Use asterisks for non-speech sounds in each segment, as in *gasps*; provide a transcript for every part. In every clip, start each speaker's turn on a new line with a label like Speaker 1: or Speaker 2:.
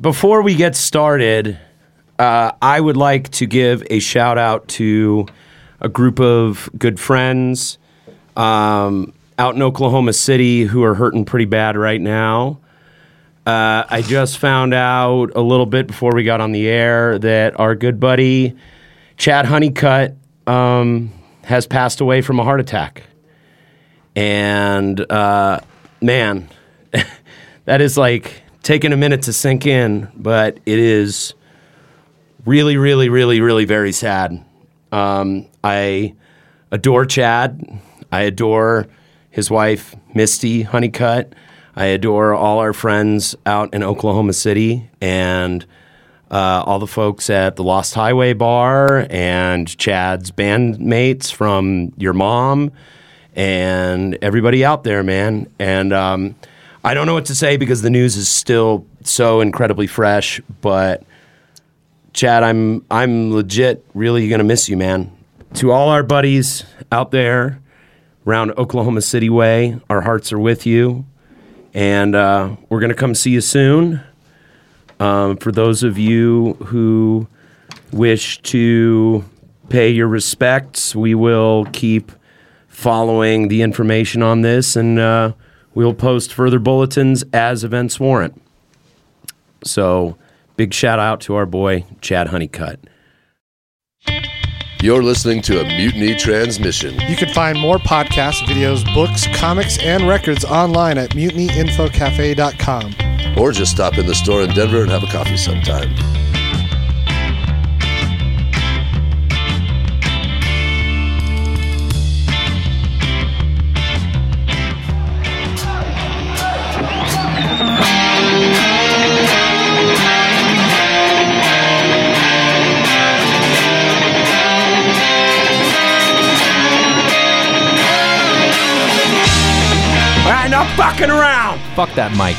Speaker 1: before we get started, uh, I would like to give a shout out to a group of good friends um, out in Oklahoma City who are hurting pretty bad right now. Uh, I just found out a little bit before we got on the air that our good buddy Chad Honeycutt um, has passed away from a heart attack. And uh, man, that is like taking a minute to sink in, but it is really, really, really, really very sad. Um, I adore Chad. I adore his wife, Misty Honeycutt. I adore all our friends out in Oklahoma City and uh, all the folks at the Lost Highway Bar and Chad's bandmates from your mom and everybody out there, man. And um, I don't know what to say because the news is still so incredibly fresh, but. Chad, I'm I'm legit really gonna miss you, man. To all our buddies out there around Oklahoma City way, our hearts are with you, and uh, we're gonna come see you soon. Um, for those of you who wish to pay your respects, we will keep following the information on this, and uh, we'll post further bulletins as events warrant. So, big shout out to our boy Chad Honeycutt.
Speaker 2: You're listening to a Mutiny Transmission.
Speaker 3: You can find more podcasts, videos, books, comics, and records online at mutinyinfocafe.com.
Speaker 2: Or just stop in the store in Denver and have a coffee sometime.
Speaker 1: All right, not fucking around.
Speaker 4: Fuck that mic.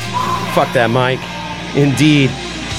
Speaker 1: Fuck that, Mike. Indeed.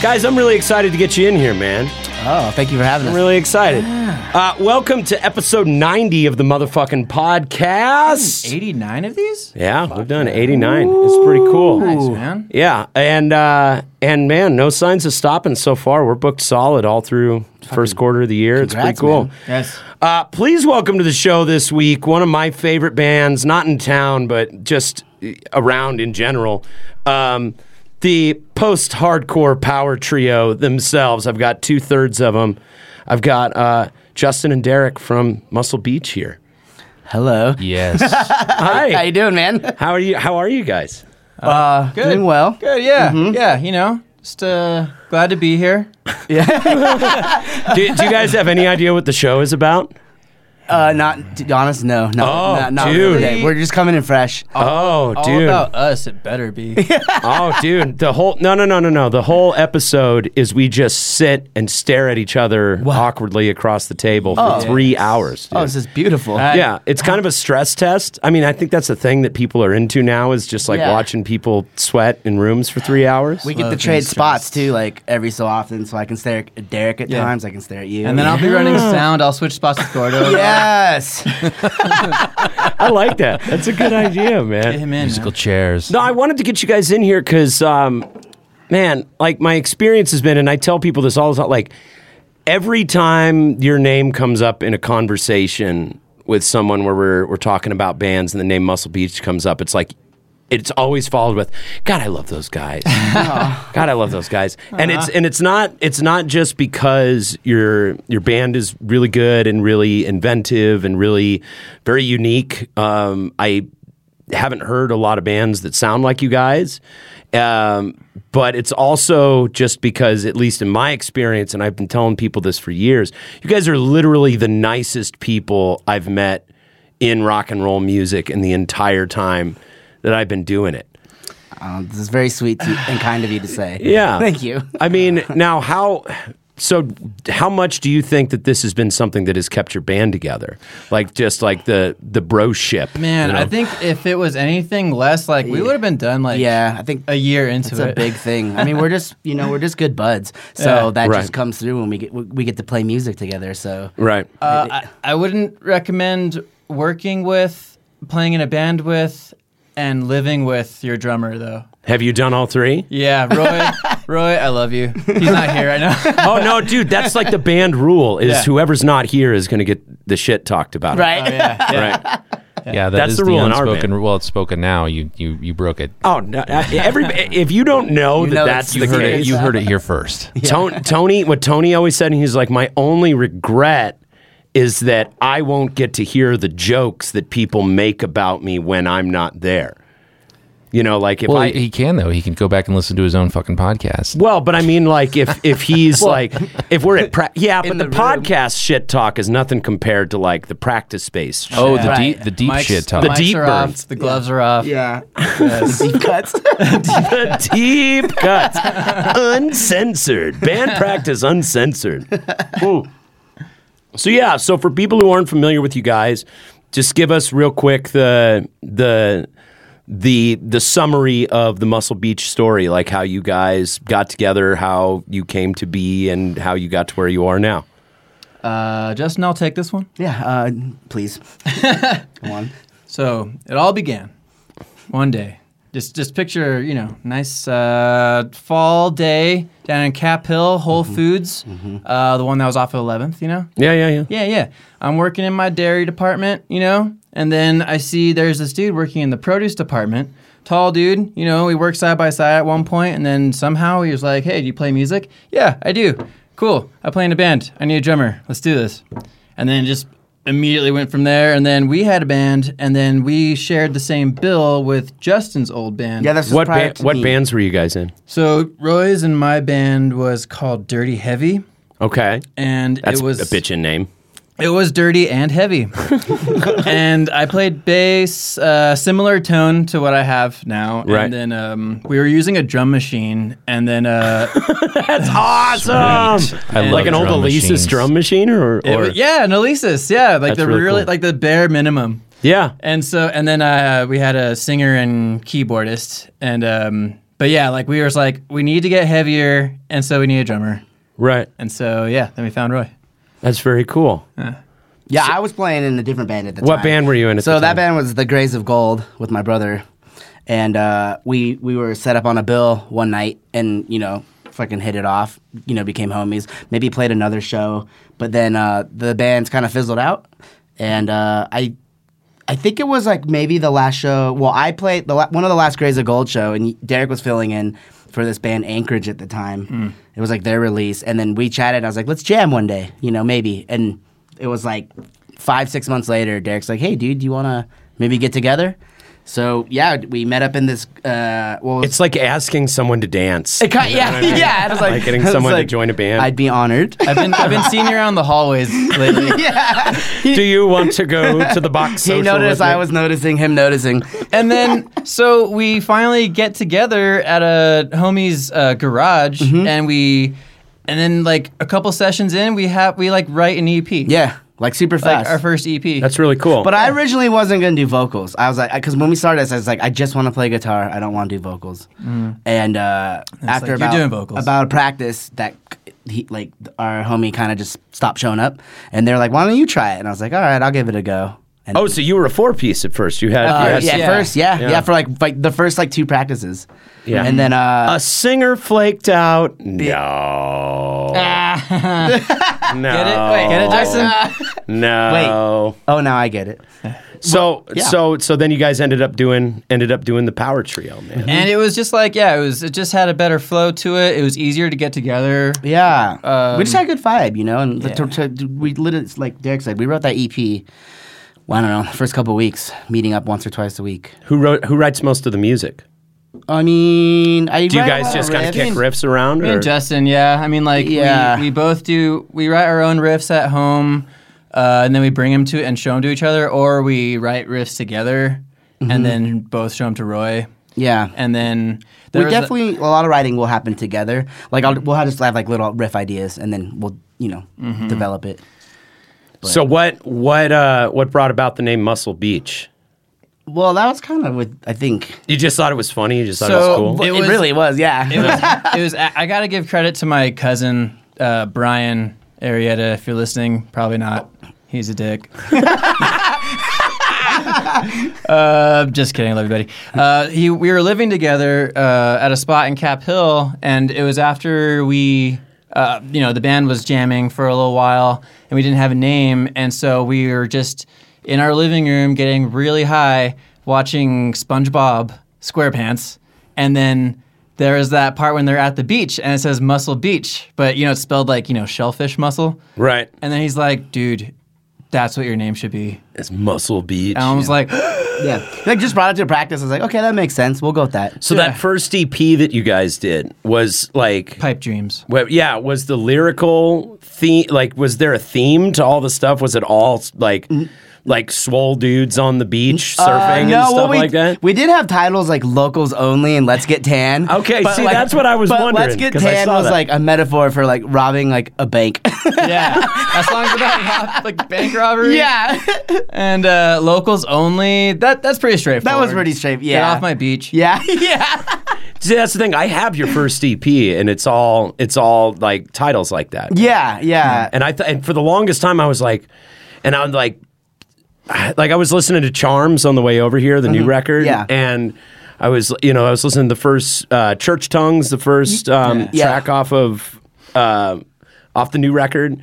Speaker 1: Guys, I'm really excited to get you in here, man.
Speaker 4: Oh, thank you for having
Speaker 1: I'm
Speaker 4: us.
Speaker 1: really excited. Uh, welcome to episode 90 of the motherfucking podcast.
Speaker 4: 89 of these?
Speaker 1: Yeah, we've done 89. It's pretty cool.
Speaker 4: Nice, man.
Speaker 1: Yeah, and uh, and man, no signs of stopping so far. We're booked solid all through first quarter of the year. It's pretty
Speaker 4: Congrats,
Speaker 1: cool.
Speaker 4: man. Yes.
Speaker 1: Uh, please welcome to the show this week one of my favorite bands, not in town, but just eh, around in general. Um, the post hardcore power trio themselves. I've got two thirds of them. I've got uh, Justin and Derek from Muscle Beach here.
Speaker 5: Hello.
Speaker 4: Yes.
Speaker 1: Hi.
Speaker 5: How you doing, *laughs* man?
Speaker 1: How are you? How are you guys?
Speaker 5: Uh, Doing well. Mm-hmm.
Speaker 4: Good, yeah. Yeah, you know, just uh, glad to be here.
Speaker 1: do, do you guys have any idea what the show is about?
Speaker 5: Uh, not to be honest, no, no,
Speaker 1: Oh,
Speaker 5: not, not
Speaker 1: dude.
Speaker 5: Really. We're just coming in fresh.
Speaker 1: Oh,
Speaker 4: *laughs* All
Speaker 1: dude.
Speaker 4: about us, it better
Speaker 5: *laughs*
Speaker 4: be.
Speaker 1: oh, dude, the whole no, no, no, no, no. The whole episode is we just sit and stare at each other awkwardly across the table for three hours. dude.
Speaker 5: Oh, this is beautiful.
Speaker 1: yeah, it's kind of a stress test. I mean, I think that's the thing that people are into now is just like
Speaker 5: Yeah.
Speaker 1: watching people sweat in rooms for three hours.
Speaker 5: we get to
Speaker 4: Love
Speaker 5: trade
Speaker 4: these
Speaker 5: spots too, like every so often. So I can stare at Derek at
Speaker 4: Yeah.
Speaker 5: times. I can stare at you.
Speaker 4: And then I'll be running sound. I'll switch spots with Gordo.
Speaker 1: *laughs*
Speaker 5: *laughs* yes.
Speaker 1: I like that. That's a good idea, man.
Speaker 4: Him in.
Speaker 6: musical chairs.
Speaker 1: No, I wanted to get you guys in here because, um, man, like my experience has been, and I tell people this all the time, like every time your name comes up in a conversation with someone where we're, we're talking about bands and the name Muscle Beach comes up, it's like, it's always followed with, God, I love those guys. *laughs* God, I love those guys. And it's and it's not it's not just because your your band is really good and really inventive and really very unique. Um, I haven't heard a lot of bands that sound like you guys. Um, but it's also just because, at least in my experience, and I've been telling people this for years, you guys are literally the nicest people I've met in rock and roll music in the entire time that I've been doing it.
Speaker 5: Um, this is very sweet to, and kind of you to say.
Speaker 1: Yeah.
Speaker 5: Thank you.
Speaker 1: I mean, now how so how much do you think that this has been something that has kept your band together? Like just like the the bro ship.
Speaker 4: Man, I think if it was anything less, like, we would have been done, like,
Speaker 5: Yeah, I think
Speaker 4: a year into
Speaker 5: It's a
Speaker 4: it.
Speaker 5: big thing. I mean, we're just you know we're just good buds. So
Speaker 4: Yeah.
Speaker 5: that
Speaker 1: Right.
Speaker 5: just comes through when we get we- we get to play music together. So
Speaker 1: Right.
Speaker 4: Uh, I, I wouldn't recommend working with, playing in a band with, and living with your drummer, though.
Speaker 1: Have you done all three?
Speaker 4: Yeah, Roy. Roy, I love you. He's not here
Speaker 1: *laughs*
Speaker 4: right now.
Speaker 1: Oh no, dude, that's like the band rule: is
Speaker 4: Yeah.
Speaker 1: whoever's not here is going to get the shit talked about.
Speaker 5: Right.
Speaker 4: yeah.
Speaker 1: Right.
Speaker 6: Yeah,
Speaker 1: That's
Speaker 6: that's
Speaker 1: the
Speaker 6: the
Speaker 1: rule in our
Speaker 6: unspoken.
Speaker 1: band.
Speaker 6: Well, it's spoken now. You you you broke it.
Speaker 1: Oh no! Every if you don't know that
Speaker 5: know
Speaker 1: that's
Speaker 5: that
Speaker 1: the
Speaker 5: you
Speaker 6: Heard
Speaker 1: case,
Speaker 6: it. You heard it here first.
Speaker 1: Ton- Tony, what Tony always said, and he's like, my only regret is that I won't get to hear the jokes that people make about me when I'm not there. You know, like if
Speaker 6: Well,
Speaker 1: I.
Speaker 6: he he can though. He can go back and listen to his own fucking podcast.
Speaker 1: well, but I mean, like, if if
Speaker 6: *laughs*
Speaker 1: he's like, if we're at pra- yeah, but the, podcast shit talk is nothing compared to like the practice space. shit.
Speaker 6: Oh, the
Speaker 5: Right.
Speaker 6: deep the deep
Speaker 4: Mike's-
Speaker 6: shit talk.
Speaker 1: The
Speaker 4: mics
Speaker 1: deep
Speaker 4: are
Speaker 1: burns.
Speaker 4: off. The gloves are off.
Speaker 5: *laughs* Yeah. Deep cuts.
Speaker 1: the deep cuts, uncensored band practice, uncensored. Ooh. So yeah, so for people who aren't familiar with you guys, just give us real quick the the the the summary of the Muscle Beach story, like how you guys got together, how you came to be, and how you got to where you are now.
Speaker 4: Uh, Justin, I'll take this one.
Speaker 5: yeah. Uh,
Speaker 1: *laughs*
Speaker 5: please. Come on.
Speaker 4: So it all began one day. Just, just picture, you know, nice uh, fall day down in Cap Hill, Whole Foods, uh, the one that was off of 11th, you know?
Speaker 1: Yeah, yeah, yeah.
Speaker 4: Yeah, yeah. I'm working in my dairy department, you know, and then I see there's this dude working in the produce department. Tall dude, you know, we worked side by side at one point, and then somehow he was like, "Hey, do you play music?" Yeah, I do. Cool. I play in a band. I need a drummer. Let's do this. And then just immediately went from there. And then we had a band, and then we shared the same bill with Justin's old band.
Speaker 5: Yeah, that's
Speaker 1: What
Speaker 5: prior
Speaker 1: ba-
Speaker 5: to
Speaker 1: what
Speaker 5: me.
Speaker 1: bands were you guys in?
Speaker 4: So Roy's and my band was called Dirty Heavy,
Speaker 1: Okay,
Speaker 4: and
Speaker 1: that's
Speaker 4: it was
Speaker 1: a bitchin' name.
Speaker 4: it was dirty
Speaker 1: *laughs*
Speaker 4: and heavy. and I played bass, uh, similar tone to what I have now.
Speaker 1: Right.
Speaker 4: And then um, we were using a drum machine. And then uh,
Speaker 1: That's awesome.
Speaker 6: I love
Speaker 1: like an old
Speaker 6: drum
Speaker 1: Elysis
Speaker 6: machines.
Speaker 1: drum machine, or,
Speaker 4: it
Speaker 1: or
Speaker 4: was- yeah, an Alesis. Yeah, like
Speaker 1: That's
Speaker 4: the
Speaker 1: really
Speaker 4: really,
Speaker 1: cool.
Speaker 4: like the bare minimum.
Speaker 1: yeah.
Speaker 4: And so, and then uh, we had a singer and keyboardist. And um, but yeah, like we were just like, we need to get heavier, and so we need a drummer.
Speaker 1: right.
Speaker 4: And so yeah, then we found Roy.
Speaker 1: That's very cool.
Speaker 5: Yeah, I was playing in a different band at the time.
Speaker 1: What band were you in at
Speaker 5: so
Speaker 1: the
Speaker 5: that
Speaker 1: time?
Speaker 5: band was the Grays of Gold with my brother, and uh, we we were set up on a bill one night, and you know, fucking hit it off. You know, became homies. Maybe played another show, but then uh, the band's kind of fizzled out, and uh, I. I think it was like maybe the last show. Well, I played the la- one of the last Grays of Gold show, and Derek was filling in for this band Anchorage at the time.
Speaker 1: Hmm.
Speaker 5: It was like their release, and then we chatted. I was like, "Let's jam one day, you know, maybe." And it was like five, six months later. Derek's like, "Hey, dude, do you want to maybe get together?" So yeah, we met up in this. Uh, well,
Speaker 1: It's like asking someone to dance.
Speaker 5: it kind, *laughs* yeah, yeah. It was like,
Speaker 1: Like
Speaker 5: *laughs*
Speaker 1: getting
Speaker 5: it was
Speaker 1: someone to join a band.
Speaker 5: I'd be honored. *laughs*
Speaker 4: I've been
Speaker 1: *laughs*
Speaker 4: I've been seeing you around the hallways lately.
Speaker 5: yeah,
Speaker 1: Do you want to go to the
Speaker 5: *laughs*
Speaker 1: box?
Speaker 5: he
Speaker 1: social
Speaker 5: noticed
Speaker 1: with
Speaker 5: I
Speaker 1: me?
Speaker 5: was noticing him noticing.
Speaker 4: and then so we finally get together at a homie's uh, garage
Speaker 5: Mm-hmm.
Speaker 4: and we and then like a couple sessions in we have we like write an ep
Speaker 5: Yeah, like super
Speaker 4: like
Speaker 5: fast.
Speaker 4: our first E ep
Speaker 1: That's really cool.
Speaker 5: But I originally wasn't gonna do vocals. I was like, because when we started this, I was like, I just want to play guitar. I don't want to do vocals. And uh,
Speaker 4: Mm.
Speaker 5: after
Speaker 4: like, "You're
Speaker 5: about
Speaker 4: doing vocals."
Speaker 5: about a practice, that he like our homie kind of just stopped showing up, and they're like, why don't you try it? And I was like, all right, I'll give it a go. And
Speaker 1: oh, so you were a four piece at first. You had
Speaker 5: uh,
Speaker 1: yes.
Speaker 5: yeah,
Speaker 4: yeah.
Speaker 5: first, yeah, yeah,
Speaker 1: Yeah.
Speaker 5: for like like the first like two practices.
Speaker 1: Yeah.
Speaker 5: and then uh,
Speaker 1: a singer flaked out.
Speaker 5: *laughs*
Speaker 1: No. no.
Speaker 4: get it wait get it jackson
Speaker 1: No.
Speaker 5: oh, now I get it.
Speaker 1: So so so then you guys ended up doing ended up doing the power trio, man.
Speaker 4: and it was just like yeah it was it just had a better flow to it it was easier to get together
Speaker 5: Yeah, we just had a
Speaker 4: Um,
Speaker 5: good vibe, you know. And the- to- to- we literally, it's like Derek said, we wrote that EP. Well, I don't know, the first couple of weeks, meeting up once or twice a week.
Speaker 1: Who wrote who writes most of the music?
Speaker 5: I mean, I
Speaker 1: Do you
Speaker 5: write a
Speaker 1: guys
Speaker 5: lot
Speaker 1: just kind of
Speaker 5: riffs.
Speaker 1: kick riffs around?
Speaker 4: Me
Speaker 1: Or?
Speaker 4: and Justin, yeah. I mean, like,
Speaker 5: Yeah.
Speaker 4: We, we both do. We write our own riffs at home, uh, and then we bring them to and show them to each other, or we write riffs together,
Speaker 5: Mm-hmm.
Speaker 4: and then both show them to Roy,
Speaker 5: Yeah,
Speaker 4: and then there
Speaker 5: we
Speaker 4: was a-
Speaker 5: definitely *laughs* a lot of writing will happen together. Like I'll, we'll have just have like little riff ideas, and then we'll you know
Speaker 1: Mm-hmm.
Speaker 5: develop it.
Speaker 1: So what what uh what brought about the name Muscle Beach?
Speaker 5: Well, that was kind of with I think
Speaker 1: You just thought it was funny. You just thought it was
Speaker 4: So-
Speaker 1: cool.
Speaker 4: It
Speaker 5: it,
Speaker 4: was-
Speaker 5: really was. Yeah,
Speaker 4: it was. *laughs* it was. I I gotta give credit to my cousin uh, Brian Arietta. If you're listening, probably not. He's a dick. Uh, just kidding, I love you, buddy. Uh, he, we were living together uh, at a spot in Cap Hill, and it was after we, uh, you know, the band was jamming for a little while, and we didn't have a name, and so we were just in our living room getting really high, watching SpongeBob SquarePants, and then there is that part when they're at the beach, and it says Muscle Beach, but you know it's spelled like you know shellfish mussel,
Speaker 1: Right.
Speaker 4: and then he's like, dude. That's what your name should be.
Speaker 1: It's Muscle Beach.
Speaker 4: And I
Speaker 5: Um,
Speaker 4: was like, *gasps*
Speaker 5: *laughs* yeah. Like just brought it to practice. I was like, okay, that makes sense. We'll go with that.
Speaker 1: so that first EP that you guys did was like
Speaker 4: pipe dreams.
Speaker 1: Well, yeah, was the lyrical theme like was there a theme to all the stuff? Was it all like like swole dudes on the beach surfing and
Speaker 5: Mm. Uh, no,
Speaker 1: stuff
Speaker 5: well, we,
Speaker 1: like that?
Speaker 5: we did have titles like locals only and let's get tan. *laughs*
Speaker 1: Okay, see, that's what I was
Speaker 5: but
Speaker 1: wondering,
Speaker 5: Let's get
Speaker 1: 'cause I
Speaker 5: tan
Speaker 1: saw
Speaker 5: was
Speaker 1: that.
Speaker 5: like a metaphor for like robbing like a bank. *laughs*
Speaker 4: Yeah, that song's about rob- like bank robbery.
Speaker 5: yeah, *laughs*
Speaker 4: and uh, locals only. That that's pretty straightforward.
Speaker 5: that was pretty straight. Yeah,
Speaker 4: Get off my
Speaker 1: *laughs*
Speaker 4: beach.
Speaker 5: Yeah, yeah.
Speaker 1: See, that's the thing. I have your first EP and it's all it's all like titles like that.
Speaker 5: Yeah, yeah.
Speaker 1: And I th- and for the longest time I was like and I'm like *sighs* like I was listening to Charms on the way over here, the new record.
Speaker 5: Mm-hmm. yeah.
Speaker 1: And I was you know, I was listening to the first uh, Church Tongues, the first um,
Speaker 5: Yeah.
Speaker 1: track off of uh, off the new record.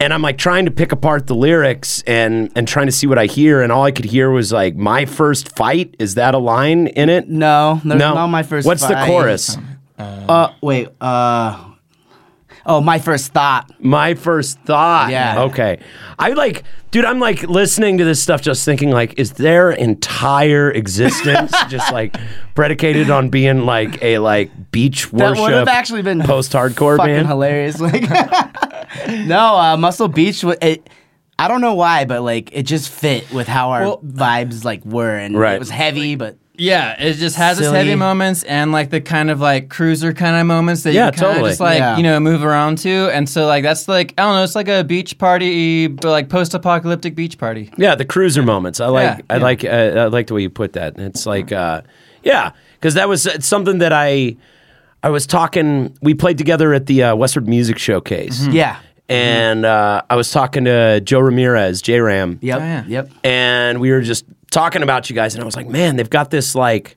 Speaker 1: And I'm like trying to pick apart the lyrics and and trying to see what I hear, and all I could hear was like my first fight. Is that a line in it?
Speaker 5: No, there's no. my first.
Speaker 1: What's the
Speaker 5: fight.
Speaker 1: chorus?
Speaker 5: Uh, wait. Uh, oh, my first thought.
Speaker 1: My first thought.
Speaker 5: Yeah.
Speaker 1: Okay. I like, dude, I'm like listening to this stuff, just thinking, like, is their entire
Speaker 5: *laughs*
Speaker 1: existence just like predicated on being like a like beach
Speaker 5: That
Speaker 1: worship?
Speaker 5: would have actually been
Speaker 1: post-hardcore
Speaker 5: fucking
Speaker 1: band? *laughs*
Speaker 5: hilarious. Like, *laughs* no, uh, Muscle Beach. wa- It, I don't know why, but like it just fit with how our
Speaker 4: Well-
Speaker 5: vibes like were, and
Speaker 1: Right.
Speaker 5: it was heavy, but
Speaker 4: Yeah, it just has its
Speaker 5: Silly.
Speaker 4: heavy moments and like the kind of like cruiser kind of moments that
Speaker 1: Yeah,
Speaker 4: you kind of
Speaker 1: totally.
Speaker 4: just like
Speaker 5: Yeah.
Speaker 4: you know move around to, and so like that's like I don't know, it's like a beach party, but like post-apocalyptic beach party.
Speaker 1: Yeah, the cruiser moments. I like.
Speaker 4: Yeah,
Speaker 1: I
Speaker 4: yeah.
Speaker 1: like. Uh, I like the way you put that. It's like, uh, yeah, because that was uh, something that I, I was talking. We played together at the uh, Westward Music Showcase,
Speaker 4: mm.
Speaker 5: yeah,
Speaker 1: and uh, I was talking to Joe Ramirez, J Ram.
Speaker 5: yep,
Speaker 4: Oh, yeah.
Speaker 5: yep.
Speaker 1: and we were just talking about you guys and i was like man they've got this like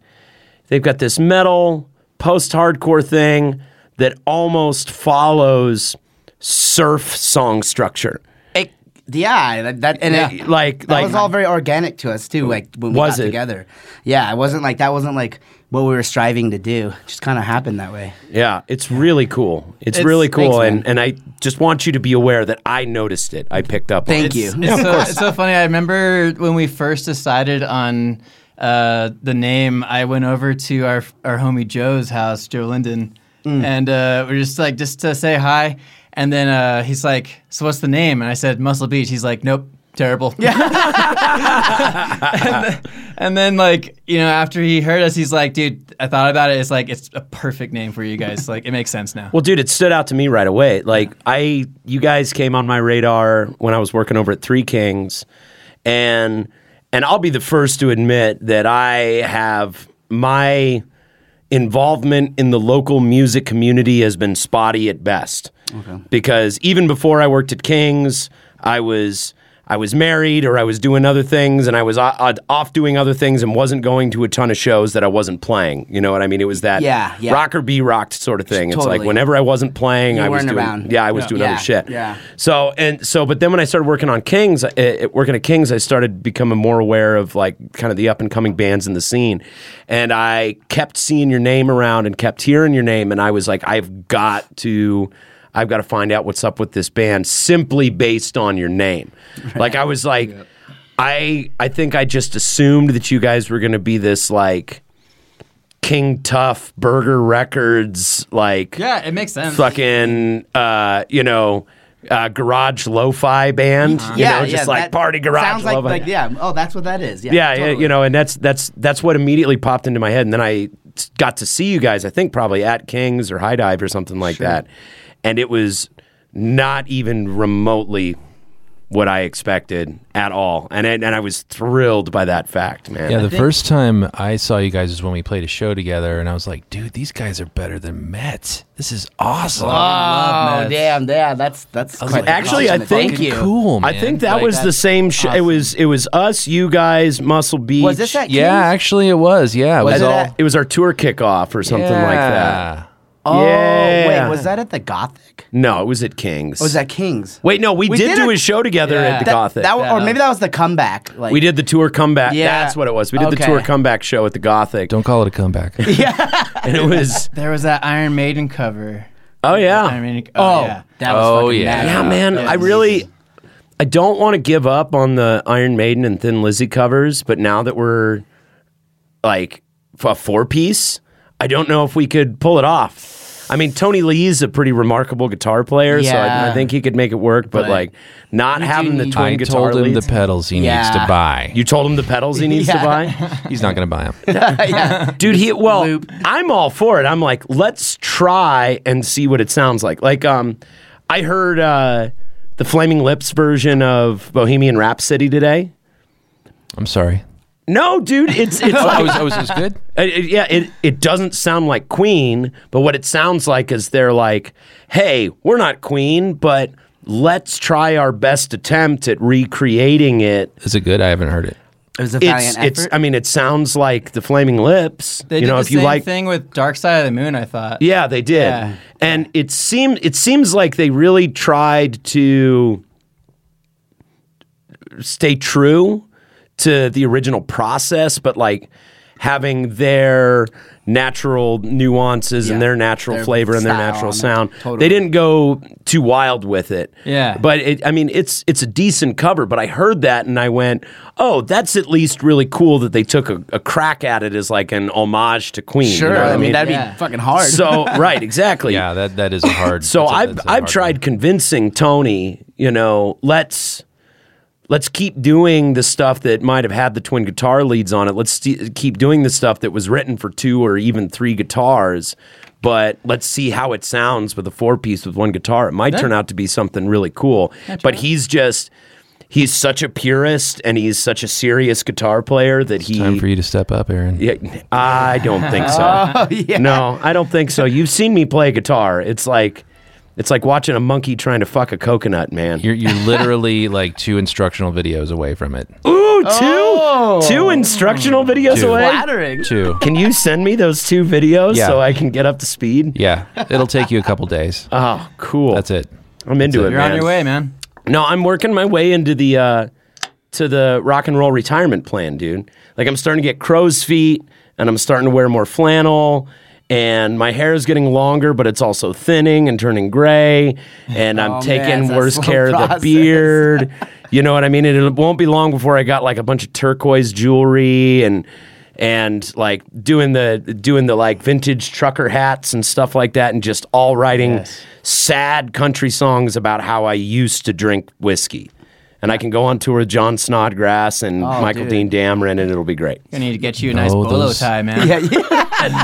Speaker 1: they've got this metal post-hardcore thing that almost follows surf song structure
Speaker 5: It, yeah, that, that and it,
Speaker 1: like
Speaker 5: that
Speaker 1: like
Speaker 5: was all very organic to us too. Like when we
Speaker 1: Was
Speaker 5: got
Speaker 1: it?
Speaker 5: together, yeah, it wasn't like that wasn't like what we were striving to do. It just kind of happened that way.
Speaker 1: yeah it's really cool it's,
Speaker 4: It's-
Speaker 1: really cool
Speaker 5: thanks,
Speaker 1: and and i just want you to be aware that i noticed it i picked up on it.
Speaker 5: Thank you.
Speaker 4: It's, so, it's so funny. I remember when we first decided on uh, the name, I went over to our our homie Joe's house, Joe Linden, and uh, we're just like just to say hi. And then uh, he's like, "So what's the name?" And I said, "Muscle Beach." He's like, "Nope, terrible." Yeah. and, then, *laughs* and then like you know, after he heard us, he's like, "Dude, I thought about it. It's like it's a perfect name for you guys. Like it makes sense now."
Speaker 1: Well, dude, it stood out to me right away. Like I, you guys came on my radar when I was working over at Three Kings, and and I'll be the first to admit that I have my involvement in the local music community has been spotty at best. Because even before I worked at Kings, I was I was married or I was doing other things and I was o- o- off doing other things and wasn't going to a ton of shows that I wasn't playing. You know what I mean? It was that
Speaker 5: Yeah, yeah.
Speaker 1: rocker be rocked sort of thing. It's like
Speaker 5: Totally.
Speaker 1: whenever I wasn't playing,
Speaker 5: You
Speaker 1: I was
Speaker 5: weren't
Speaker 1: doing
Speaker 5: around.
Speaker 1: yeah, I was doing
Speaker 5: Yeah.
Speaker 1: other shit.
Speaker 5: Yeah.
Speaker 1: So and so, but then when I started working on Kings, uh, uh, working at Kings, I started becoming more aware of like kind of the up and coming bands in the scene, and I kept seeing your name around and kept hearing your name, and I was like, I've got to. I've got to find out what's up with this band simply based on your
Speaker 5: *laughs*
Speaker 1: name. Like I was like I I think I just assumed that you guys were going to be this like King Tough Burger Records like
Speaker 4: yeah, it makes sense.
Speaker 1: fucking uh, you know uh, garage lo-fi band.
Speaker 5: Uh,
Speaker 1: You know, just like
Speaker 5: that
Speaker 1: party garage
Speaker 5: Sounds like,
Speaker 1: lo-fi.
Speaker 5: like yeah. Oh, that's what that is. Yeah,
Speaker 1: yeah, yeah,
Speaker 5: totally.
Speaker 1: you know, and that's that's that's what immediately popped into my head, and then I s- got to see you guys. I think probably at Kings or High Dive or something like that, and it was not even remotely what I expected at all, and I, and I was thrilled by that fact, man.
Speaker 6: Yeah, the
Speaker 4: think-
Speaker 6: first time I saw you guys was when we played a show together, and I was like, dude, these guys are better than Mets. This is awesome.
Speaker 5: Oh damn, yeah, that's that's
Speaker 6: was
Speaker 5: quite
Speaker 6: like,
Speaker 1: Actually, I
Speaker 5: awesome.
Speaker 1: think-
Speaker 5: thank you.
Speaker 6: Cool, man.
Speaker 1: I think that
Speaker 6: Like,
Speaker 1: was the
Speaker 6: that's
Speaker 1: same. Sh- It
Speaker 6: awesome.
Speaker 1: was it was us, you guys, Muscle Beach.
Speaker 5: Was this at Keys?
Speaker 6: Yeah, actually, it was. Yeah, it
Speaker 1: It,
Speaker 6: was,
Speaker 5: it
Speaker 6: all.
Speaker 5: at-
Speaker 1: it was our tour kickoff or something like that.
Speaker 6: Yeah.
Speaker 5: Oh
Speaker 1: Yeah.
Speaker 5: wait, was that at the Gothic?
Speaker 1: No, it was at Kings.
Speaker 5: Or was that Kings?
Speaker 1: Wait, no, we,
Speaker 5: We
Speaker 1: did,
Speaker 5: did
Speaker 1: do
Speaker 5: a-
Speaker 1: a show together
Speaker 4: Yeah.
Speaker 1: at the
Speaker 4: That-
Speaker 1: Gothic.
Speaker 5: That or maybe that was the comeback. Like
Speaker 1: we did the tour comeback.
Speaker 5: Yeah.
Speaker 1: That's what it was. We did the
Speaker 5: Okay.
Speaker 1: tour comeback show at the Gothic.
Speaker 6: Don't call it a comeback.
Speaker 1: and it was
Speaker 4: There was that Iron Maiden cover.
Speaker 1: oh
Speaker 4: Iron
Speaker 1: yeah,
Speaker 4: Maiden. Oh, yeah.
Speaker 5: That was
Speaker 6: Oh,
Speaker 5: fucking
Speaker 6: yeah.
Speaker 5: mad.
Speaker 1: yeah, man. I really, I don't want to give up on the Iron Maiden and Thin Lizzy covers, but now that we're like f- a four piece, I don't know if we could pull it off. I mean, Tony Lee's a pretty remarkable guitar player, so I, I
Speaker 5: Yeah.
Speaker 1: think he could make it work. But,
Speaker 5: But
Speaker 1: like, not having the
Speaker 5: need-
Speaker 1: twin
Speaker 6: I
Speaker 1: guitar
Speaker 6: told him
Speaker 1: leads-
Speaker 6: the pedals he needs to
Speaker 5: Yeah.
Speaker 6: buy.
Speaker 1: you told him the pedals he needs to
Speaker 5: *laughs* Yeah.
Speaker 1: buy.
Speaker 6: He's not going to buy them.
Speaker 5: yeah.
Speaker 1: dude he well
Speaker 5: loop.
Speaker 1: i'm all for it i'm like let's try and see what it sounds like like um i heard uh the flaming lips version of bohemian rhapsody today
Speaker 6: I'm sorry.
Speaker 1: no dude it's
Speaker 4: *laughs*
Speaker 1: it's
Speaker 6: Oh,
Speaker 1: like
Speaker 6: it was, oh, it was- it was good.
Speaker 1: it- it- yeah it, it doesn't sound like queen but what it sounds like is they're like hey we're not queen but let's try our best attempt at recreating it
Speaker 6: Is it good? I haven't heard it.
Speaker 5: It was a
Speaker 1: it's
Speaker 5: valiant effort.
Speaker 1: it's i mean it sounds like the flaming lips
Speaker 4: They
Speaker 1: you
Speaker 4: did
Speaker 1: know
Speaker 4: the
Speaker 1: if
Speaker 4: same
Speaker 1: you like
Speaker 4: thing with Dark Side of the Moon. I thought.
Speaker 1: Yeah, they did.
Speaker 4: Yeah.
Speaker 1: And it seemed it seems like they really tried to stay true to the original process, but like having their natural nuances and
Speaker 5: Yeah.
Speaker 1: their natural
Speaker 5: Their
Speaker 1: flavor and their
Speaker 5: style
Speaker 1: natural
Speaker 5: and-
Speaker 1: sound. They
Speaker 5: totally.
Speaker 1: didn't go too wild with it.
Speaker 4: Yeah.
Speaker 1: But it, I mean, it's it's a decent cover. But I heard that and I went, oh, that's at least really cool that they took a, a crack at it as like an homage to Queen. you
Speaker 5: sure.
Speaker 1: know what
Speaker 5: I mean, that'd
Speaker 4: Yeah.
Speaker 5: be fucking hard.
Speaker 1: so right, exactly.
Speaker 6: Yeah, that
Speaker 1: *laughs*
Speaker 6: that is a hard.
Speaker 1: So
Speaker 6: that's a-
Speaker 1: I've
Speaker 6: that's a
Speaker 1: I've
Speaker 6: hard
Speaker 1: tried convincing Tony, you know, let's let's keep doing the stuff that might have had the twin guitar leads on it. Let's st- keep doing the stuff that was written for two or even three guitars, but let's see how it sounds with a four piece with one guitar. It might turn out to be something really cool. But he's just he's such a purist and he's such a serious guitar player that he
Speaker 6: one. Time for you to step up, Aaron.
Speaker 1: yeah, I don't think
Speaker 6: *laughs*
Speaker 1: so.
Speaker 6: Oh,
Speaker 1: No, I don't think so. You've seen me play guitar. It's like it's like watching a monkey trying to fuck a coconut, man.
Speaker 6: You're
Speaker 1: *laughs*
Speaker 6: you're literally like two instructional videos away from it.
Speaker 1: Ooh, two two instructional videos
Speaker 6: Oh. Two.
Speaker 1: away.
Speaker 5: flattering.
Speaker 6: Two.
Speaker 1: Can you send me those two videos
Speaker 6: Yeah.
Speaker 1: so I can get up to speed?
Speaker 6: Yeah, it'll take you a couple days.
Speaker 1: Oh, cool.
Speaker 6: That's it.
Speaker 1: I'm into it,
Speaker 6: That's it.
Speaker 4: You're
Speaker 1: man.
Speaker 4: on your way, man.
Speaker 1: No, I'm working my way into the uh, to the rock and roll retirement plan, dude. Like I'm starting to get crow's feet, and I'm starting to wear more flannel, and my hair is getting longer, but it's also thinning and turning gray, and I'm
Speaker 5: Oh, man,
Speaker 1: taking
Speaker 5: it's a
Speaker 1: worse
Speaker 5: slow
Speaker 1: care of the
Speaker 5: process.
Speaker 1: beard. you know what I mean? And it won't be long before I got like a bunch of turquoise jewelry and and like doing the doing the like vintage trucker hats and stuff like that, and just all writing sad country songs about how I used to drink whiskey. And I can go on tour with John Snodgrass and Michael Dean Dameron, and it'll be great.
Speaker 4: I need to get you a nice
Speaker 6: No,
Speaker 4: bolo
Speaker 6: those-
Speaker 4: tie, man.
Speaker 5: Yeah, yeah.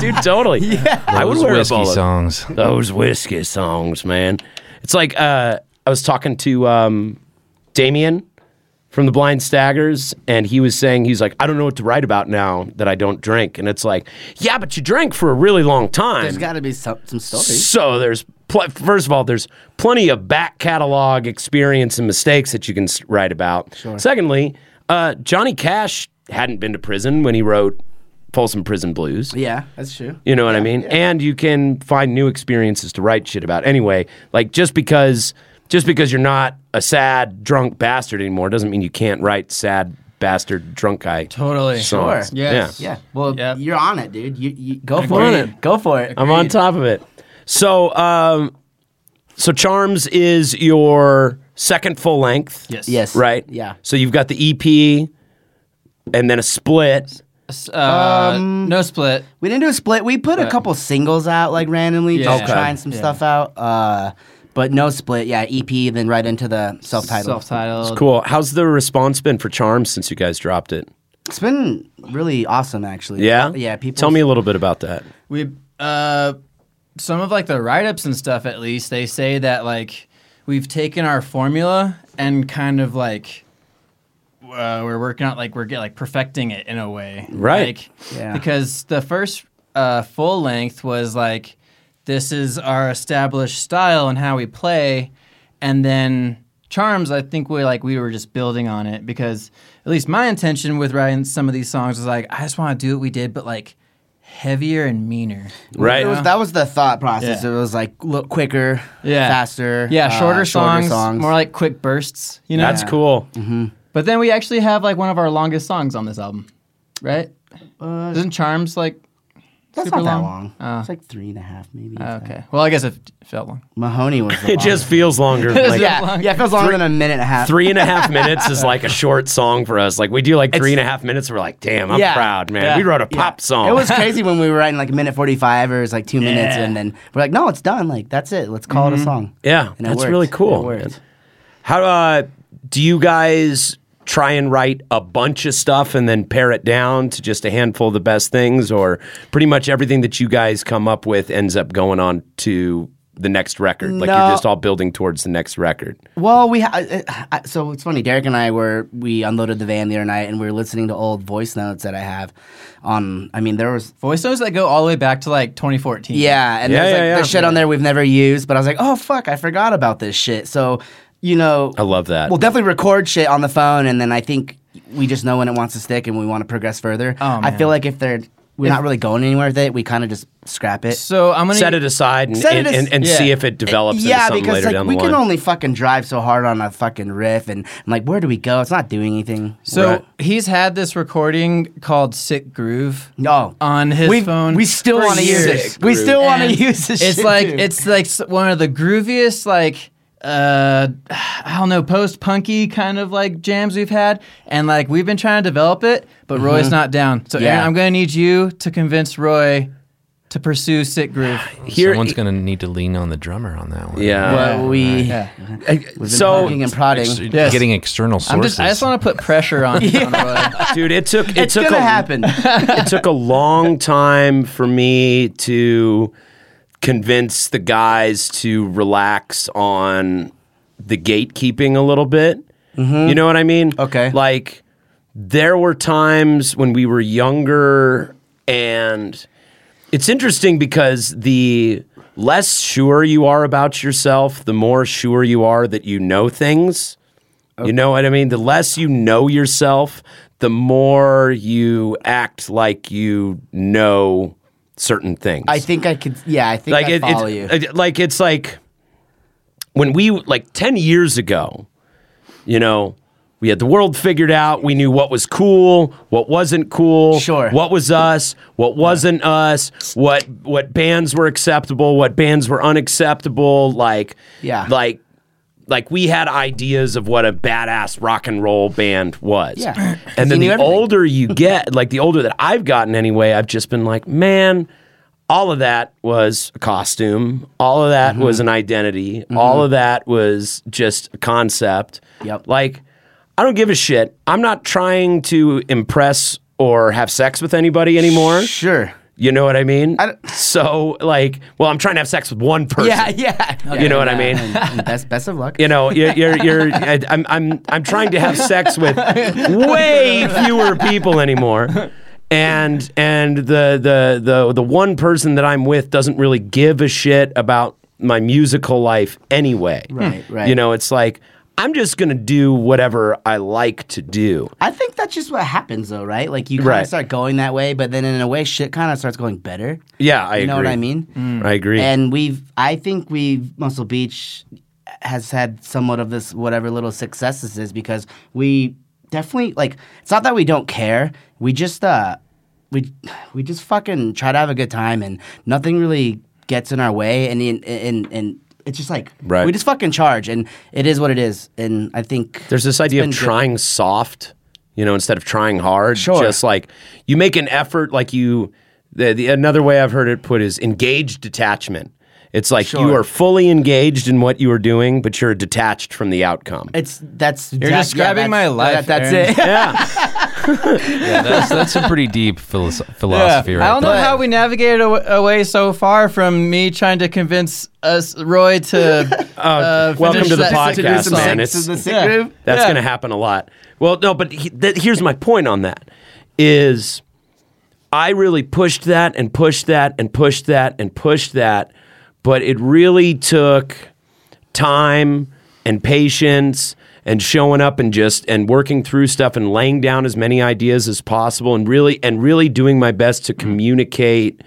Speaker 1: *laughs* Dude, totally. I would
Speaker 6: Those
Speaker 1: wear a
Speaker 6: whiskey
Speaker 1: bolo.
Speaker 6: songs.
Speaker 1: Those whiskey songs, man. It's like uh, I was talking to um, Damien from the Blind Staggers, and he was saying he's like, I don't know what to write about now that I don't drink, and it's like, yeah, but you drank for a really long time.
Speaker 5: There's got to be some some story.
Speaker 1: So there's pl- first of all, there's plenty of back catalog experience and mistakes that you can s- write about. Secondly, uh, Johnny Cash hadn't been to prison when he wrote Folsom Prison Blues.
Speaker 5: Yeah, that's true.
Speaker 1: You know what I mean? And you can find new experiences to write shit about. Anyway, like just because just because you're not a sad drunk bastard anymore doesn't mean you can't write sad bastard drunk guy.
Speaker 4: Totally.
Speaker 1: songs.
Speaker 5: Sure.
Speaker 4: Yes.
Speaker 5: Yeah. Well,
Speaker 4: Yep.
Speaker 5: you're on it, dude. You, you go for
Speaker 4: Agreed.
Speaker 5: it. Go for it.
Speaker 1: I'm on top of it. So, um, so Charms is your second full length.
Speaker 4: Yes.
Speaker 5: Yes.
Speaker 1: Right.
Speaker 5: Yeah.
Speaker 1: So you've got the EP, and then a split.
Speaker 4: S- Uh, no split.
Speaker 5: We didn't do a split. We put a couple singles out like randomly, just
Speaker 4: Yeah. Okay.
Speaker 5: trying some
Speaker 4: Yeah.
Speaker 5: stuff out. Uh, but no split. Yeah, EP, then right into the self-titled.
Speaker 4: Self-titled.
Speaker 1: Cool. How's the response been for Charms since you guys dropped it?
Speaker 5: It's been really awesome, actually.
Speaker 1: Yeah.
Speaker 5: Yeah. People.
Speaker 1: Tell me a little bit about that.
Speaker 4: We uh, some of like the write ups and stuff. At least they say that like we've taken our formula and kind of like uh, we're working out like we're get, like perfecting it in a way,
Speaker 1: Right.
Speaker 4: Like,
Speaker 5: Yeah.
Speaker 4: Because the first uh, full length was like this is our established style and how we play, and then Charms I think we like we were just building on it because at least my intention with writing some of these songs was like I just want to do what we did but like heavier and meaner.
Speaker 1: Right.
Speaker 5: It was, that was the thought process.
Speaker 4: Yeah.
Speaker 5: It was like look quicker,
Speaker 4: Yeah.
Speaker 5: faster,
Speaker 4: Yeah,
Speaker 5: uh,
Speaker 4: shorter, songs,
Speaker 5: songs.
Speaker 4: more like quick bursts. You know,
Speaker 1: That's cool.
Speaker 4: But then we actually have like one of our longest songs on this album, right? Isn't Charms like
Speaker 5: That's
Speaker 4: super
Speaker 5: not that
Speaker 4: long. Oh.
Speaker 5: long. it's like three and a half, maybe. if that.
Speaker 4: okay? Well, I guess it f- felt long.
Speaker 1: *laughs*
Speaker 5: Mahoney was. The
Speaker 1: It just feels longer.
Speaker 5: *laughs* longest.
Speaker 1: Like,
Speaker 5: yeah, yeah. It feels longer than a minute and a half.
Speaker 1: Three and a half minutes is like a short song for us. Like we do like three and a half minutes. We're like, damn, I'm
Speaker 5: Yeah.
Speaker 1: proud, man.
Speaker 5: Yeah.
Speaker 1: We wrote a
Speaker 5: Yeah.
Speaker 1: pop song.
Speaker 5: It was crazy when we were writing like a minute forty-five or it was like two minutes, and then we're like, "No, it's done. Like that's it. Let's call it a song."
Speaker 1: Mm-hmm. yeah,
Speaker 5: and it
Speaker 1: that's
Speaker 5: worked.
Speaker 1: really
Speaker 5: It
Speaker 1: cool.
Speaker 5: worked.
Speaker 1: How uh, do you guys try and write a bunch of stuff and then pare it down to just a handful of the best things, or pretty much everything that you guys come up with ends up going on to the next record? Like
Speaker 5: No.
Speaker 1: you're just all building towards the next record.
Speaker 5: Well, we ha- I- I- so it's funny. Derek and I were we unloaded the van the other night, and we were listening to old voice notes that I have on. I mean, there was
Speaker 4: Voice notes that go all the way back to like 2014.
Speaker 5: Yeah, and
Speaker 1: Yeah,
Speaker 5: there's like
Speaker 1: yeah, yeah.
Speaker 5: there's shit on there we've never used, but I was like, oh fuck, I forgot about this shit. So, you know,
Speaker 1: I love that.
Speaker 5: We'll definitely record shit on the phone, and then I think we just know when it wants to stick, and we want to progress further.
Speaker 4: Oh,
Speaker 5: I feel
Speaker 4: man.
Speaker 5: like if they're we're not really going anywhere with it, we kind of just scrap it.
Speaker 4: So I'm gonna
Speaker 1: Set it aside and,
Speaker 5: Set it
Speaker 1: and,
Speaker 5: as-
Speaker 1: and, and
Speaker 4: yeah.
Speaker 1: see if it develops into
Speaker 5: yeah,
Speaker 1: something
Speaker 5: because
Speaker 1: later
Speaker 5: like
Speaker 1: down the
Speaker 5: we
Speaker 1: line.
Speaker 5: can only fucking drive so hard on a fucking riff, and, and like where do we go? It's not doing anything.
Speaker 4: So
Speaker 1: Right.
Speaker 4: he's had this recording called Sick Groove.
Speaker 5: no,
Speaker 4: On his
Speaker 5: we,
Speaker 4: phone
Speaker 5: we still
Speaker 4: for
Speaker 5: want to use
Speaker 4: years.
Speaker 5: it. We still want to
Speaker 4: And
Speaker 5: use this.
Speaker 4: It's
Speaker 5: shit,
Speaker 4: like
Speaker 5: dude.
Speaker 4: it's like s- one of the grooviest like uh I don't know post punky kind of like jams we've had, and like we've been trying to develop it, but Roy's not down. So
Speaker 5: Mm-hmm. Yeah.
Speaker 4: Aaron, I'm gonna need you to convince Roy to pursue Sick
Speaker 5: *sighs*
Speaker 4: Groove.
Speaker 1: Here-
Speaker 6: Someone's gonna need to lean on the drummer on that one.
Speaker 1: Yeah.
Speaker 5: what we
Speaker 4: Yeah.
Speaker 5: we've Uh, been
Speaker 1: So-
Speaker 5: poking and prodding.
Speaker 6: Ex- Getting external sources.
Speaker 4: I'm just I just want to put pressure
Speaker 5: *laughs*
Speaker 4: on, on Roy.
Speaker 1: dude it took it
Speaker 5: it's
Speaker 1: took
Speaker 5: gonna
Speaker 1: a,
Speaker 5: happen.
Speaker 1: it took a long time for me to convince the guys to relax on the gatekeeping a little bit you know what i mean
Speaker 5: Mm-hmm. Okay.
Speaker 1: like there were times when we were younger and it's interesting because the less sure you are about yourself the more sure you are that you know things you know what I mean? The less you know yourself, the more you act like you know certain things.
Speaker 5: I think I could. Yeah, I think I
Speaker 1: it-
Speaker 5: follow you.
Speaker 1: it's, it- like it's like when we like 10 years ago, you know, we had the world figured out. We knew what was cool, what wasn't cool,
Speaker 5: Sure.
Speaker 1: what was us, what wasn't us, what what bands were acceptable, what bands were unacceptable, like
Speaker 5: Yeah.
Speaker 1: like like we had ideas of what a badass rock and roll band was.
Speaker 5: Yeah. 'Cause
Speaker 1: And then
Speaker 5: you knew
Speaker 1: the
Speaker 5: everything.
Speaker 1: older you get, like the older that I've gotten anyway, I've just been like, man, all of that was a costume. All of that was
Speaker 5: Mm-hmm.
Speaker 1: an identity. All of that was just a concept.
Speaker 5: Yep.
Speaker 1: Like, I don't give a shit. I'm not trying to impress or have sex with anybody anymore.
Speaker 5: sure.
Speaker 1: You know what I mean?
Speaker 5: don't-
Speaker 1: so, like, well, I'm trying to have sex with one person.
Speaker 5: yeah.
Speaker 1: You know what I mean?
Speaker 5: And best, best of luck.
Speaker 1: You know, you're, you're, you're I, I'm, I'm, I'm trying to have sex with way fewer people anymore. And, and the, the, the, the one person that I'm with doesn't really give a shit about my musical life anyway.
Speaker 5: Right, Hmm. right.
Speaker 1: You know, it's like, I'm just going to do whatever I like to do.
Speaker 5: I think that's just what happens, though, right? Like you kind
Speaker 1: Right.
Speaker 5: of start going that way, but then in a way, shit kind of starts going better.
Speaker 1: Yeah, I
Speaker 5: you
Speaker 1: agree.
Speaker 5: know what I mean?
Speaker 1: I agree.
Speaker 5: And we've, I think we've Muscle Beach has had somewhat of this whatever little success this is because we definitely like. It's not that we don't care. We just uh, we we just fucking try to have a good time and nothing really gets in our way and and and. and it's just like
Speaker 1: Right.
Speaker 5: we just fucking charge, and it is what it is. And I think
Speaker 1: There's this idea of
Speaker 5: been good.
Speaker 1: trying soft, you know, instead of trying hard.
Speaker 5: Sure.
Speaker 1: Just like you make an effort, like you. The, the, another way I've heard it put is engaged detachment. It's like you
Speaker 5: Sure.
Speaker 1: are fully engaged in what you are doing, but you're detached from the outcome.
Speaker 5: It's that's you're
Speaker 4: describing my life,
Speaker 5: that's
Speaker 4: Aaron.
Speaker 5: it.
Speaker 1: *laughs*
Speaker 5: *laughs*
Speaker 1: yeah.
Speaker 6: That's, that's a pretty
Speaker 1: *laughs*
Speaker 6: deep philosoph- philosophy, right?
Speaker 4: I don't know
Speaker 6: there.
Speaker 4: how we navigated aw- away so far from me trying to convince us Roy to. uh,
Speaker 1: Welcome
Speaker 4: finish
Speaker 1: to the
Speaker 4: that-
Speaker 5: To do
Speaker 1: podcast,
Speaker 5: some
Speaker 1: man.
Speaker 5: sex
Speaker 1: It's,
Speaker 5: in the sick
Speaker 4: Yeah.
Speaker 5: room.
Speaker 1: That's
Speaker 4: Yeah.
Speaker 1: going to happen a lot. Well, no, but he, that, here's my point on that is I really pushed that and pushed that and pushed that and pushed that, but it really took time and patience and showing up and just and working through stuff and laying down as many ideas as possible and really and really doing my best
Speaker 5: Mm.
Speaker 1: to communicate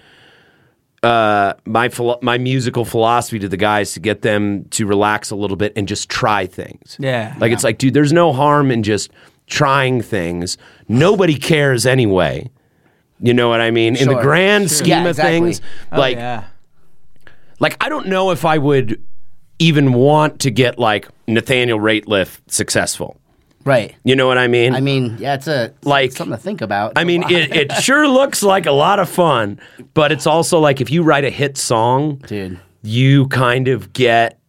Speaker 1: uh, my philo- my musical philosophy to the guys to get them to relax a little bit and just try things.
Speaker 5: Yeah.
Speaker 1: Like it's like, dude, there's no harm in just trying things. Nobody cares anyway. You know what I mean? In the
Speaker 5: Sure.
Speaker 1: grand
Speaker 5: Sure.
Speaker 1: scheme
Speaker 5: Yeah,
Speaker 1: of
Speaker 5: exactly. Oh,
Speaker 1: things, *laughs* like
Speaker 4: yeah.
Speaker 1: like I don't know if I would even want to get like Nathaniel Rateliff successful.
Speaker 5: Right.
Speaker 1: You know what I mean?
Speaker 5: I mean, yeah, it's a it's
Speaker 1: Like-
Speaker 5: something to think about.
Speaker 1: I
Speaker 5: *laughs*
Speaker 1: mean, it, it sure looks like a lot of fun, but it's also like if you write a hit song,
Speaker 5: Dude.
Speaker 1: you kind of get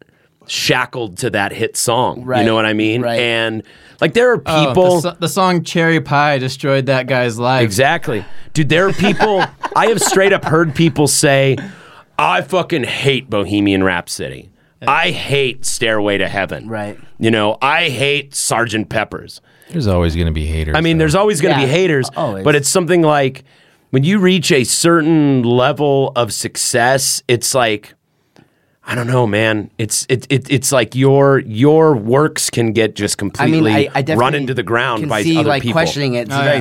Speaker 1: shackled to that hit song. You
Speaker 5: Right,
Speaker 1: know what I mean?
Speaker 5: right.
Speaker 1: And like there are
Speaker 4: Oh,
Speaker 1: people.
Speaker 4: the, so- the song Cherry Pie destroyed that guy's life.
Speaker 1: Exactly. Dude, there are people, I have straight up heard people say, I fucking hate Bohemian Rhapsody. I hate Stairway to Heaven.
Speaker 5: Right.
Speaker 1: You know, I hate Sergeant Pepper's.
Speaker 6: There's always going to be haters.
Speaker 1: I mean,
Speaker 6: though.
Speaker 1: there's always going to
Speaker 5: Yeah,
Speaker 1: be haters,
Speaker 5: always.
Speaker 1: but it's something like when you reach a certain level of success, it's like I don't know, man. It's it, it it's like your your works can get just
Speaker 5: I mean,
Speaker 1: completely
Speaker 5: I, I definitely
Speaker 1: run into the ground
Speaker 5: can
Speaker 1: by
Speaker 5: see,
Speaker 1: other
Speaker 5: like
Speaker 1: people.
Speaker 5: questioning it. It's
Speaker 4: Oh,
Speaker 5: very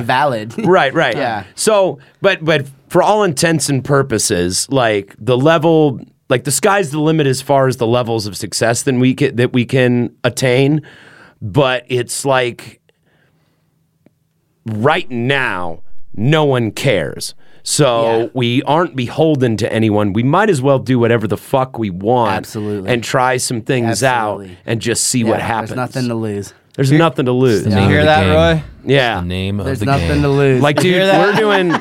Speaker 1: *laughs*
Speaker 5: valid.
Speaker 1: Right, right.
Speaker 5: Yeah.
Speaker 1: So, but but for all intents and purposes, like the level, like the sky's the limit as far as the levels of success that we can, that we can attain. But it's like right now, no one cares. So
Speaker 5: Yeah.
Speaker 1: we aren't beholden to anyone. We might as well do whatever the fuck we want,
Speaker 5: Absolutely.
Speaker 1: and try some things out
Speaker 5: Absolutely.
Speaker 1: and just see
Speaker 5: Yeah,
Speaker 1: what happens.
Speaker 5: There's nothing to lose.
Speaker 1: There's nothing to lose.
Speaker 6: Name
Speaker 4: You
Speaker 6: of
Speaker 4: hear
Speaker 6: the
Speaker 4: that,
Speaker 6: game.
Speaker 4: Roy?
Speaker 1: Yeah,
Speaker 6: The name of
Speaker 5: There's
Speaker 6: the
Speaker 5: nothing
Speaker 6: game.
Speaker 5: to lose. *laughs*
Speaker 1: like, dude, we're doing.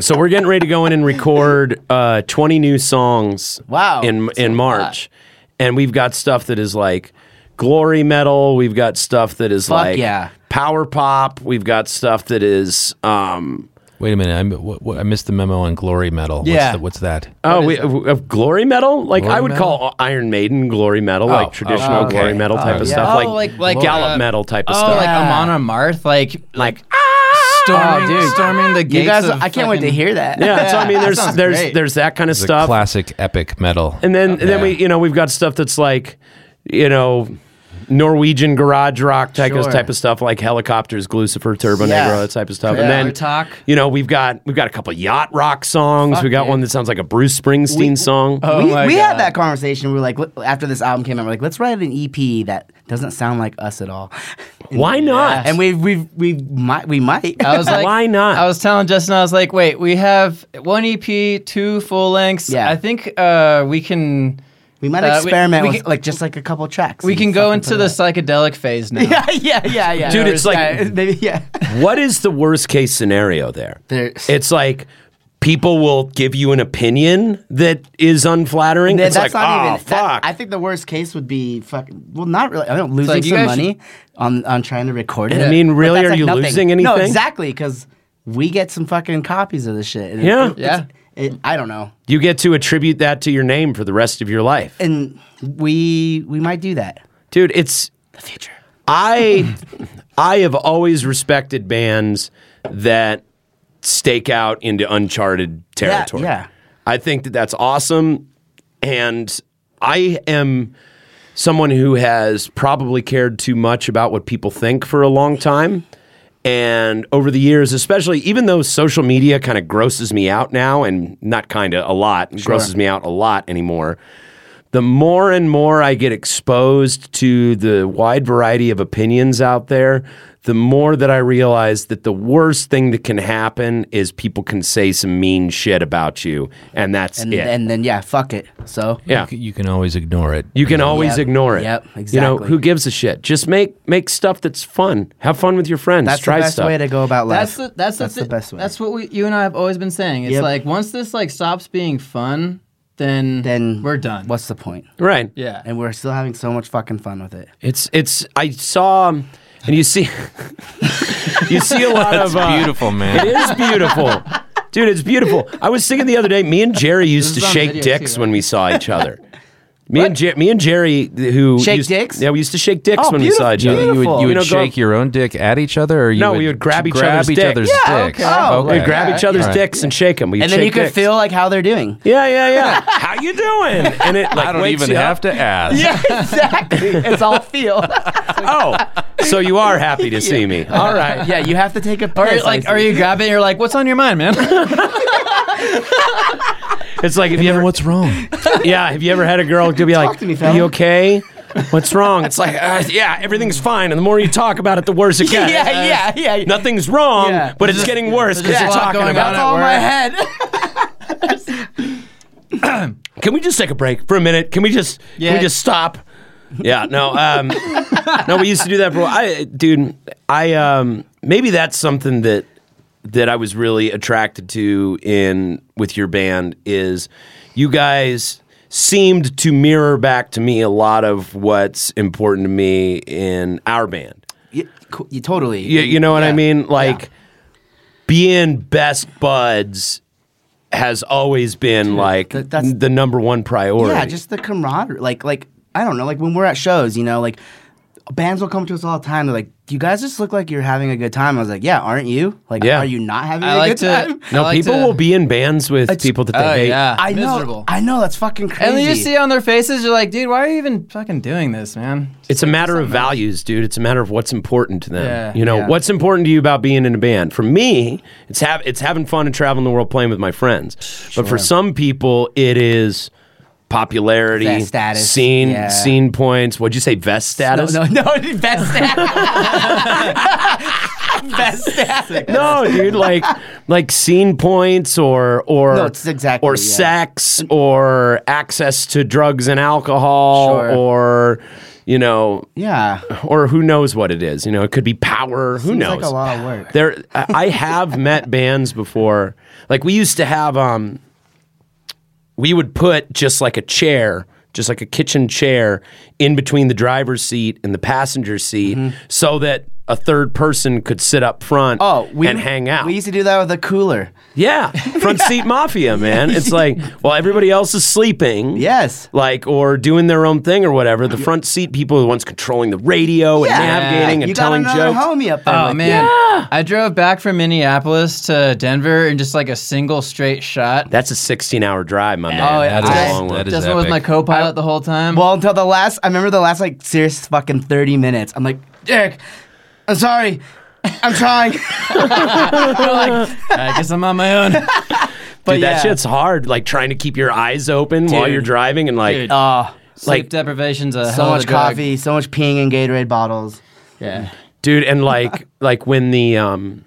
Speaker 1: So we're getting ready to go in and record uh, 20 new songs.
Speaker 5: Wow.
Speaker 1: In in March, and we've got stuff that is like glory metal. We've got stuff that is like
Speaker 5: yeah.
Speaker 1: power pop. We've got stuff that is. Um,
Speaker 6: Wait a minute. I, m- what, what, I missed the memo on glory metal.
Speaker 4: Yeah.
Speaker 6: What's, the, what's that?
Speaker 1: Oh, we, of glory metal? Like
Speaker 6: Glory
Speaker 1: I would call Iron Maiden glory metal, like traditional
Speaker 6: oh, okay.
Speaker 1: glory metal type
Speaker 6: Oh,
Speaker 1: of
Speaker 6: yeah.
Speaker 1: stuff,
Speaker 4: Oh,
Speaker 1: like
Speaker 4: like- like,
Speaker 1: gallop
Speaker 4: uh,
Speaker 1: metal type of
Speaker 4: Oh,
Speaker 1: stuff.
Speaker 4: like
Speaker 5: Yeah.
Speaker 4: Amon Amarth, like
Speaker 1: like Ah!
Speaker 4: storming,
Speaker 5: Oh, dude.
Speaker 4: storming the gates.
Speaker 5: You guys,
Speaker 4: of
Speaker 5: I can't wait to
Speaker 4: fucking-
Speaker 5: hear that.
Speaker 1: yeah, so I mean,
Speaker 4: that
Speaker 1: there's
Speaker 4: sounds
Speaker 1: there's
Speaker 4: great.
Speaker 1: there's that kind of
Speaker 6: It's a
Speaker 1: stuff.
Speaker 6: classic epic metal.
Speaker 1: And then and then
Speaker 6: Yeah.
Speaker 1: we you know we've got stuff that's like you know Norwegian garage rock type
Speaker 5: Sure.
Speaker 1: of type of stuff like helicopters, Glucifer, Turbo
Speaker 5: Yeah.
Speaker 1: Negro, that type of stuff.
Speaker 5: Yeah.
Speaker 1: And then
Speaker 4: Talk.
Speaker 1: you know we've got we've got a couple yacht rock songs. we got
Speaker 4: dude.
Speaker 1: one that sounds like a Bruce Springsteen song.
Speaker 4: Oh
Speaker 5: *laughs* we
Speaker 4: my
Speaker 5: we
Speaker 4: God.
Speaker 5: had that conversation. We were like, let- after this album came out, we're like, let's write an EP that doesn't sound like us
Speaker 1: *laughs*
Speaker 5: at all.
Speaker 1: Why not?
Speaker 5: And we've we've we might we might.
Speaker 4: I
Speaker 5: *laughs*
Speaker 4: was like,
Speaker 1: Why not?
Speaker 4: I was telling Justin, I was like, wait, we have one EP, two full lengths.
Speaker 5: Yeah.
Speaker 4: I think uh, we can
Speaker 5: we might
Speaker 4: uh, we-
Speaker 5: experiment
Speaker 4: we
Speaker 5: with
Speaker 4: can-
Speaker 5: like just like a couple tracks.
Speaker 4: we
Speaker 5: and
Speaker 4: can go
Speaker 5: fucking
Speaker 4: into
Speaker 5: put
Speaker 4: the
Speaker 5: it
Speaker 4: psychedelic phase now.
Speaker 5: out. *laughs* yeah, yeah, yeah, yeah.
Speaker 1: Dude, it's like-
Speaker 5: Yeah, maybe yeah.
Speaker 1: what is the worst case scenario there?
Speaker 5: There's-
Speaker 1: It's like people will give you an opinion that is unflattering.
Speaker 5: That- *laughs*
Speaker 1: it's
Speaker 5: that's
Speaker 1: like,
Speaker 5: not
Speaker 4: "Ah,
Speaker 1: oh,
Speaker 5: even.
Speaker 1: fuck.
Speaker 5: that- I think the worst case would be fucking. Well, not really. I don't losing
Speaker 4: like, you
Speaker 5: some
Speaker 4: guys
Speaker 5: money on on trying to record it.
Speaker 1: I mean,
Speaker 5: But
Speaker 1: really,
Speaker 5: that's,
Speaker 1: are you losing
Speaker 5: No,
Speaker 1: anything?
Speaker 5: exactly, because we get some fucking copies of this shit. and it-
Speaker 1: Yeah.
Speaker 5: it-
Speaker 4: Yeah.
Speaker 5: it- I don't know,
Speaker 1: you get to attribute that to your name for the rest of your life.
Speaker 5: and we we might do that.
Speaker 1: Dude, it's
Speaker 5: The future.
Speaker 1: I I have always respected bands that stake out into uncharted territory.
Speaker 5: yeah.
Speaker 1: I think that that's awesome and I am someone who has probably cared too much about what people think for a long time. And over the years, especially even though social media kind of grosses me out now and not kind of a lot, grosses me out a lot anymore the more and more I get exposed to the wide variety of opinions out there, the more that I realize that the worst thing that can happen is people can say some mean shit about you, and that's
Speaker 5: And,
Speaker 1: it.
Speaker 5: and then yeah, fuck it. So
Speaker 1: yeah.
Speaker 6: You, c- you can always ignore it.
Speaker 1: You can always
Speaker 5: Yep,
Speaker 1: ignore it.
Speaker 5: yep,
Speaker 1: You know,
Speaker 5: exactly.
Speaker 1: who gives a shit? Just make make stuff that's fun. Have fun with your friends.
Speaker 5: that's
Speaker 1: Try
Speaker 5: the best
Speaker 1: stuff.
Speaker 5: way to go about life.
Speaker 4: That's the that's,
Speaker 5: That's
Speaker 4: the,
Speaker 5: the
Speaker 4: thi-
Speaker 5: best way.
Speaker 4: That's what we, you and I have always been saying. It's
Speaker 5: Yep.
Speaker 4: like once this like stops being fun, then
Speaker 5: then
Speaker 4: we're done.
Speaker 5: What's the point?
Speaker 1: Right.
Speaker 4: yeah.
Speaker 5: And we're still having so much fucking fun with it.
Speaker 1: It's it's I saw um, and you see *laughs* you see a lot of uh, *laughs*
Speaker 6: Beautiful,
Speaker 1: It
Speaker 6: man.
Speaker 1: is beautiful. Dude, it's beautiful. I was thinking the other day, me and Jerry used to
Speaker 4: is on
Speaker 1: shake
Speaker 4: video
Speaker 1: dicks
Speaker 4: too,
Speaker 1: when we saw
Speaker 5: *laughs*
Speaker 1: each other. Me and, Jer- me and Jerry, th- who
Speaker 5: Shake
Speaker 1: used,
Speaker 5: dicks?
Speaker 1: Yeah, we used to shake dicks
Speaker 5: Oh,
Speaker 1: when we saw each
Speaker 5: beautiful,
Speaker 1: other.
Speaker 6: You would,
Speaker 5: beautiful.
Speaker 6: you would
Speaker 1: know, go-
Speaker 6: shake your own dick at each other, or you
Speaker 1: No,
Speaker 6: would
Speaker 1: we would grab each
Speaker 6: grab
Speaker 1: other's
Speaker 6: each
Speaker 1: dick.
Speaker 6: other's
Speaker 5: Yeah,
Speaker 6: dicks.
Speaker 5: okay. Oh,
Speaker 1: We'd
Speaker 6: okay.
Speaker 1: grab each other's
Speaker 6: Right.
Speaker 1: dicks and shake them. We'd
Speaker 5: And
Speaker 1: shake
Speaker 5: then you could
Speaker 1: dicks.
Speaker 5: feel like how they're doing.
Speaker 1: Yeah, yeah,
Speaker 5: *laughs*
Speaker 1: yeah. How you doing? And it like
Speaker 6: I don't
Speaker 1: wakes
Speaker 6: even
Speaker 1: you up.
Speaker 6: have to ask.
Speaker 4: *laughs*
Speaker 5: exactly. It's all *laughs* feel.
Speaker 1: Oh, so you are happy
Speaker 5: *laughs*
Speaker 1: to see me? All right.
Speaker 5: yeah, you have to take a piss.
Speaker 4: Or like,
Speaker 5: I
Speaker 4: are
Speaker 5: see.
Speaker 4: you grabbing? You're like, what's on your mind, man? *laughs*
Speaker 1: It's like if you ever
Speaker 6: what's *laughs* wrong?
Speaker 1: Yeah, have you ever had a girl to be like,
Speaker 5: to me,
Speaker 1: "Are
Speaker 5: fella."
Speaker 1: you okay? What's wrong?" It's like, uh, "Yeah, everything's fine." And the more you talk about it, the worse it *laughs*
Speaker 5: Yeah,
Speaker 1: gets.
Speaker 5: yeah, yeah. yeah.
Speaker 1: Nothing's wrong,
Speaker 5: Yeah.
Speaker 1: but it's getting worse because
Speaker 4: just
Speaker 1: you're
Speaker 4: a lot
Speaker 1: talking
Speaker 4: going
Speaker 1: about
Speaker 5: That's
Speaker 1: it.
Speaker 4: on.
Speaker 5: all in my
Speaker 4: Work.
Speaker 5: head.
Speaker 1: Can we just take a break for a minute? Can we just? Can
Speaker 4: Yeah.
Speaker 1: we just stop? Yeah. No.
Speaker 5: *laughs*
Speaker 1: Um, no. We used to do that for. I, dude. I um, maybe that's something that that I was really attracted to in with your band is you guys seemed to mirror back to me a lot of what's important to me in our band.
Speaker 5: you, co- you totally.
Speaker 1: You, you know what I mean? Like being best buds has always been like
Speaker 5: that- that's-
Speaker 1: the number one priority.
Speaker 5: Yeah, just the camaraderie. Like, like I don't know. Like when we're at shows, you know, like bands will come to us all the time. They're like, "You guys just look like you're having a good time." I was like, "Yeah, aren't you? Like,
Speaker 1: Yeah.
Speaker 5: are you not having
Speaker 4: I
Speaker 5: a
Speaker 4: like
Speaker 5: good
Speaker 4: to-
Speaker 5: time?"
Speaker 1: No,
Speaker 4: I like
Speaker 1: people
Speaker 4: to-
Speaker 1: will be in bands with people that they
Speaker 5: uh,
Speaker 4: oh,
Speaker 1: hate.
Speaker 4: *laughs* yeah.
Speaker 5: I know.
Speaker 4: Miserable.
Speaker 5: I know that's fucking crazy.
Speaker 4: And then you see on their faces, you're like, dude, why are you even fucking doing this, man?
Speaker 1: It's a matter of values, dude. It's a matter of what's important to them.
Speaker 4: Yeah,
Speaker 1: you know,
Speaker 5: yeah.
Speaker 1: what's important to you about being in a band? For me, it's have it's having fun and traveling the world playing with my friends. But for some people, it is popularity,
Speaker 5: Vest status,
Speaker 1: scene
Speaker 5: yeah.
Speaker 1: scene points. What'd you say? Vest
Speaker 5: No,
Speaker 1: status?
Speaker 5: no, no,
Speaker 4: *laughs*
Speaker 5: best status. *laughs* best status.
Speaker 1: *laughs* No, dude, like like scene points or or
Speaker 5: No, it's exactly,
Speaker 1: or
Speaker 5: yeah.
Speaker 1: sex or access to drugs and alcohol
Speaker 5: Sure.
Speaker 1: or you know
Speaker 5: *laughs* Yeah.
Speaker 1: or who knows what it is. You know, it could be power. Who
Speaker 5: Seems
Speaker 1: knows?
Speaker 5: like a lot of work.
Speaker 1: There, I I
Speaker 5: *laughs*
Speaker 1: have met bands before. Like we used to have, um, we would put just like a chair, just like a kitchen chair, in between the driver's seat and the passenger seat,
Speaker 5: Mm-hmm.
Speaker 1: so that a third person could sit up front
Speaker 5: Oh, we
Speaker 1: and hang out.
Speaker 5: We used to do that with a cooler.
Speaker 1: yeah,
Speaker 5: *laughs*
Speaker 1: front seat mafia, man. It's like while everybody else is sleeping.
Speaker 5: Yes.
Speaker 1: Like or doing their own thing or whatever. The front seat people are the ones controlling the radio and navigating and
Speaker 5: you
Speaker 1: telling
Speaker 5: got another
Speaker 1: jokes.
Speaker 5: homie up there.
Speaker 4: Oh
Speaker 5: with
Speaker 4: man, I drove back from Minneapolis to Denver in just like a single straight shot. Oh,
Speaker 1: That's a 16 hour drive, my man.
Speaker 5: Oh, yeah,
Speaker 1: That is
Speaker 5: I-
Speaker 1: a long one.
Speaker 6: that is
Speaker 4: Doesn't was
Speaker 6: epic.
Speaker 4: my co-pilot the whole time.
Speaker 5: Well, until the last, I remember the last like serious fucking thirty minutes. I'm like, Derek, I'm sorry,
Speaker 1: *laughs*
Speaker 5: I'm trying. *laughs*
Speaker 4: I guess I'm on my own.
Speaker 5: but
Speaker 1: Dude,
Speaker 5: yeah,
Speaker 1: that shit's hard. Like trying to keep your eyes open while
Speaker 4: Dude.
Speaker 1: you're driving and like,
Speaker 4: Dude.
Speaker 5: oh,
Speaker 1: like,
Speaker 4: Sleep deprivation's a
Speaker 5: so
Speaker 4: hell of
Speaker 5: much
Speaker 4: a drug.
Speaker 5: coffee, so much peeing in Gatorade bottles.
Speaker 4: Yeah.
Speaker 1: dude, and
Speaker 5: *laughs*
Speaker 1: like, like when the um,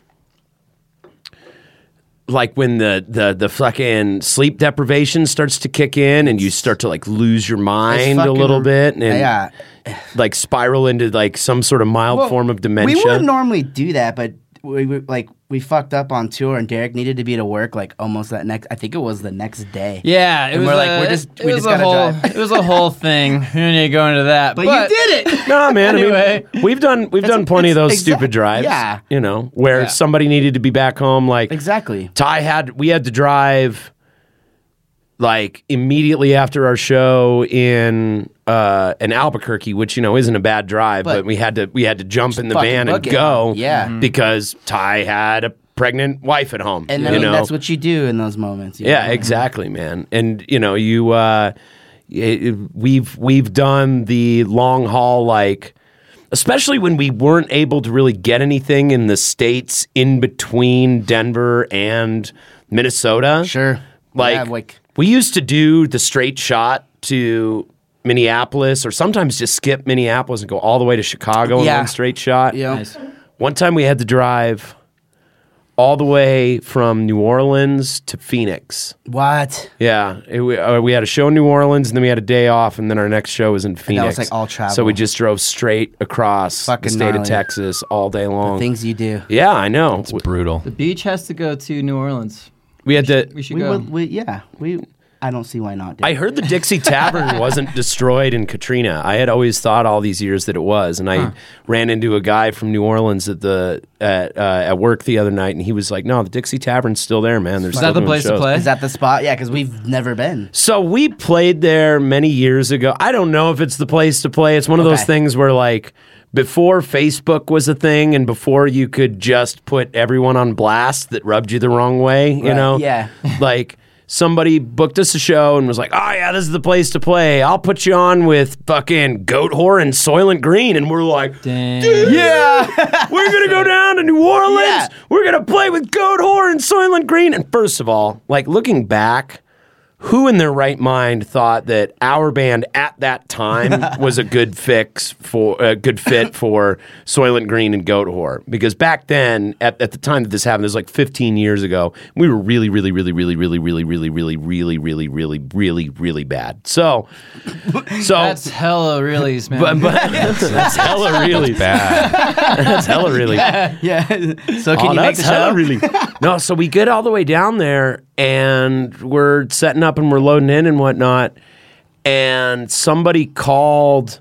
Speaker 1: like when the the the fucking sleep deprivation starts to kick in and you start to like lose your mind a
Speaker 5: fucking-
Speaker 1: little bit and
Speaker 5: yeah,
Speaker 1: like spiral into like some sort of mild
Speaker 5: Well,
Speaker 1: form of
Speaker 5: We
Speaker 1: dementia.
Speaker 5: wouldn't normally do that, but we, we like we fucked up on tour, and Derek needed to be to work like almost that next. I think it was the next day.
Speaker 4: Yeah, it
Speaker 5: And
Speaker 4: was
Speaker 5: we're
Speaker 4: a,
Speaker 5: like, we're just-
Speaker 4: it
Speaker 5: we
Speaker 4: was
Speaker 5: just
Speaker 4: a
Speaker 5: gotta
Speaker 4: whole
Speaker 5: drive.
Speaker 4: it was a
Speaker 5: *laughs*
Speaker 4: whole thing. We don't need to go into that.
Speaker 5: but, you did it. *laughs*
Speaker 1: No, man.
Speaker 4: Anyway.
Speaker 1: I mean, we've done we've done plenty of
Speaker 5: it's
Speaker 1: those
Speaker 5: exact-
Speaker 1: stupid drives.
Speaker 5: yeah.
Speaker 1: you know, where
Speaker 4: Yeah.
Speaker 1: somebody needed to be back home. Like
Speaker 5: Exactly.
Speaker 1: Ty had we had to drive like immediately after our show in uh in Albuquerque, which you know isn't a bad drive, but,
Speaker 5: But-
Speaker 1: we had to we had to jump in the
Speaker 5: Fucking
Speaker 1: van and
Speaker 5: book it.
Speaker 1: go.
Speaker 5: Yeah. Mhm.
Speaker 1: because Ty had a pregnant wife at home.
Speaker 5: And I
Speaker 1: you
Speaker 5: mean,
Speaker 1: know?
Speaker 5: that's what you do in those moments. you
Speaker 1: Yeah,
Speaker 5: know?
Speaker 1: exactly, man. And you know, you uh, it, we've we've done the long haul, like especially when we weren't able to really get anything in the states in between Denver and Minnesota.
Speaker 5: Sure.
Speaker 1: like,
Speaker 5: Yeah, like-
Speaker 1: we used to do the straight shot to. Minneapolis, or sometimes just skip Minneapolis and go all the way to Chicago in
Speaker 5: Yeah.
Speaker 1: one straight shot.
Speaker 5: Yeah.
Speaker 1: One time we had to drive all the way from New Orleans to Phoenix.
Speaker 5: What?
Speaker 1: Yeah, it, we, uh, we had a show in New Orleans, and then we had a day off, and then our next show was in Phoenix.
Speaker 5: was, like, all travel.
Speaker 1: So we just drove straight across
Speaker 5: Fucking
Speaker 1: the state of
Speaker 5: gnarly.
Speaker 1: Texas all day long.
Speaker 5: Things you do.
Speaker 1: yeah, I know.
Speaker 6: Brutal.
Speaker 4: The beach has to go to New Orleans.
Speaker 1: we had to.
Speaker 4: We should
Speaker 5: We
Speaker 4: go.
Speaker 5: would, we, yeah, we. I don't see why not. Dude.
Speaker 1: I heard the Dixie Tavern wasn't destroyed in Katrina. I had always thought all these years that it was, and I ran into a guy from New Orleans at the at uh, at work the other night, and he was like, "No, the Dixie Tavern's still there, man. There's
Speaker 4: Is that the place to play?
Speaker 5: Is that the spot? Yeah, because we've never been.
Speaker 1: So we played there many years ago. I don't know if it's the place to play. It's one of those
Speaker 5: Okay.
Speaker 1: things where like before Facebook was a thing and before you could just put everyone on blast that rubbed you the wrong way, you
Speaker 5: Right,
Speaker 1: know?
Speaker 5: yeah.
Speaker 1: *laughs* like somebody booked us a show and was like, "Oh yeah, this is the place to play. I'll put you on with fucking Goat Whore and Soylent Green." And we're like,
Speaker 4: Damn.
Speaker 1: yeah, we're gonna go down to New Orleans.
Speaker 5: Yeah.
Speaker 1: We're gonna play with Goat Whore and Soylent Green. And first of all, like looking back, who in their right mind thought that our band at that time was a good fix for a good fit for Soylent Green and Goat Whore? Because back then, at, at the time that this happened, it was like 15 years ago. We were really, really, really, really, really, really, really, really, really, really, really, really, really bad. So, so
Speaker 4: That's hella reallys, man.
Speaker 5: *laughs*
Speaker 1: but, but that's hella really bad. That's hella really.
Speaker 4: *laughs*
Speaker 5: Yeah. so can
Speaker 1: Oh,
Speaker 5: you make
Speaker 1: that's
Speaker 5: the
Speaker 1: hella
Speaker 5: show?
Speaker 1: really. No, so we get all the way down there and we're setting up and we're loading in and whatnot. And somebody called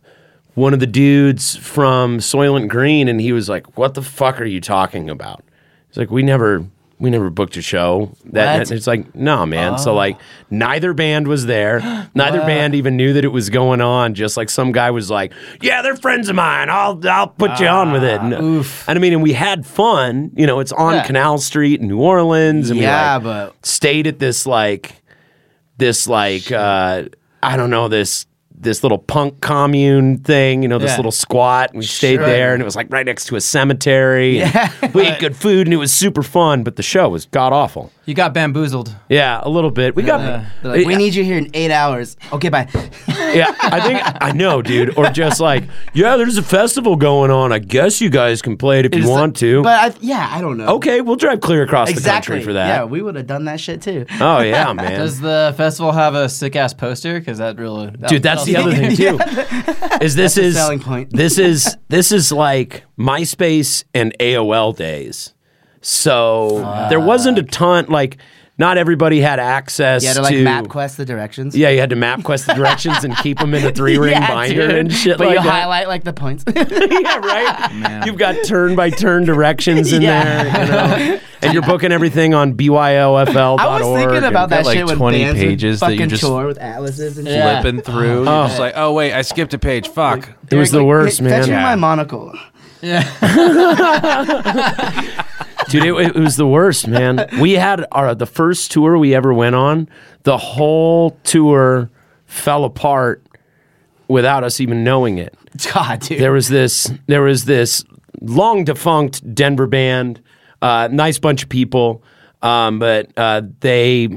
Speaker 1: one of the dudes from Soylent Green and he was like, What the fuck are you talking about? He's like, We never we never booked a show. That
Speaker 5: What? Oh.
Speaker 1: it's like, no, man. So like neither band was there. *gasps* Neither band even knew that it was going on. Just like some guy was like, Yeah, they're friends of mine. I'll I'll put you on with
Speaker 5: Ah,
Speaker 1: it. And, and I mean, and we had fun. You know, it's on
Speaker 4: Yeah.
Speaker 1: Canal Street in New Orleans. And
Speaker 5: Yeah,
Speaker 1: we, like,
Speaker 5: but-
Speaker 1: stayed at this like this like uh I don't know, this this little punk commune thing, you know, this
Speaker 4: Yeah.
Speaker 1: little squat. And we stayed
Speaker 4: Sure.
Speaker 1: there and it was like right next to a cemetery. And *laughs* we ate good food and it was super fun, but the show was god awful.
Speaker 4: you got bamboozled.
Speaker 1: Yeah, a little bit. We got
Speaker 5: They're
Speaker 1: *laughs*
Speaker 5: like, we need you here in eight hours. Okay, bye.
Speaker 1: yeah, I think I know, dude. Or just like, yeah, there's a festival going on. I guess you guys can play it if you want to.
Speaker 5: But I, yeah, I don't know.
Speaker 1: okay, we'll drive clear across the
Speaker 5: exactly
Speaker 1: country for that.
Speaker 5: Yeah, we would have done that shit too.
Speaker 1: Oh yeah,
Speaker 5: *laughs*
Speaker 1: man.
Speaker 4: Does the festival have a sick ass poster? Because that really. that-
Speaker 1: Dude, that's the
Speaker 4: that'll-
Speaker 1: other
Speaker 5: *laughs*
Speaker 1: thing too. Is this is
Speaker 5: selling point.
Speaker 1: *laughs* this is this is like MySpace and AOL days. So there wasn't a ton like not everybody had access
Speaker 5: Yeah, to like
Speaker 1: to
Speaker 5: MapQuest the directions.
Speaker 1: Yeah, you had to map quest the directions and keep
Speaker 5: *laughs*
Speaker 1: them in a three ring
Speaker 5: Yeah,
Speaker 1: binder
Speaker 5: dude.
Speaker 1: and shit
Speaker 5: But
Speaker 1: like
Speaker 5: you
Speaker 1: that.
Speaker 5: highlight like the points.
Speaker 1: *laughs* yeah,
Speaker 5: *laughs*
Speaker 1: right. You've got turn by turn directions in
Speaker 5: Yeah.
Speaker 1: there, you know, and you're booking everything on byofl.org.
Speaker 5: I was thinking about
Speaker 6: got,
Speaker 5: that
Speaker 6: like,
Speaker 5: shit when
Speaker 6: 20
Speaker 5: bands would
Speaker 6: pages that you
Speaker 5: fucking
Speaker 6: just-
Speaker 5: tour with atlases and shit.
Speaker 4: Yeah.
Speaker 6: flipping through. You're just like, oh wait, I skipped a page. Fuck.
Speaker 1: It was the
Speaker 5: Like,
Speaker 1: worst,
Speaker 5: "Hey, Fetch me
Speaker 1: man.
Speaker 5: my monocle. *laughs*
Speaker 1: Dude, it, it was the worst, man. We had our the first tour we ever went on. The whole tour fell apart without us even knowing it.
Speaker 5: God, dude.
Speaker 1: There was this there was this long defunct Denver band, uh, nice bunch of people, um, but uh, they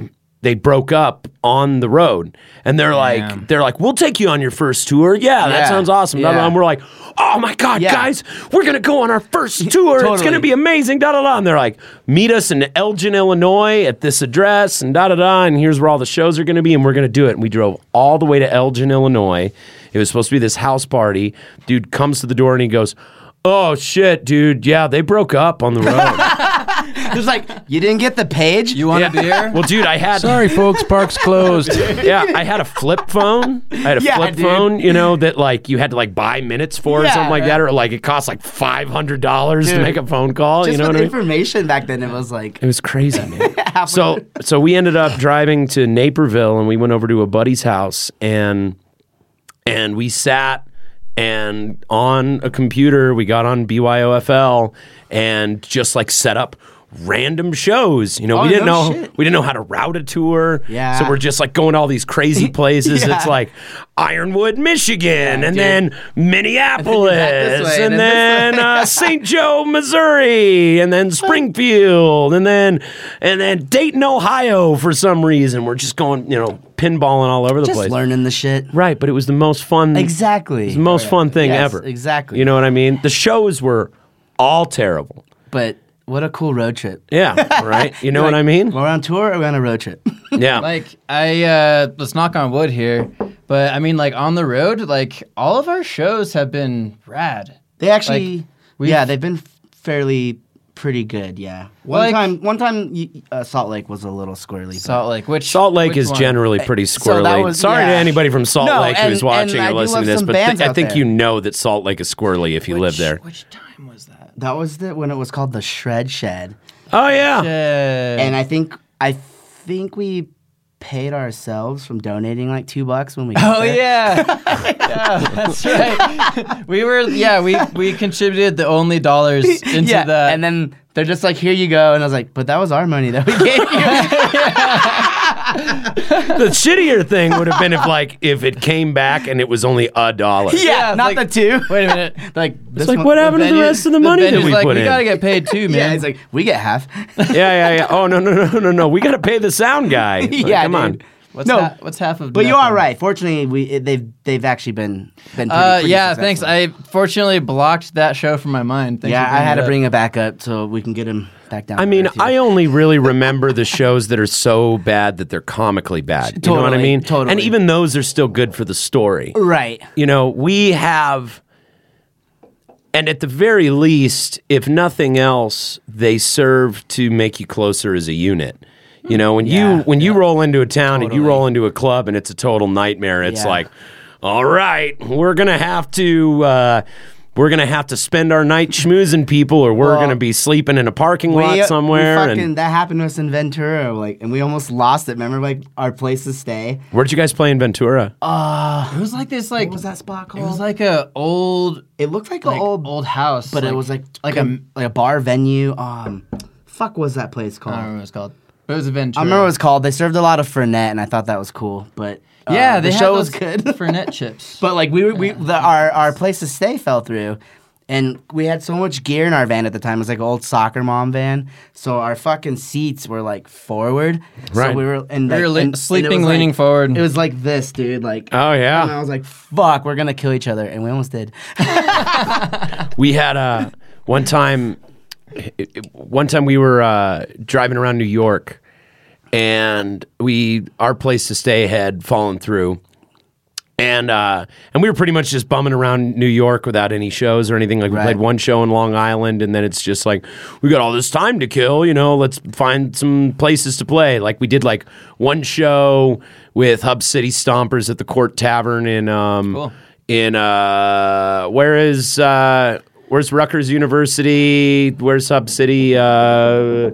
Speaker 1: they broke up on the road, and they're like they're like, "We'll take you on your first tour." Yeah, that
Speaker 5: Yeah.
Speaker 1: sounds awesome. blah, blah,
Speaker 5: Yeah.
Speaker 1: blah. And we're like, "Oh my god,
Speaker 5: Yeah.
Speaker 1: guys, we're gonna go on our first tour. It's gonna
Speaker 5: Totally.
Speaker 1: be amazing." Da da da. And they're like, "Meet us in Elgin, Illinois, at this address." And da da da. And here's where all the shows are gonna be, and we're gonna do it. And we drove all the way to Elgin, Illinois. It was supposed to be this house party. Dude comes to the door and he goes, "Oh shit, dude, yeah, they broke up on the
Speaker 5: *laughs*
Speaker 1: road."
Speaker 5: It was like, you didn't get the page?
Speaker 4: You want a beer?
Speaker 1: well, dude, I had
Speaker 6: Sorry, folks, park's *laughs* closed.
Speaker 1: yeah, I had a flip phone. I had a
Speaker 5: *laughs* Yeah,
Speaker 1: flip
Speaker 5: dude.
Speaker 1: phone, you know, that like you had to like buy minutes for or
Speaker 5: Yeah,
Speaker 1: something like that, or like it cost like five hundred dollars to
Speaker 5: Dude.
Speaker 1: make a phone call.
Speaker 5: just
Speaker 1: you know what
Speaker 5: with
Speaker 1: I mean?
Speaker 5: information back then, it was like,
Speaker 1: It was crazy,
Speaker 5: *laughs*
Speaker 1: man.
Speaker 5: half
Speaker 1: so so we ended up driving to Naperville and we went over to a buddy's house and and we sat and on a computer we got on BYOFL and just like set up random shows. You know, we
Speaker 5: Oh,
Speaker 1: didn't
Speaker 5: no
Speaker 1: know
Speaker 5: shit.
Speaker 1: we didn't know how to route a tour.
Speaker 5: Yeah.
Speaker 1: So we're just like going to all these crazy places.
Speaker 5: *laughs* Yeah.
Speaker 1: It's like Ironwood, Michigan, and then Minneapolis,
Speaker 5: way,
Speaker 1: and,
Speaker 5: and then this
Speaker 1: then
Speaker 5: *laughs*
Speaker 1: uh, St. Joe, Missouri, and then Springfield, and then and then Dayton, Ohio. For some reason, we're just going, you know, pinballing all over the
Speaker 5: just
Speaker 1: place.
Speaker 5: learning the shit.
Speaker 1: Right, but it was the most fun.
Speaker 5: Exactly. Oh,
Speaker 1: the most fun thing
Speaker 5: Yes,
Speaker 1: ever.
Speaker 5: exactly.
Speaker 1: You know what I mean? The shows were all terrible.
Speaker 5: But what a cool road trip.
Speaker 1: Yeah, right. You know
Speaker 5: *laughs* Like,
Speaker 1: what I mean?
Speaker 5: We're on tour or we're on a road trip? *laughs*
Speaker 1: Yeah.
Speaker 4: *laughs* like I uh, let's knock on wood here, but I mean like on the road, like all of our shows have been rad.
Speaker 5: They actually,
Speaker 4: we've-
Speaker 5: yeah, they've been fairly pretty good. Yeah. One
Speaker 4: Like-
Speaker 5: time, one time, y- uh, Salt Lake was a little squirrely. but-
Speaker 4: Salt Lake, which
Speaker 1: Salt Lake
Speaker 4: which
Speaker 1: is
Speaker 4: one?
Speaker 1: generally pretty
Speaker 5: So
Speaker 1: squirrely.
Speaker 5: that was-
Speaker 1: Sorry to
Speaker 5: yeah.
Speaker 1: anybody from Salt
Speaker 5: No,
Speaker 1: Lake
Speaker 5: and-
Speaker 1: who's
Speaker 5: and
Speaker 1: watching
Speaker 5: I
Speaker 1: or
Speaker 5: do
Speaker 1: listening
Speaker 5: love
Speaker 1: to this,
Speaker 5: some
Speaker 1: but th-
Speaker 5: bands
Speaker 1: I
Speaker 5: out
Speaker 1: think
Speaker 5: there.
Speaker 1: you know that Salt Lake is squirrely if you live there.
Speaker 4: Which time was that?
Speaker 5: That was the, when it was called the Shred Shed,
Speaker 1: Oh yeah,
Speaker 4: Yeah.
Speaker 5: and I think I think we paid ourselves from donating like two bucks when we. got
Speaker 4: Oh
Speaker 5: there. *laughs*
Speaker 4: yeah. yeah, that's right. We were yeah we we contributed the only
Speaker 5: *laughs*
Speaker 4: dollars into
Speaker 5: yeah,
Speaker 4: the
Speaker 5: and then they're just like, "Here you go," and I was like, "But that was our money that we gave you."
Speaker 1: the shittier thing would have been if like if it came back and it was only a dollar.
Speaker 4: Yeah, it's
Speaker 5: not
Speaker 4: like-
Speaker 5: the two.
Speaker 4: wait a minute.
Speaker 5: *laughs* like, this
Speaker 1: like,
Speaker 5: one-
Speaker 1: what happened to the
Speaker 4: venue-
Speaker 1: rest of the money that
Speaker 4: venue's
Speaker 1: we
Speaker 4: like,
Speaker 1: put
Speaker 4: we
Speaker 1: in?
Speaker 4: gotta get paid too, man.
Speaker 5: Yeah, it's like we get *laughs* half.
Speaker 1: yeah, yeah, yeah. Oh no, no, no, no, no. We got to pay the sound guy. Like,
Speaker 5: yeah,
Speaker 1: come on.
Speaker 5: dude.
Speaker 4: what's
Speaker 5: no,
Speaker 4: ha- what's half of?
Speaker 5: But you
Speaker 4: nothing?
Speaker 5: are right. Fortunately, we it, they've they've actually been been. Pretty,
Speaker 4: Uh,
Speaker 5: pretty
Speaker 4: yeah,
Speaker 5: successful.
Speaker 4: thanks. I fortunately blocked that show from my mind. Thanks
Speaker 5: yeah,
Speaker 4: for
Speaker 5: I
Speaker 4: bringing
Speaker 5: had to
Speaker 4: it
Speaker 5: bring it back up so we can get him back down.
Speaker 1: I mean, I only really remember the shows that are so bad that they're comically bad. You know what I
Speaker 5: Totally,
Speaker 1: mean?
Speaker 5: totally.
Speaker 1: And even those are still good for the story.
Speaker 5: right.
Speaker 1: you know, we have, and at the very least, if nothing else, they serve to make you closer as a unit. You know, when you
Speaker 5: Yeah,
Speaker 1: when you roll into a town and you roll into a club and it's a total nightmare, it's
Speaker 5: Yeah.
Speaker 1: like, all right, we're gonna have to. Uh, we're gonna have to spend our night schmoozing people, or we're
Speaker 5: Well,
Speaker 1: gonna be sleeping in a parking lot
Speaker 5: We- we
Speaker 1: somewhere.
Speaker 5: fucking-
Speaker 1: and
Speaker 5: that happened to us in Ventura, like, and we almost lost it. Remember, like our place to stay.
Speaker 1: where'd you guys play in Ventura?
Speaker 4: It was like this, like
Speaker 5: What was that spot
Speaker 4: it was
Speaker 5: called?
Speaker 4: like a old,
Speaker 5: It looked like,
Speaker 4: like
Speaker 5: an old,
Speaker 4: old, house,
Speaker 5: but it was like
Speaker 4: like
Speaker 5: like
Speaker 4: a-
Speaker 5: a like a bar venue. Um, fuck, was that place
Speaker 4: I
Speaker 5: called?
Speaker 4: don't remember what it was called. But it was a
Speaker 5: I
Speaker 4: Ventura.
Speaker 5: remember what it was called. They served a lot of Fernet, and I thought that was cool. But uh,
Speaker 4: yeah, they
Speaker 5: the
Speaker 4: had
Speaker 5: show
Speaker 4: those
Speaker 5: was good.
Speaker 4: *laughs* Fernet chips.
Speaker 5: *laughs* But like we were, we the, our our place to stay fell through, and we had so much gear in our van at the time. It was like an old soccer mom van, so our fucking seats were like forward.
Speaker 1: Right.
Speaker 5: So we were and
Speaker 4: We
Speaker 5: like,
Speaker 4: were le-
Speaker 5: and- and it
Speaker 4: sleeping,
Speaker 5: was,
Speaker 4: leaning
Speaker 5: like-
Speaker 4: forward.
Speaker 5: It was like this, dude. Like
Speaker 1: Oh, yeah.
Speaker 5: And I was like, "Fuck, we're gonna kill each other," and we almost did.
Speaker 1: we had uh, one time one time we were uh, driving around New York and we our place to stay had fallen through and uh, and we were pretty much just bumming around New York without any shows or anything like we
Speaker 5: Right.
Speaker 1: played one show in Long Island and then it's just like we got all this time to kill you know let's find some places to play like we did like one show with Hub City Stompers at the Court Tavern in um
Speaker 4: Cool.
Speaker 1: in uh where is uh where's Rutgers University where's Hub City uh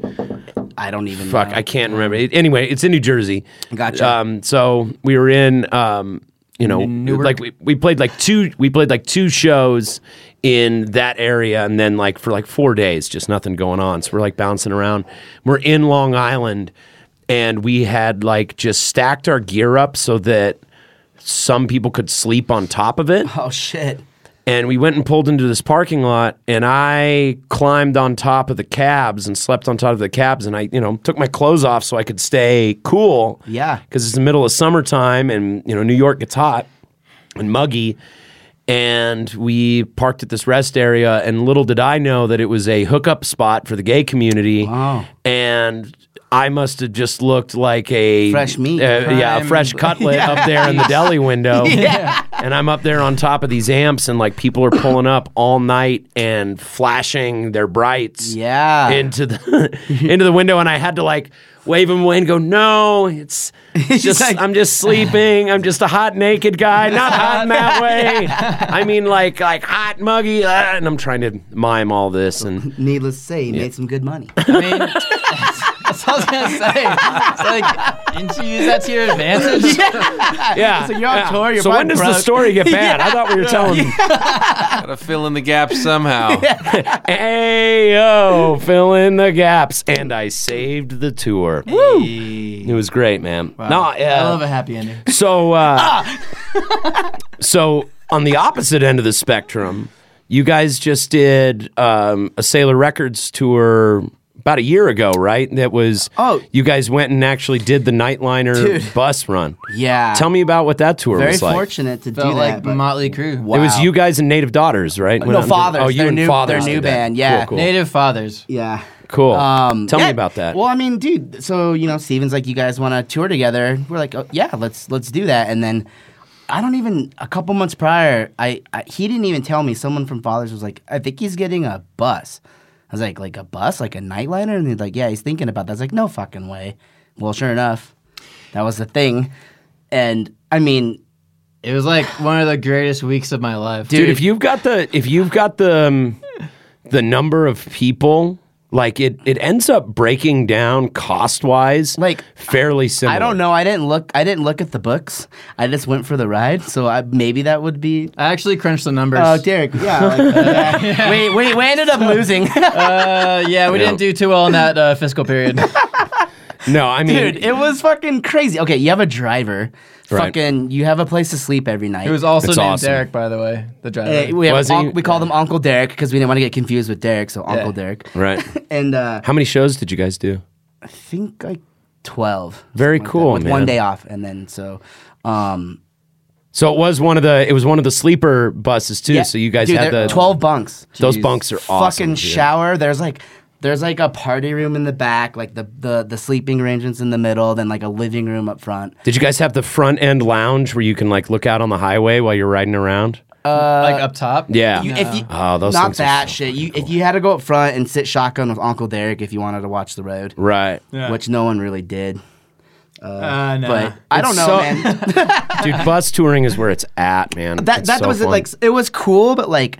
Speaker 5: I don't even.
Speaker 1: fuck
Speaker 5: know.
Speaker 1: I can't remember It- anyway it's in New Jersey
Speaker 5: Gotcha.
Speaker 1: um so we were in um you know
Speaker 4: Newark.
Speaker 1: like we, we played like two we played like two shows in that area and then like for like four days just nothing going on so we're like bouncing around we're in Long Island and we had like just stacked our gear up so that some people could sleep on top of it
Speaker 5: Oh shit.
Speaker 1: and we went and pulled into this parking lot and i climbed on top of the cabs and slept on top of the cabs and i you know took my clothes off so i could stay cool
Speaker 5: Yeah.
Speaker 1: because it's the middle of summertime and you know new york gets hot and muggy and we parked at this rest area and little did i know that it was a hookup spot for the gay community
Speaker 5: Wow.
Speaker 1: and I must have just looked like a
Speaker 5: Fresh meat.
Speaker 1: uh, yeah, a
Speaker 4: Prime-
Speaker 5: *laughs*
Speaker 1: fresh cutlet up there in the deli window. And I'm up there on top of these amps, and like people are pulling up all night and flashing their brights
Speaker 5: Yeah.
Speaker 1: into the *laughs* into the window, and I had to like wave them away and go, "No,
Speaker 5: *laughs*
Speaker 1: it's just
Speaker 5: like-
Speaker 1: I'm just sleeping. I'm just a hot naked guy, not hot in
Speaker 5: *laughs*
Speaker 1: that way. I mean, like like hot muggy." ah," and I'm trying to mime all this, and
Speaker 5: *laughs* Needless to say, he made some good money.
Speaker 4: I mean, *laughs* that's, that's what I was gonna say. It's like, didn't you use that to your
Speaker 5: *laughs*
Speaker 4: advantage?
Speaker 1: yeah.
Speaker 5: So you're on
Speaker 1: yeah.
Speaker 5: tour, you're
Speaker 1: so when
Speaker 5: probably
Speaker 1: does the
Speaker 5: broke.
Speaker 1: story
Speaker 5: *laughs*
Speaker 1: get bad? I thought we were telling.
Speaker 6: Gotta fill in the
Speaker 1: *laughs*
Speaker 6: gap somehow.
Speaker 1: Hey yo, fill in the gaps, and I saved the tour. Woo! It was great, man. No,
Speaker 4: I
Speaker 1: uh,
Speaker 4: love a happy ending.
Speaker 1: So,
Speaker 5: *laughs*
Speaker 1: uh,
Speaker 5: Ah!
Speaker 1: so on the opposite end of the spectrum, you guys just did um, a Sailor Records tour about a year ago, right? That was
Speaker 5: Oh.
Speaker 1: you guys went and actually did the Nightliner
Speaker 5: Dude.
Speaker 1: bus run.
Speaker 5: Yeah.
Speaker 1: Tell me about what that tour
Speaker 5: Very
Speaker 1: was like.
Speaker 5: fortunate to do
Speaker 4: Felt
Speaker 5: that.
Speaker 4: like
Speaker 5: but-
Speaker 4: Motley Crue.
Speaker 1: It
Speaker 5: Wow. Uh,
Speaker 1: was you guys and Native Daughters, right? Went
Speaker 5: No,
Speaker 1: out and did-
Speaker 5: Fathers.
Speaker 1: Oh, you
Speaker 5: Their
Speaker 1: and
Speaker 5: new-
Speaker 1: Fathers.
Speaker 5: their new
Speaker 1: did that.
Speaker 5: band, yeah.
Speaker 1: Cool, cool.
Speaker 4: Native fathers.
Speaker 5: Yeah.
Speaker 1: Cool.
Speaker 5: Um,
Speaker 1: Tell
Speaker 5: yeah.
Speaker 1: me about that.
Speaker 5: Well, I mean, dude. So you know, Steven's like, you guys want to tour together? We're like, oh, yeah, let's let's do that. And then I don't even a couple months prior, I, I he didn't even tell me. Someone from Fathers was like, I think he's getting a bus. I was like, like a bus, like a nightliner? And he's like, yeah, he's thinking about that. I was like, no fucking way. Well, sure enough, that was the thing. And I mean,
Speaker 4: It was like one of the greatest weeks of my life.
Speaker 1: dude. If you've got the if you've got the um, the number of people, like it it ends up breaking down cost wise,
Speaker 5: Like,
Speaker 1: fairly similar.
Speaker 5: I don't know. I didn't look. I didn't look at the books. I just went for the ride. So I, maybe that would be.
Speaker 4: I actually crunched the numbers.
Speaker 5: Oh, Derek. Yeah.
Speaker 1: *laughs*
Speaker 4: *laughs*
Speaker 5: like, uh, we, we we ended up losing. *laughs*
Speaker 4: Uh, yeah, we didn't do too well in that uh, fiscal
Speaker 1: *laughs*
Speaker 4: period.
Speaker 1: No, I mean,
Speaker 5: Dude, it was fucking crazy. Okay, you have a driver.
Speaker 1: Right.
Speaker 5: Fucking, you have a place to sleep every night.
Speaker 4: It was also
Speaker 1: That's
Speaker 4: named
Speaker 1: awesome.
Speaker 4: Derek, by the way, the driver.
Speaker 5: Uh, we, have
Speaker 1: Was
Speaker 5: unc-
Speaker 1: he?
Speaker 5: we called him Uncle Derek because we didn't want to get confused with Derek, so Uncle
Speaker 4: Yeah.
Speaker 5: Derek.
Speaker 1: right?
Speaker 5: And uh,
Speaker 1: How many shows did you guys do?
Speaker 5: I think like twelve.
Speaker 1: Very
Speaker 5: something like that,
Speaker 1: cool,
Speaker 5: with one
Speaker 1: man.
Speaker 5: day off, and then so. Um,
Speaker 1: So it was one of the it was one of the sleeper buses too.
Speaker 5: yeah,
Speaker 1: So you guys
Speaker 5: dude,
Speaker 1: had
Speaker 5: there-
Speaker 1: the
Speaker 5: twelve bunks.
Speaker 1: Those bunks are awesome.
Speaker 5: fucking
Speaker 1: dude.
Speaker 5: shower. There's like there's like a party room in the back, like the the the sleeping arrangements in the middle, then like a living room up front.
Speaker 1: Did you guys have the front end lounge where you can like look out on the highway while you're riding around?
Speaker 5: uh,
Speaker 4: like up top.
Speaker 1: Yeah.
Speaker 5: You, if you,
Speaker 1: Oh, those
Speaker 5: not
Speaker 1: things are
Speaker 5: that
Speaker 1: so
Speaker 5: shit. You if you had to go up front and sit shotgun with Uncle Derek if you wanted to watch the road,
Speaker 1: right.
Speaker 5: which no one really did.
Speaker 4: Uh, no.
Speaker 5: But I don't know,
Speaker 1: so-
Speaker 4: *laughs*
Speaker 5: man.
Speaker 1: Dude, bus touring is where it's at, man.
Speaker 5: That
Speaker 1: It's
Speaker 5: that
Speaker 1: so
Speaker 5: was
Speaker 1: fun.
Speaker 5: like it was cool, but like,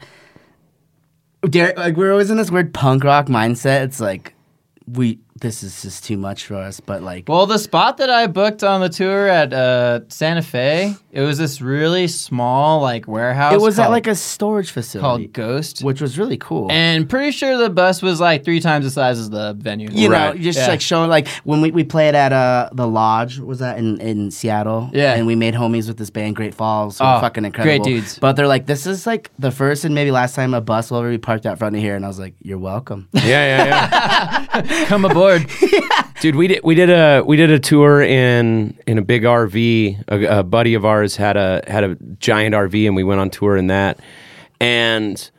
Speaker 5: Derek, like we're always in this weird punk rock mindset. It's like we this is just too much for us. But like,
Speaker 4: Well, the spot that I booked on the tour at uh, Santa Fe, it was this really small like warehouse.
Speaker 5: it was at
Speaker 4: called-
Speaker 5: like a storage facility,
Speaker 4: called Ghost,
Speaker 5: which was really cool.
Speaker 4: and pretty sure the bus was like three times the size as the venue.
Speaker 5: you
Speaker 1: Right,
Speaker 5: know, just
Speaker 4: yeah.
Speaker 5: like showing like when we, we played at uh the lodge was that in, in Seattle
Speaker 4: Yeah.
Speaker 5: and we made homies with this band Great Falls who were
Speaker 4: Oh,
Speaker 5: fucking
Speaker 4: great
Speaker 5: incredible
Speaker 4: dudes.
Speaker 5: but they're like this is like the first and maybe last time a bus will ever be parked out front of here and I was like you're welcome
Speaker 1: Yeah, yeah,
Speaker 5: *laughs*
Speaker 1: yeah.
Speaker 4: Come aboard.
Speaker 1: Dude, we did we did a we did a tour in in a big RV. A, a buddy of ours had a had a giant RV, and we went on tour in that. And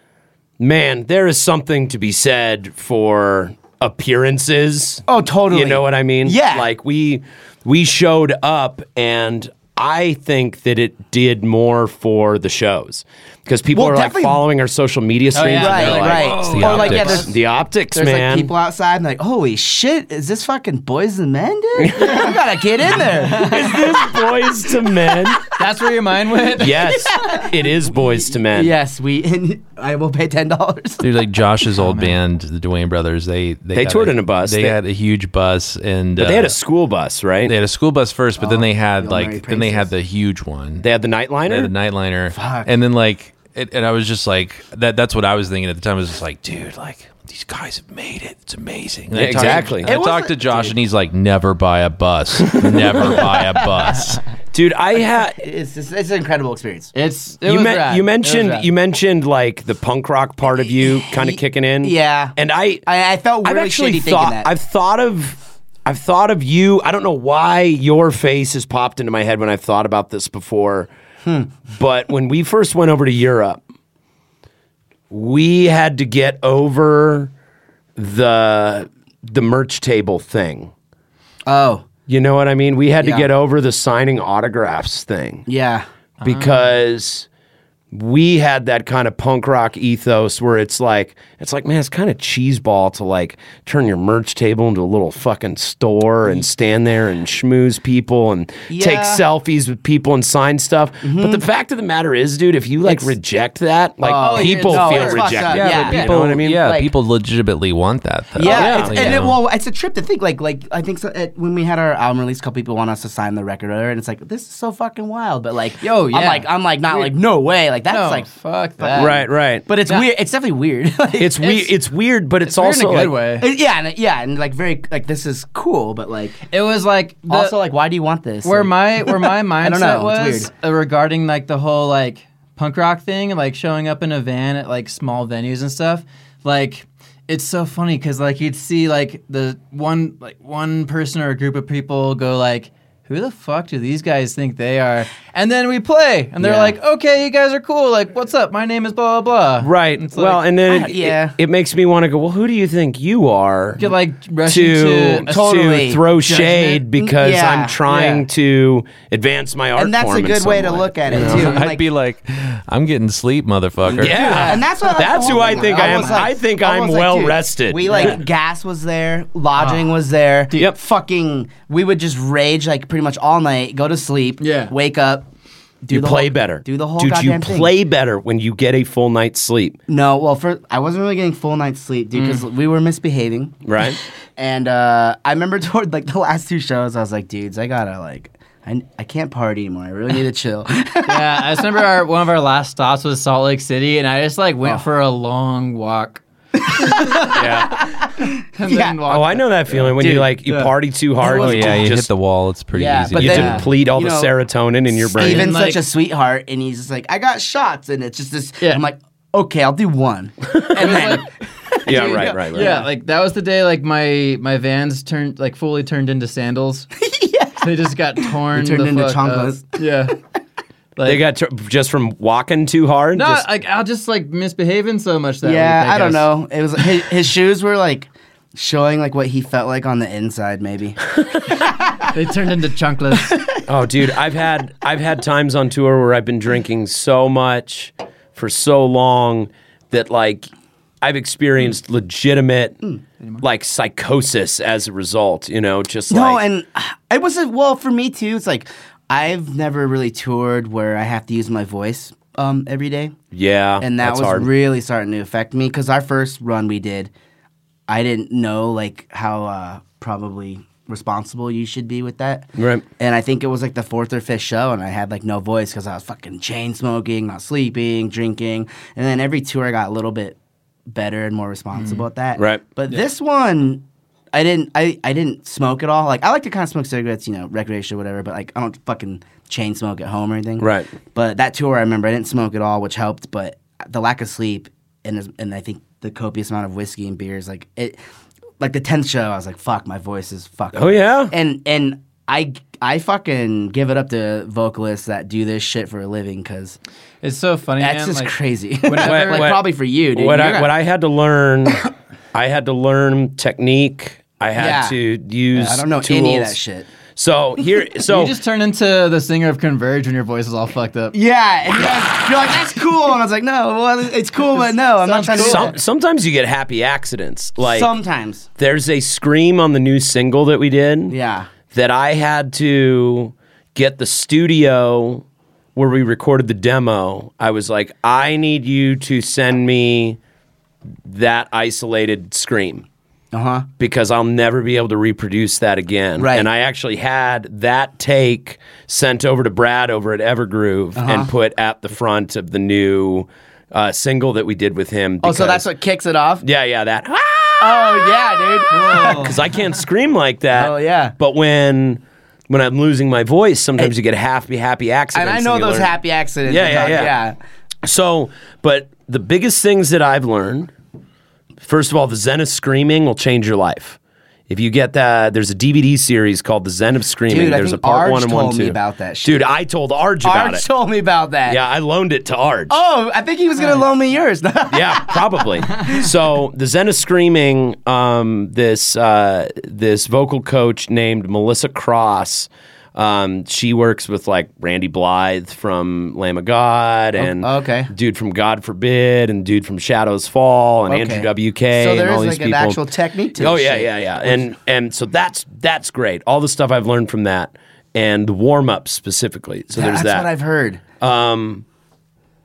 Speaker 1: man, there is something to be said for appearances.
Speaker 5: Oh, totally.
Speaker 1: You know what I mean?
Speaker 5: Yeah.
Speaker 1: Like we we showed up, and I think that it did more for the shows because people
Speaker 5: Well,
Speaker 1: are like
Speaker 5: definitely-
Speaker 1: following our social media streams. and
Speaker 4: Right,
Speaker 1: they're like,
Speaker 5: right.
Speaker 1: "It's
Speaker 5: Or like,
Speaker 1: The
Speaker 5: yeah,
Speaker 1: optics,
Speaker 5: there's-
Speaker 1: the optics
Speaker 5: there's
Speaker 1: man.
Speaker 5: like people outside and like holy shit is this fucking boys and men dude we gotta get in there
Speaker 1: is this boys to men?
Speaker 4: That's where your mind went.
Speaker 1: Yes, it *laughs* is boys to men.
Speaker 5: yes we *laughs* and I will pay ten dollars *laughs*
Speaker 6: Dude, like Josh's old band, the Dwayne Brothers, they they,
Speaker 1: They
Speaker 6: got
Speaker 1: toured in a bus.
Speaker 6: They,
Speaker 1: They-
Speaker 6: had a huge bus, and uh,
Speaker 1: But they had a Oh, school bus, right?
Speaker 6: they had a school bus first, but then they had
Speaker 5: the Mary
Speaker 6: like then they had
Speaker 5: Princess.
Speaker 6: the huge one.
Speaker 1: They had the nightliner.
Speaker 6: They had the nightliner, and then like it, and I was just like that. That's what I was thinking at the time. I was just like, dude, like these guys have made it. It's amazing. And I
Speaker 1: Yeah,
Speaker 6: talked-
Speaker 1: exactly.
Speaker 6: and I
Speaker 1: It
Speaker 5: was
Speaker 6: talked to
Speaker 5: like-
Speaker 6: Josh, and he's like, never buy a bus. *laughs* never buy a bus.
Speaker 1: Dude, I had
Speaker 5: it's just, it's an incredible experience
Speaker 4: It's it
Speaker 1: you,
Speaker 4: was
Speaker 1: men-
Speaker 4: rad.
Speaker 1: you
Speaker 4: It was
Speaker 1: mentioned
Speaker 4: rad.
Speaker 1: you mentioned like the punk rock part of you kind of kicking in.
Speaker 5: yeah.
Speaker 1: and I,
Speaker 5: I, I felt
Speaker 1: I've
Speaker 5: really
Speaker 1: actually
Speaker 5: shitty
Speaker 1: thought
Speaker 5: thinking that
Speaker 1: I've thought of I've thought of you. I don't know why your face has popped into my head when I've thought about this before. But when we first went over to Europe, we had to get over the the merch table thing.
Speaker 5: oh
Speaker 1: You know what I mean? We had
Speaker 5: Yeah.
Speaker 1: to get over the signing autographs thing
Speaker 5: yeah
Speaker 1: because we had that kind of punk rock ethos where it's like it's like man it's kind of cheeseball to like turn your merch table into a little fucking store and stand there and schmooze people and take
Speaker 5: Yeah.
Speaker 1: selfies with people and sign stuff but the fact of the matter is dude if you like reject that like
Speaker 5: Oh, yeah,
Speaker 1: people
Speaker 5: no,
Speaker 1: feel
Speaker 5: it's
Speaker 1: rejected
Speaker 5: fucked up.
Speaker 1: yeah,
Speaker 5: Yeah,
Speaker 1: you
Speaker 5: but
Speaker 1: know what I mean
Speaker 6: Yeah,
Speaker 5: Like-
Speaker 6: people legitimately want that. Though. *laughs*
Speaker 4: Oh,
Speaker 5: Yeah, it's,
Speaker 6: You
Speaker 5: and it,
Speaker 6: know?
Speaker 5: well, it's a trip to think. Like, like I think so, it, when we had our album release, a couple people want us to sign the record, order, and it's like this is so fucking wild. But like,
Speaker 4: Yo, yeah.
Speaker 5: I'm like, I'm like, not like, no way, like that's
Speaker 4: No,
Speaker 5: like,
Speaker 4: fuck that.
Speaker 1: right right
Speaker 5: but it's weird. It's definitely weird. *laughs* like,
Speaker 1: it's, we
Speaker 4: It's-
Speaker 1: it's weird but it's,
Speaker 4: It's weird
Speaker 1: also
Speaker 4: in a good
Speaker 1: like,
Speaker 4: way.
Speaker 5: it- yeah, and, yeah, and like very like this is cool, but like
Speaker 4: It was like the,
Speaker 5: also like why do you want this?
Speaker 4: where
Speaker 5: Like,
Speaker 4: my where my mindset
Speaker 5: don't know, it's
Speaker 4: was uh, regarding like the whole like punk rock thing and like showing up in a van at like small venues and stuff like it's so funny because like you'd see like the one like one person or a group of people go like who the fuck do these guys think they are? And then we play, and they're
Speaker 5: Yeah.
Speaker 4: like, okay, you guys are cool. Like, what's up? My name is blah, blah, blah.
Speaker 1: Right.
Speaker 4: It's
Speaker 1: well,
Speaker 4: like,
Speaker 1: and then
Speaker 5: I-
Speaker 1: it,
Speaker 5: yeah.
Speaker 1: it, it makes me want to go. Well, who do you think you are?
Speaker 4: You're like rushing
Speaker 1: to,
Speaker 4: to,
Speaker 1: to
Speaker 5: totally
Speaker 1: throw
Speaker 5: judgment.
Speaker 1: shade because
Speaker 5: Yeah,
Speaker 1: I'm trying
Speaker 4: yeah.
Speaker 1: to advance my art.
Speaker 5: and that's
Speaker 1: form
Speaker 5: a
Speaker 1: in
Speaker 5: good
Speaker 1: some
Speaker 5: way to look at it
Speaker 4: *laughs*
Speaker 5: too.
Speaker 6: I'd be like, I'm getting sleep, motherfucker. *laughs*
Speaker 1: Yeah,
Speaker 5: And that's what
Speaker 1: That's who I think I am.
Speaker 5: Almost like-
Speaker 1: I think I'm
Speaker 5: almost like,
Speaker 1: well
Speaker 5: dude,
Speaker 1: rested. Uh-huh.
Speaker 5: We like gas was there, lodging was there.
Speaker 1: Yep.
Speaker 5: Fucking, we would just rage like pretty much all night, go to sleep,
Speaker 4: Yeah.
Speaker 5: wake up, do
Speaker 1: you
Speaker 5: the
Speaker 1: play
Speaker 5: whole-
Speaker 1: better.
Speaker 5: do the whole
Speaker 1: Dude,
Speaker 5: goddamn
Speaker 1: you
Speaker 5: thing.
Speaker 1: play better when you get a full night's sleep,
Speaker 5: No, well, for I wasn't really getting full night's sleep, dude, because we were misbehaving.
Speaker 1: Mm. right?
Speaker 5: And uh, I remember *laughs* toward like the last two shows, I was like, dudes, I gotta like, I, I can't party anymore. I really need to chill. *laughs*
Speaker 4: yeah, I just remember our, one of our last stops was Salt Lake City, and I just like
Speaker 5: Oh.
Speaker 4: went for a long walk. *laughs*
Speaker 1: yeah.
Speaker 4: And
Speaker 5: *laughs* Yeah.
Speaker 4: then walked
Speaker 1: Oh, I know that feeling when you like you party too hard.
Speaker 6: Oh
Speaker 1: you
Speaker 6: yeah, you
Speaker 1: just
Speaker 6: hit the wall. It's pretty
Speaker 5: Yeah,
Speaker 6: easy.
Speaker 5: but
Speaker 1: you
Speaker 5: then-
Speaker 1: deplete all
Speaker 5: you
Speaker 1: the
Speaker 5: know,
Speaker 1: serotonin in your brain.
Speaker 5: Steven's
Speaker 4: like-
Speaker 5: such a sweetheart, and he's just like, I got shots, and it's just this.
Speaker 4: Yeah.
Speaker 5: I'm like, okay, I'll do one. and then,
Speaker 1: yeah, right, right, right.
Speaker 4: Yeah, like that was the day like my my vans turned like fully turned into
Speaker 5: *laughs*
Speaker 4: sandals. yeah, they just got torn.
Speaker 5: turned
Speaker 4: the
Speaker 5: into
Speaker 4: fuck up.
Speaker 5: chanclas. *laughs*
Speaker 4: Yeah,
Speaker 1: They got tr- just from walking too hard.
Speaker 4: no,
Speaker 1: just-
Speaker 4: like I'll just like misbehaving so much that
Speaker 5: yeah,
Speaker 4: week,
Speaker 5: I, don't
Speaker 4: guess.
Speaker 5: know. It was his, his shoes were like showing like what he felt like on the inside, maybe.
Speaker 4: They turned into
Speaker 5: *laughs*
Speaker 4: chunkless.
Speaker 1: Oh, dude, I've had I've had times on tour where I've been drinking so much for so long that like I've experienced legitimate
Speaker 5: Mm.
Speaker 1: Mm. like psychosis as a result. You know, just
Speaker 5: No,
Speaker 1: like
Speaker 5: and it was a, well for me too. It's like I've never really toured where I have to use my voice um, every day.
Speaker 1: yeah,
Speaker 5: and that
Speaker 1: that's
Speaker 5: was
Speaker 1: hard.
Speaker 5: really starting to affect me because our first run we did, I didn't know like how uh, probably responsible you should be with that.
Speaker 1: Right.
Speaker 5: And I think it was like the fourth or fifth show, and I had like no voice because I was fucking chain smoking, not sleeping, drinking, and then every tour I got a little bit better and more responsible at that.
Speaker 1: Right.
Speaker 5: But this one. I didn't. I, I didn't smoke at all. Like I like to kind of smoke cigarettes, you know, recreational, whatever. But like I don't fucking chain smoke at home or anything.
Speaker 1: Right.
Speaker 5: But that tour, I remember, I didn't smoke at all, which helped. But the lack of sleep and as- and I think the copious amount of whiskey and beers, like it, like the tenth show, I was like, "Fuck, my voice is fucked."
Speaker 1: Oh, yeah?
Speaker 5: And and I I fucking give it up to vocalists that do this shit for a living because
Speaker 4: it's so funny.
Speaker 5: that's
Speaker 4: man,
Speaker 5: just
Speaker 4: like,
Speaker 5: crazy. *laughs*
Speaker 1: What-
Speaker 5: like
Speaker 1: what-
Speaker 5: probably for you, dude.
Speaker 1: What
Speaker 5: You're
Speaker 1: I,
Speaker 5: not-
Speaker 1: what I had to
Speaker 5: *coughs*
Speaker 1: learn, I had to learn technique. I had
Speaker 5: Yeah.
Speaker 1: to use.
Speaker 5: I don't know
Speaker 1: tools.
Speaker 5: any of that shit.
Speaker 1: So
Speaker 5: *laughs*
Speaker 1: here, so
Speaker 4: You just turn into the singer of Converge when your voice is all fucked up.
Speaker 5: Yeah, and you're like, you're like, that's cool, and I was like, no, well, it's cool, but no, I'm not trying to. do
Speaker 1: some,
Speaker 5: that."
Speaker 1: sometimes you get happy accidents. Like
Speaker 5: Sometimes,
Speaker 1: there's a scream on the new single that we did.
Speaker 5: Yeah.
Speaker 1: That I had to get the studio where we recorded the demo. I was like, I need you to send me that isolated scream
Speaker 5: uh
Speaker 4: Uh-huh.
Speaker 5: huh.
Speaker 1: because I'll never be able to reproduce that again.
Speaker 5: Right.
Speaker 1: And I actually had that take sent over to Brad over at Evergroove
Speaker 5: Uh-huh.
Speaker 1: and put at the front of the new uh, single that we did with him.
Speaker 5: Oh, so that's
Speaker 1: because-
Speaker 5: what kicks it off.
Speaker 1: Yeah, yeah, that. *laughs*
Speaker 5: Oh yeah, dude.
Speaker 1: because I can't scream like that.
Speaker 5: Oh, yeah.
Speaker 1: *laughs* But when when I'm losing my voice, sometimes you get happy happy accidents.
Speaker 5: and I know
Speaker 1: you
Speaker 5: those
Speaker 1: learn-
Speaker 5: happy accidents.
Speaker 1: Yeah,
Speaker 5: I'm
Speaker 1: yeah,
Speaker 5: talking-
Speaker 1: yeah. So, but the biggest things that I've learned, first of all, the Zen of screaming will change your life. If you get that, there's a DVD series called The Zen of Screaming.
Speaker 5: Dude, I
Speaker 1: there's
Speaker 5: think
Speaker 1: a part
Speaker 5: Arj
Speaker 1: one and one
Speaker 5: told
Speaker 1: two.
Speaker 5: me about that shit.
Speaker 1: Dude, I told Arj about
Speaker 5: Arch
Speaker 1: it.
Speaker 5: told me about that.
Speaker 1: yeah, I loaned it to Arj.
Speaker 5: Oh, I think he was gonna loan me yours. *laughs*
Speaker 1: yeah, probably. So the Zen of Screaming, um, this uh, this vocal coach named Melissa Cross. Um, she works with like Randy Blythe from Lamb of God and
Speaker 5: Oh, okay.
Speaker 1: dude from God Forbid and dude from Shadows Fall and
Speaker 5: Okay.
Speaker 1: Andrew WK.
Speaker 5: So
Speaker 1: and
Speaker 5: there
Speaker 1: all
Speaker 5: is
Speaker 1: these
Speaker 5: like an
Speaker 1: people.
Speaker 5: actual technique to
Speaker 1: Oh
Speaker 5: this
Speaker 1: yeah,
Speaker 5: shit.
Speaker 1: yeah, yeah. And and so that's that's great. All the stuff I've learned from that and the warm up specifically. So there's
Speaker 5: That's
Speaker 1: that.
Speaker 5: what I've heard.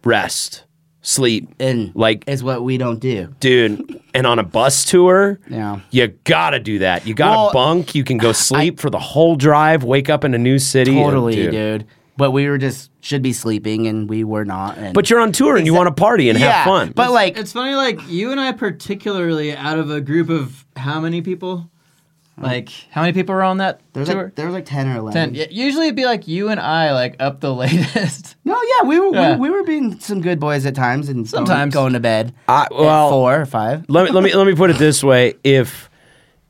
Speaker 1: Rest, sleep,
Speaker 5: And
Speaker 1: like
Speaker 5: is what we don't do.
Speaker 1: dude. And on a bus tour,
Speaker 5: Yeah.
Speaker 1: you gotta do that. You gotta
Speaker 5: Well,
Speaker 1: bunk. You can go sleep for the whole drive. Wake up in a new city. and,
Speaker 5: Totally, dude. But we were just should be sleeping, and we were not. And
Speaker 1: But you're on tour and you want to party and
Speaker 5: yeah,
Speaker 1: have fun.
Speaker 5: But like,
Speaker 4: It's funny, like you and I particularly, out of a group of how many people? Like how many people were on that
Speaker 5: there's
Speaker 4: tour?
Speaker 5: like there's like ten or eleven.
Speaker 4: Ten. Yeah, usually it'd be like you and I, like up the *laughs* latest.
Speaker 5: No, yeah, we were
Speaker 4: Yeah.
Speaker 5: We, we were being some good boys at times, and going-
Speaker 4: Sometimes.
Speaker 5: going to bed
Speaker 1: I,
Speaker 5: at
Speaker 1: well,
Speaker 5: four or five.
Speaker 1: let me let me let me put it this way: if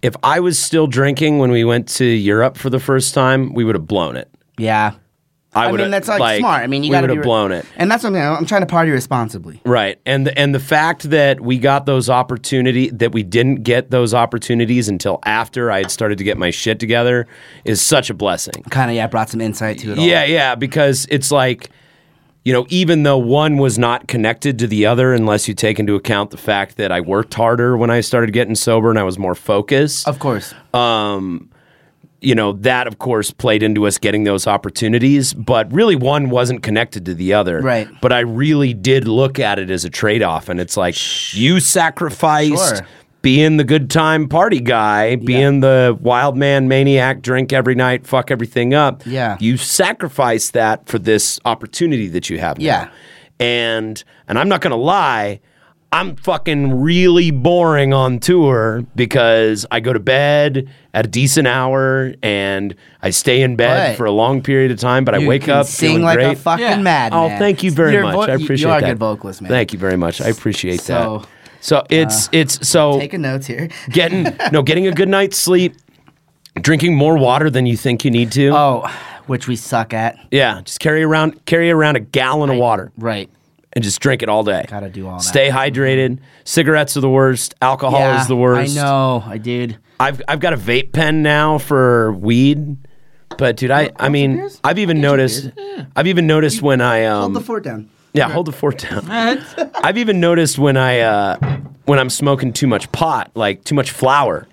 Speaker 1: if I was still drinking when we went to Europe for the first time, we would have blown it.
Speaker 5: Yeah.
Speaker 1: I,
Speaker 5: I,
Speaker 1: would
Speaker 5: mean,
Speaker 1: have,
Speaker 5: that's like, smart. I mean, you
Speaker 1: we
Speaker 5: got to
Speaker 1: would have blown it.
Speaker 5: And that's what I'm, I'm trying to party responsibly.
Speaker 1: Right. And the, and the fact that we got those opportunity that we didn't get those opportunities until after I had started to get my shit together is such a blessing.
Speaker 5: Kind of, yeah, brought some insight to it. all.
Speaker 1: Yeah, yeah, because it's like you know, even though one was not connected to the other unless you take into account the fact that I worked harder when I started getting sober and I was more focused.
Speaker 5: Of course.
Speaker 1: you know, that of course played into us getting those opportunities, but really one wasn't connected to the other.
Speaker 5: Right.
Speaker 1: But I really did look at it as a trade off. And it's like, you sacrificed
Speaker 5: Sure.
Speaker 1: being the good time party guy, being the wild man maniac, drink every night, fuck everything up.
Speaker 5: Yeah.
Speaker 1: You sacrificed that for this opportunity that you have now.
Speaker 5: Yeah.
Speaker 1: And, and I'm not going to lie. I'm fucking really boring on tour because I go to bed at a decent hour and I stay in bed
Speaker 5: But
Speaker 1: for a long period of time, but I
Speaker 5: You
Speaker 1: wake
Speaker 5: can
Speaker 1: up
Speaker 5: sing
Speaker 1: feeling
Speaker 5: like
Speaker 1: great.
Speaker 5: a fucking
Speaker 4: Yeah.
Speaker 5: mad.
Speaker 1: oh, thank you very much. I appreciate
Speaker 5: you are
Speaker 1: that.
Speaker 5: a good vocalist, man.
Speaker 1: Thank you very much. I appreciate
Speaker 5: So, uh,
Speaker 1: that. So it's it's so
Speaker 5: *laughs* Taking notes here.
Speaker 1: getting no getting a good night's sleep, drinking more water than you think you need to.
Speaker 5: Oh, which we suck at.
Speaker 1: yeah, just carry around carry around a gallon of water
Speaker 5: Right.
Speaker 1: and just drink it all day.
Speaker 5: Gotta do all that.
Speaker 1: Stay hydrated. Cigarettes are the worst. Alcohol
Speaker 5: Yeah,
Speaker 1: is the worst.
Speaker 5: I know. I did.
Speaker 1: I've I've got a vape pen now for weed. But dude, I I mean I've even noticed I've even noticed when I um
Speaker 5: Hold the fort down.
Speaker 1: yeah hold the fort down.
Speaker 4: That's-
Speaker 1: I've even noticed when I uh when I'm smoking too much pot, like too much flour,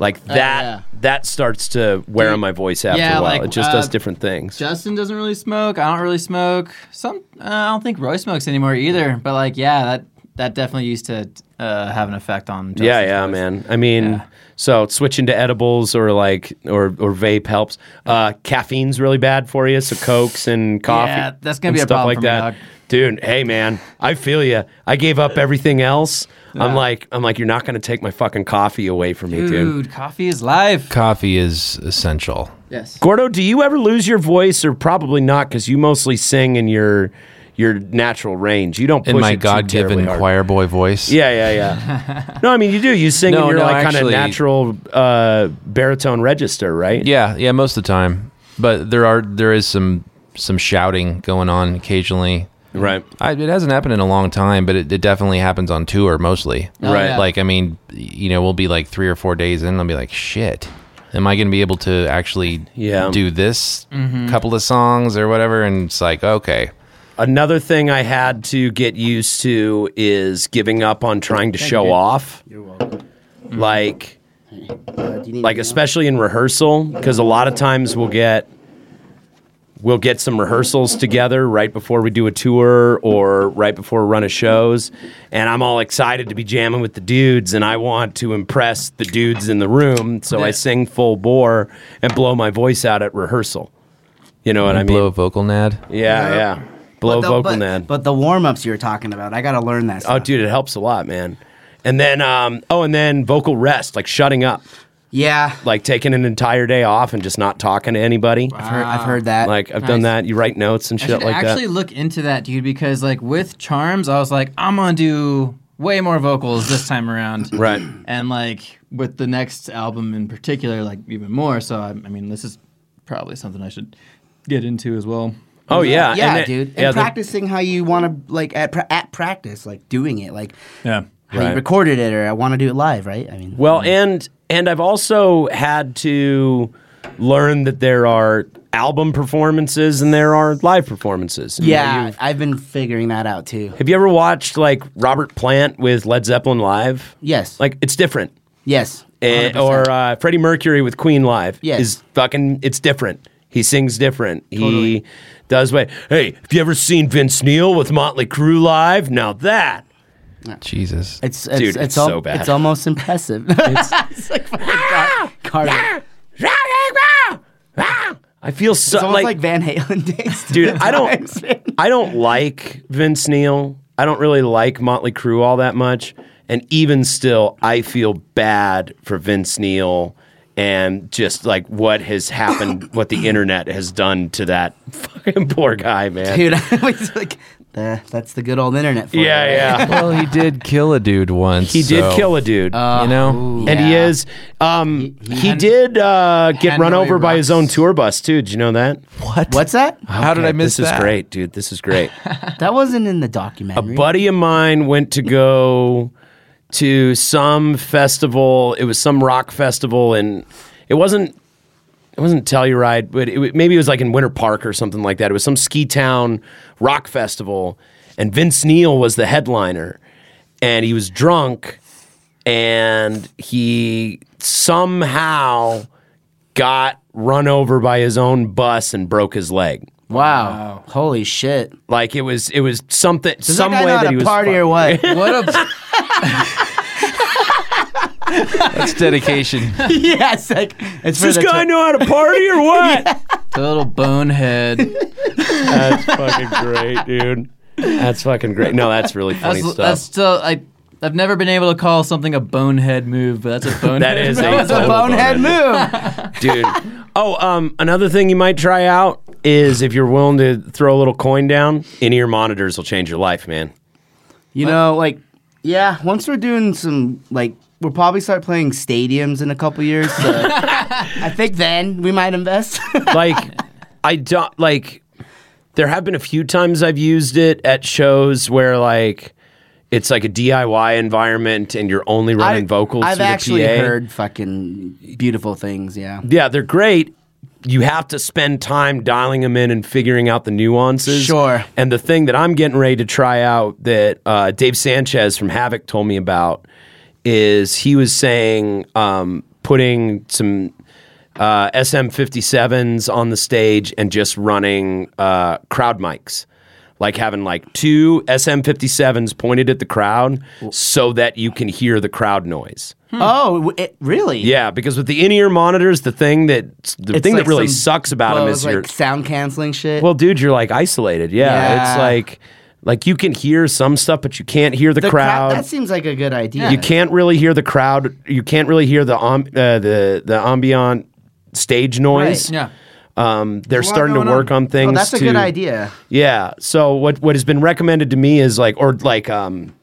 Speaker 1: like
Speaker 5: Oh,
Speaker 1: that
Speaker 4: yeah.
Speaker 1: that starts to wear on my voice after
Speaker 4: Yeah,
Speaker 1: a while.
Speaker 4: like,
Speaker 1: it just
Speaker 4: uh,
Speaker 1: does different things.
Speaker 4: Justin doesn't really smoke. I don't really smoke. Some uh, I don't think Roy smokes anymore either. But like, yeah, that that definitely used to uh, have an effect on. Justin's
Speaker 1: yeah, yeah,
Speaker 4: voice.
Speaker 1: man. I mean, so switching to edibles or like or or vape helps. Uh, caffeine's really bad for you, so cokes and coffee.
Speaker 4: Yeah, that's gonna be
Speaker 1: and
Speaker 4: a problem for me, dog.
Speaker 1: Dude, hey man, I feel you. I gave up everything else. I'm like, I'm like, you're not gonna take my fucking coffee away from me, dude.
Speaker 4: Dude, coffee is life.
Speaker 6: Coffee is essential.
Speaker 4: Yes.
Speaker 1: Gordo, do you ever lose your voice, or probably not, because you mostly sing in your your natural range. You don't push
Speaker 6: In my
Speaker 1: it too
Speaker 6: God given
Speaker 1: terribly hard.
Speaker 6: choir boy voice.
Speaker 1: Yeah, yeah,
Speaker 6: *laughs*
Speaker 1: yeah. no, I mean you do. You sing in
Speaker 6: No,
Speaker 1: your
Speaker 6: no,
Speaker 1: like kind of
Speaker 6: actually-
Speaker 1: natural uh, baritone register, right?
Speaker 6: Yeah, yeah, most of the time. But there are there is some some shouting going on occasionally.
Speaker 1: Right.
Speaker 6: I, it hasn't happened in a long time, but it, it definitely happens on tour mostly.
Speaker 1: Right.
Speaker 4: yeah.
Speaker 6: Like I mean, you know, we'll be like three or four days in, and I'll be like, shit. Am I going to be able to actually
Speaker 1: Yeah.
Speaker 6: do this couple of songs or whatever? And it's like, okay,
Speaker 1: Another thing I had to get used to is giving up on trying to show off. You're welcome. Like,
Speaker 5: Uh, do you need
Speaker 1: like
Speaker 5: anything
Speaker 1: especially in rehearsal, because a lot of times we'll get we'll get some rehearsals together right before we do a tour or right before a run of shows, and I'm all excited to be jamming with the dudes, and I want to impress the dudes in the room, so I sing full bore and blow my voice out at rehearsal. You know what I mean?
Speaker 6: blow a vocal nad.
Speaker 1: Yeah, yeah. Blow
Speaker 5: else?
Speaker 1: vocal
Speaker 5: but,
Speaker 1: nad.
Speaker 5: But the warm ups you were talking about, I got to learn that
Speaker 1: oh,
Speaker 5: stuff.
Speaker 1: dude, it helps a lot, man. And then, um, oh, and then vocal rest, like shutting up,
Speaker 5: yeah.
Speaker 1: like taking an entire day off and just not talking to anybody.
Speaker 5: I've heard, I've heard that.
Speaker 1: Like I've done
Speaker 4: Nice.
Speaker 1: that. You write notes and
Speaker 4: I
Speaker 1: shit
Speaker 4: should
Speaker 1: like
Speaker 4: actually
Speaker 1: that.
Speaker 4: look into that, dude, because like with Charms, I was like, I'm gonna do way more vocals this time around.
Speaker 5: *clears throat*
Speaker 1: Right.
Speaker 4: And like with the next album in particular, like even more. So I, I mean, this is probably something I should get into as well.
Speaker 1: Oh yeah,
Speaker 5: yeah,
Speaker 1: and it-
Speaker 5: dude. And
Speaker 1: yeah, the-
Speaker 5: practicing how you want to, like, at, pra- at practice, like doing it, like
Speaker 4: Yeah.
Speaker 5: how
Speaker 1: Right.
Speaker 5: you recorded it, or I want to do it live, right? I mean,
Speaker 1: well, and and I've also had to learn that there are album performances and there are live performances. You know,
Speaker 5: yeah,
Speaker 1: you've-
Speaker 5: I've been figuring that out too.
Speaker 1: have you ever watched like Robert Plant with Led Zeppelin live?
Speaker 5: Yes.
Speaker 1: Like it's different.
Speaker 5: yes.
Speaker 1: And,
Speaker 5: 100%.
Speaker 1: or uh, Freddie Mercury with Queen live
Speaker 5: Yes.
Speaker 1: is fucking. It's different. He sings different. He does what? Hey, have you ever seen Vince Neil with Motley Crue live? Now that
Speaker 6: Jesus.
Speaker 5: It's it's,
Speaker 1: Dude,
Speaker 5: it's,
Speaker 1: it's
Speaker 5: al-
Speaker 1: so bad.
Speaker 5: It's almost impressive. *laughs* it's, like fucking Car- Carter.
Speaker 1: I feel so
Speaker 5: It's almost like,
Speaker 1: like
Speaker 5: Van Halen *laughs* days. to
Speaker 1: dude
Speaker 5: the
Speaker 1: i
Speaker 5: times, man.
Speaker 1: don't i don't like vince neil i don't really like motley crue all that much and even still i feel bad for vince neil and just like what has happened what the internet has done to that fucking poor guy man
Speaker 5: dude. *laughs* I was like, Uh, that's the good old internet. For you,
Speaker 1: Yeah, yeah.
Speaker 5: right?
Speaker 6: well, he did kill a dude once.
Speaker 1: He did
Speaker 6: so, uh,
Speaker 1: kill a dude.
Speaker 6: you know.
Speaker 5: Ooh.
Speaker 1: and he
Speaker 5: Yeah.
Speaker 1: is. Um, he,
Speaker 4: Hen-
Speaker 1: did uh, get run
Speaker 4: Henry
Speaker 1: over by his own
Speaker 4: Rux.
Speaker 1: tour bus too. Did you know that?
Speaker 5: What's that?
Speaker 6: How did I miss
Speaker 1: this?
Speaker 6: that?
Speaker 1: Is
Speaker 6: *laughs*
Speaker 1: great, dude. This is great.
Speaker 5: That wasn't in the
Speaker 1: a
Speaker 5: documentary.
Speaker 1: buddy of mine went to go to some festival. It was some rock festival, and it wasn't. It wasn't Telluride, but it, wa- maybe it was like in Winter Park or something like that. It was some ski town rock festival, and Vince Neil was the headliner, and he was drunk, and he somehow got run over by his own bus and broke his leg.
Speaker 5: wow. Holy shit.
Speaker 1: Like it was, it was something,
Speaker 5: Does
Speaker 1: some
Speaker 5: that guy
Speaker 1: way
Speaker 5: know
Speaker 1: that
Speaker 5: how
Speaker 1: he
Speaker 5: to
Speaker 1: was
Speaker 5: party
Speaker 1: fu-
Speaker 5: or what?
Speaker 1: *laughs*
Speaker 5: *laughs*
Speaker 4: What a
Speaker 1: *laughs*
Speaker 6: That's dedication.
Speaker 5: yeah, it's like it's for
Speaker 1: Does
Speaker 5: the
Speaker 1: this guy
Speaker 5: tw-
Speaker 1: know how to party or *laughs* what?
Speaker 4: little bonehead.
Speaker 1: That's fucking great, dude. That's fucking great. No, that's really funny
Speaker 4: That's,
Speaker 1: stuff.
Speaker 4: that's still I. I've never been able to call something a bonehead move, but that's a bonehead.
Speaker 1: that is
Speaker 4: move.
Speaker 1: a total
Speaker 5: bonehead move.
Speaker 1: dude. *laughs* Oh, um, another thing you might try out is if you're willing to throw a little coin down, in ear monitors will change your life, man.
Speaker 5: You know, like yeah. Once we're doing some like we'll probably start playing stadiums in a couple years. So
Speaker 1: *laughs*
Speaker 5: I think then we might invest.
Speaker 1: Like, I don't like. There have been a few times I've used it at shows where like. It's like a DIY environment, and you're only
Speaker 5: *laughs*
Speaker 1: running vocals.
Speaker 5: I've
Speaker 1: through the
Speaker 5: actually
Speaker 1: PA.
Speaker 5: heard fucking beautiful things. Yeah.
Speaker 1: Yeah, they're great. You have to spend time dialing them in and figuring out the nuances.
Speaker 5: Sure.
Speaker 1: And the thing that I'm getting ready to try out that uh, Dave Sanchez from Havoc told me about is he was saying um, putting some uh, SM57s on the stage and just running uh, crowd mics. Like having like two SM57s pointed at the crowd so that you can hear the crowd noise.
Speaker 5: Oh, w- it, really?
Speaker 1: Hmm. Yeah, because with the in-ear monitors, the thing that the
Speaker 5: It's
Speaker 1: thing
Speaker 5: like
Speaker 1: that really
Speaker 5: some
Speaker 1: sucks about
Speaker 5: well,
Speaker 1: them
Speaker 5: it's
Speaker 1: is you're
Speaker 5: like sound canceling shit.
Speaker 1: well, dude, you're like isolated. Yeah, it's
Speaker 5: Yeah.
Speaker 1: like like you can hear some stuff, but you can't hear the,
Speaker 5: The
Speaker 1: crowd.
Speaker 5: crowd- That seems like a good idea.
Speaker 1: you can't really hear the crowd. You can't really hear the um, uh, the the ambient stage noise.
Speaker 4: Yeah.
Speaker 1: Um, they're
Speaker 4: a lot
Speaker 1: starting to
Speaker 4: going
Speaker 1: work on,
Speaker 4: on.
Speaker 1: things.
Speaker 5: Oh, that's a
Speaker 1: to-
Speaker 5: good idea.
Speaker 1: Yeah. So what what has been recommended to me is like or like um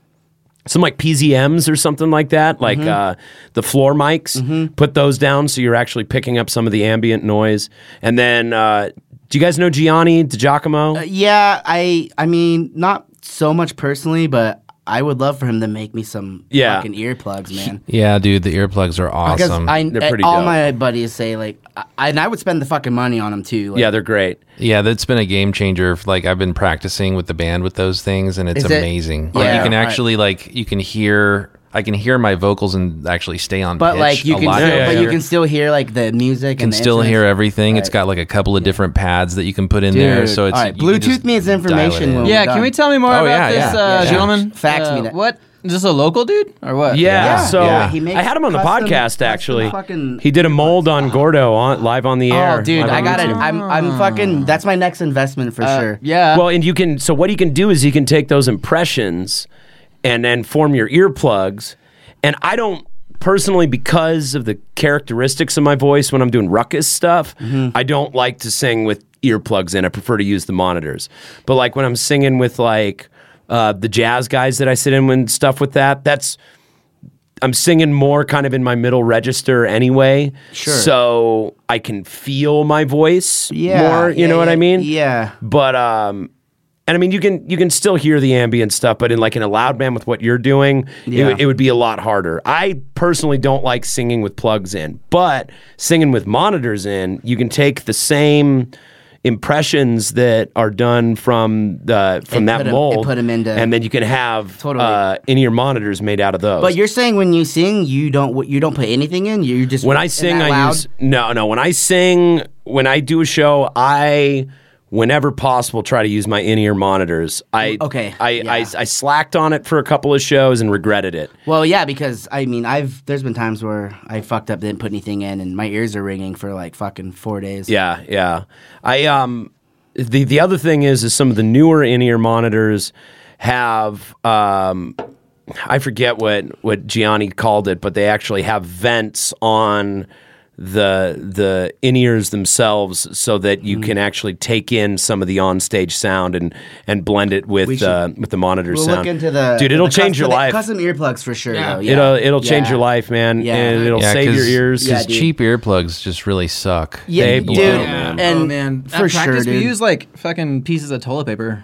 Speaker 1: some like PZMs or something like that, like uh, the floor mics. Put those down so you're actually picking up some of the ambient noise. And then, uh, do you guys know Gianni
Speaker 5: Uh,
Speaker 1: DiGiacomo?
Speaker 5: Yeah, I I mean, not so much personally, but I would love for him to make me some
Speaker 1: Yeah.
Speaker 5: fucking earplugs, man.
Speaker 6: yeah, dude, the earplugs are
Speaker 5: Because
Speaker 6: awesome.
Speaker 5: I uh,
Speaker 1: They're pretty
Speaker 5: all
Speaker 1: dope.
Speaker 5: my buddies say like, I, and I would spend the fucking money on them too. Like,
Speaker 1: yeah, they're great.
Speaker 6: yeah, that's been a game changer. Like I've been practicing with the band with those things, and it's
Speaker 5: Is it-
Speaker 6: amazing. Like
Speaker 5: Yeah.
Speaker 6: you can
Speaker 5: I-
Speaker 6: actually like you can hear. I can hear my vocals and actually stay on.
Speaker 5: but
Speaker 6: pitch
Speaker 5: like you
Speaker 6: a
Speaker 5: can,
Speaker 6: lot
Speaker 5: still,
Speaker 1: Yeah, yeah,
Speaker 5: but
Speaker 1: yeah.
Speaker 5: you can still hear like the music
Speaker 6: can
Speaker 5: and the
Speaker 6: still hear
Speaker 5: instruments.
Speaker 6: everything. It's got like a couple of different pads that you can put in there.
Speaker 5: Dude,
Speaker 6: So it's
Speaker 5: all right,
Speaker 6: you can just
Speaker 5: Bluetooth me its
Speaker 6: dial it
Speaker 5: information
Speaker 6: in.
Speaker 4: *laughs*
Speaker 5: when
Speaker 4: Yeah,
Speaker 5: done.
Speaker 4: can we tell me more
Speaker 6: Oh,
Speaker 4: about
Speaker 6: yeah,
Speaker 4: this,
Speaker 6: yeah,
Speaker 4: uh,
Speaker 6: yeah.
Speaker 4: gentleman?
Speaker 5: Fax
Speaker 4: Uh,
Speaker 5: me that.
Speaker 4: What? Is this a local dude or what?
Speaker 1: Yeah. So
Speaker 6: Yeah.
Speaker 5: He makes
Speaker 1: I had him on the
Speaker 5: custom-
Speaker 1: podcast
Speaker 5: custom
Speaker 1: actually.
Speaker 5: fucking-
Speaker 1: He did a mold
Speaker 5: *laughs*
Speaker 1: on Gordo on live on the air.
Speaker 5: Oh, dude,
Speaker 1: live
Speaker 5: I
Speaker 1: on
Speaker 5: got it.
Speaker 1: YouTube.
Speaker 5: I'm I'm fucking. That's my next investment for
Speaker 4: Uh,
Speaker 5: sure.
Speaker 4: Yeah.
Speaker 1: Well, and you can. So what you can do is you can take those impressions, and then form your earplugs. And I don't personally, because of the characteristics of my voice when I'm doing ruckus stuff,
Speaker 5: Mm-hmm.
Speaker 1: I don't like to sing with earplugs in. I prefer to use the monitors. But like when I'm singing with like uh, the jazz guys that I sit in and stuff with that, that's I'm singing more kind of in my middle register anyway.
Speaker 5: Sure.
Speaker 1: So I can feel my voice
Speaker 5: Yeah,
Speaker 1: more. You
Speaker 5: yeah,
Speaker 1: know what
Speaker 5: yeah,
Speaker 1: I mean?
Speaker 5: yeah.
Speaker 1: But um and I mean you can you can still hear the ambient stuff, but in like in a loud band with what you're doing, it,
Speaker 5: Yeah.
Speaker 1: would- it would be a lot harder. I personally don't like singing with plugs in, but singing with monitors in, you can take the same impressions that are done from the from
Speaker 5: And
Speaker 1: that
Speaker 5: put 'em- and
Speaker 1: mold
Speaker 5: put 'em into-
Speaker 1: and then you can have
Speaker 5: Totally.
Speaker 1: uh, in ear monitors made out of those.
Speaker 5: But you're saying when you sing, you don't you don't put anything in. You just
Speaker 1: When I
Speaker 5: is
Speaker 1: sing,
Speaker 5: that
Speaker 1: I
Speaker 5: loud?
Speaker 1: use no, no. When I sing, when I do a show, I, whenever possible, try to use my in-ear monitors. I
Speaker 5: Okay,
Speaker 1: I,
Speaker 5: yeah.
Speaker 1: I, I slacked on it for a couple of shows and regretted it.
Speaker 5: Well, yeah, because I mean, I've there's been times where I fucked up, didn't put anything in, and my ears are ringing for like fucking four days.
Speaker 1: Yeah, yeah. I um, the the other thing is is some of the newer in-ear monitors have um. I forget what, what Gianni called it, but they actually have vents on the the in ears themselves so that
Speaker 5: Mm-hmm.
Speaker 1: you can actually take in some of the onstage sound and and blend it with
Speaker 5: should-
Speaker 1: uh, with the monitor
Speaker 5: We'll
Speaker 1: sound.
Speaker 5: look into the
Speaker 1: dude. It'll
Speaker 5: the
Speaker 1: change your
Speaker 5: custom-
Speaker 1: life.
Speaker 5: Custom earplugs for sure.
Speaker 4: Yeah.
Speaker 5: Though. Yeah.
Speaker 1: It'll it'll change
Speaker 5: Yeah.
Speaker 1: your life, man.
Speaker 5: Yeah.
Speaker 1: and it'll
Speaker 6: Yeah,
Speaker 1: save your
Speaker 6: 'cause-
Speaker 1: ears.
Speaker 5: Yeah,
Speaker 6: Because
Speaker 5: dude.
Speaker 6: cheap earplugs just really suck.
Speaker 5: Yeah,
Speaker 1: They
Speaker 5: dude.
Speaker 1: blow,
Speaker 4: man.
Speaker 5: And
Speaker 4: oh man, At
Speaker 5: for sure,
Speaker 4: practice,
Speaker 5: dude.
Speaker 4: We use like fucking pieces of toilet paper.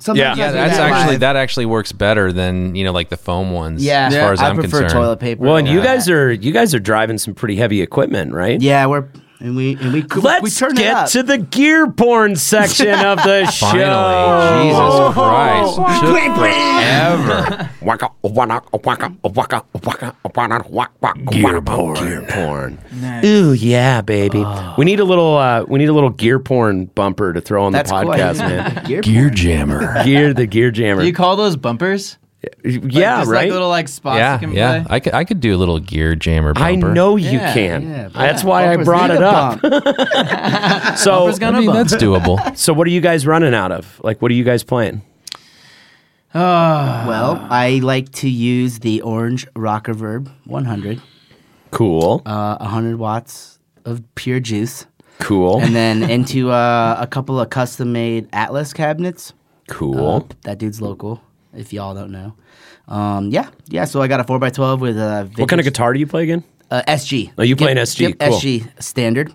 Speaker 5: Sometimes
Speaker 1: Yeah,
Speaker 5: I
Speaker 6: Yeah,
Speaker 5: do
Speaker 6: that's
Speaker 5: that
Speaker 6: actually
Speaker 5: live.
Speaker 6: that actually works better than you know like the foam ones.
Speaker 5: Yeah,
Speaker 6: as far as
Speaker 5: I
Speaker 6: am
Speaker 5: prefer
Speaker 6: concerned.
Speaker 5: toilet paper.
Speaker 1: Well, and
Speaker 5: over
Speaker 1: you
Speaker 5: that.
Speaker 1: guys are you guys are driving some pretty heavy equipment, right?
Speaker 5: Yeah, we're and we and we
Speaker 1: Let's
Speaker 5: we turn it
Speaker 1: get
Speaker 5: up.
Speaker 1: to the gear porn section of the
Speaker 5: *laughs*
Speaker 1: show.
Speaker 6: Finally, Jesus Christ! It took forever.
Speaker 7: Waka waka waka waka waka waka waka
Speaker 1: Gear porn. Gear porn. Ooh yeah, baby.
Speaker 5: Oh.
Speaker 1: We need a little. Uh, we need a little gear porn bumper to throw on
Speaker 5: That's
Speaker 1: the
Speaker 5: cool.
Speaker 1: podcast, man.
Speaker 5: *laughs* Gear *laughs*
Speaker 6: Gear jammer.
Speaker 1: Gear the gear jammer.
Speaker 4: Do you call those bumpers?
Speaker 1: yeah,
Speaker 4: just
Speaker 1: right.
Speaker 4: Like little like spots you
Speaker 6: yeah,
Speaker 4: can
Speaker 6: yeah.
Speaker 4: play.
Speaker 6: I could I could do a little gear jammer.
Speaker 1: I
Speaker 6: bumper.
Speaker 1: know you
Speaker 4: Yeah,
Speaker 1: can.
Speaker 5: yeah,
Speaker 1: That's why I
Speaker 5: bumpers
Speaker 1: brought
Speaker 5: need
Speaker 1: it
Speaker 5: a
Speaker 1: up. *laughs*
Speaker 5: bump.
Speaker 1: so,
Speaker 4: Bumper's gonna
Speaker 6: I mean,
Speaker 4: bump.
Speaker 1: *laughs*
Speaker 6: that's doable.
Speaker 1: so what are you guys running out of? Like, what are you guys playing?
Speaker 5: well, I like to use the orange rocker verb 100,
Speaker 1: Cool.
Speaker 5: uh, 100 watts of pure juice,
Speaker 1: cool.
Speaker 5: and
Speaker 1: *laughs*
Speaker 5: then into uh, a couple of custom made Atlas cabinets. Uh,
Speaker 1: cool.
Speaker 5: That dude's local. If y'all don't know, um, yeah, yeah. So I got a four x twelve with a vintage,
Speaker 1: what kind of guitar do you play
Speaker 5: *laughs*
Speaker 1: again?
Speaker 5: Uh, SG.
Speaker 1: Oh, you play an
Speaker 5: Yep,
Speaker 1: SG,
Speaker 5: Yep,
Speaker 1: cool.
Speaker 5: SG standard.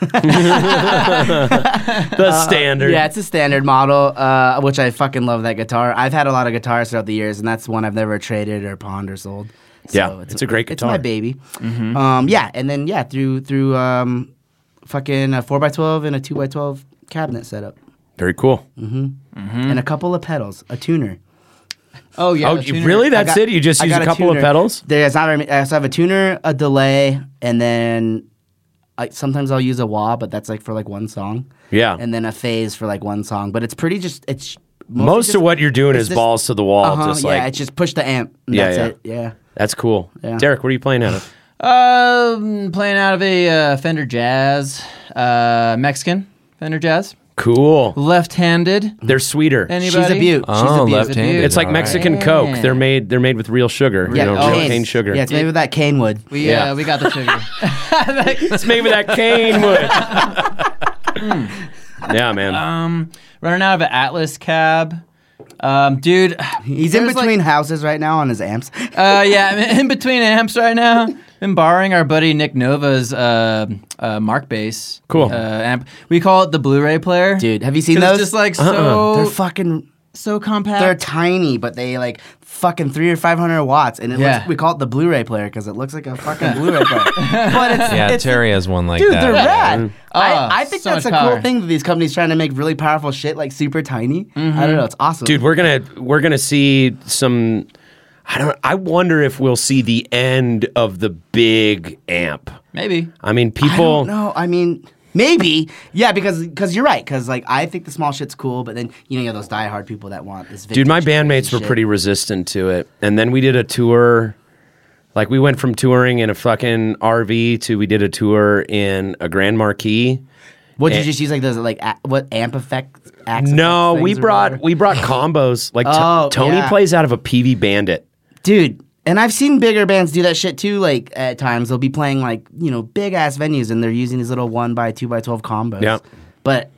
Speaker 1: The standard.
Speaker 5: Yeah, it's a standard model, uh, which I fucking love that guitar. I've had a lot of guitars throughout the years, and that's one I've never traded or pawned or sold. So
Speaker 1: Yeah, it's a great
Speaker 5: It's my
Speaker 1: guitar. Mm-hmm.
Speaker 5: baby. Um, yeah, and then yeah, through through um, fucking a four x twelve and a two x twelve cabinet setup,
Speaker 1: Very cool. Mm.
Speaker 5: and a couple of pedals, a tuner.
Speaker 4: oh yeah.
Speaker 1: oh,
Speaker 4: the
Speaker 1: you-
Speaker 4: tuner.
Speaker 1: really?
Speaker 5: I
Speaker 1: That's
Speaker 5: got-
Speaker 1: it? You just
Speaker 5: I
Speaker 1: use
Speaker 5: got
Speaker 1: a couple of
Speaker 5: tuner.
Speaker 1: pedals?
Speaker 5: There's not. very many- I also have a tuner, a delay, and then I, sometimes I'll use a wah, but that's like for like one song.
Speaker 1: Yeah.
Speaker 5: And then a phase for like one song, but it's pretty just it's mostly
Speaker 1: Most
Speaker 5: just-
Speaker 1: of what you're doing
Speaker 5: it's
Speaker 1: is
Speaker 5: just-
Speaker 1: balls to the wall.
Speaker 5: Uh-huh,
Speaker 1: Just
Speaker 5: yeah,
Speaker 1: like
Speaker 5: it's just push the amp. And
Speaker 1: Yeah,
Speaker 5: that's
Speaker 1: yeah.
Speaker 5: it. Yeah.
Speaker 1: that's cool.
Speaker 5: Yeah.
Speaker 1: Derek, what are you playing out of?
Speaker 4: Um, playing out of a uh, Fender Jazz, uh, Mexican Fender Jazz,
Speaker 1: Cool.
Speaker 4: left-handed.
Speaker 1: They're sweeter.
Speaker 4: Anybody?
Speaker 5: She's a beaut. She's
Speaker 6: Oh,
Speaker 5: a beaut.
Speaker 6: left-handed.
Speaker 1: it's like
Speaker 6: All right.
Speaker 1: Mexican
Speaker 4: Yeah.
Speaker 1: Coke. They're made. They're made with real sugar. you
Speaker 5: Yeah, Oh,
Speaker 1: know, real
Speaker 5: cane.
Speaker 1: cane sugar.
Speaker 5: Yeah, it's made with that cane wood.
Speaker 4: We
Speaker 1: Yeah.
Speaker 4: uh, we got the sugar.
Speaker 1: it's made with that cane wood.
Speaker 5: Hmm.
Speaker 1: yeah, man.
Speaker 5: Um,
Speaker 4: Running out of an Atlas cab. Um, dude,
Speaker 5: *laughs* He's in
Speaker 4: There's, like-
Speaker 5: between houses right now on his amps.
Speaker 4: uh, yeah, I'm in between amps right now. Been borrowing our buddy Nick Nova's uh, uh, Mark bass.
Speaker 1: Cool.
Speaker 4: Uh, amp. We call it the Blu-ray player.
Speaker 5: Dude, have you
Speaker 4: 'Cause
Speaker 5: seen those? Uh-uh.
Speaker 4: It's just like
Speaker 5: they're
Speaker 4: so
Speaker 5: fucking
Speaker 4: so compact.
Speaker 5: oh. they're tiny, but they like fucking three or five hundred watts, and it
Speaker 4: Yeah.
Speaker 5: looks, we call it the Blu-ray player because it looks like a *laughs* fucking Blu-ray player. But *laughs* it's
Speaker 6: Yeah,
Speaker 5: it's
Speaker 6: Terry has one like
Speaker 5: dude,
Speaker 6: that.
Speaker 5: they're rad.
Speaker 4: Oh,
Speaker 5: I, I think
Speaker 4: so
Speaker 5: that's a
Speaker 4: much
Speaker 5: cool
Speaker 4: power.
Speaker 5: thing that these companies trying to make really powerful shit like super tiny. I don't know, it's awesome,
Speaker 1: dude we're gonna we're gonna see some i don't i wonder if we'll see the end of the big amp
Speaker 4: Maybe.
Speaker 1: i mean
Speaker 5: I
Speaker 1: people
Speaker 5: don't know. I mean, maybe. Yeah, because because you're right. Because like I think the small shit's cool, but then you know you have those diehard people that want this.
Speaker 1: dude my
Speaker 5: vintage
Speaker 1: bandmates were
Speaker 5: shit.
Speaker 1: pretty resistant to it and then we did a tour like we went from touring in a fucking rv to we did a tour in a grand marquee
Speaker 5: What did
Speaker 1: eh.
Speaker 5: you just use like those like a, what amp effect? Axe
Speaker 1: no
Speaker 5: effects
Speaker 1: we
Speaker 5: things or
Speaker 1: brought
Speaker 5: whatever?
Speaker 1: we brought combos like To-
Speaker 5: *laughs* Oh,
Speaker 1: tony
Speaker 5: yeah.
Speaker 1: plays out of a pv bandit
Speaker 5: dude. And I've seen bigger bands do that shit too. Like at times they'll be playing like you know big ass venues, and they're using these little one by two by twelve combos.
Speaker 1: Yeah.
Speaker 5: but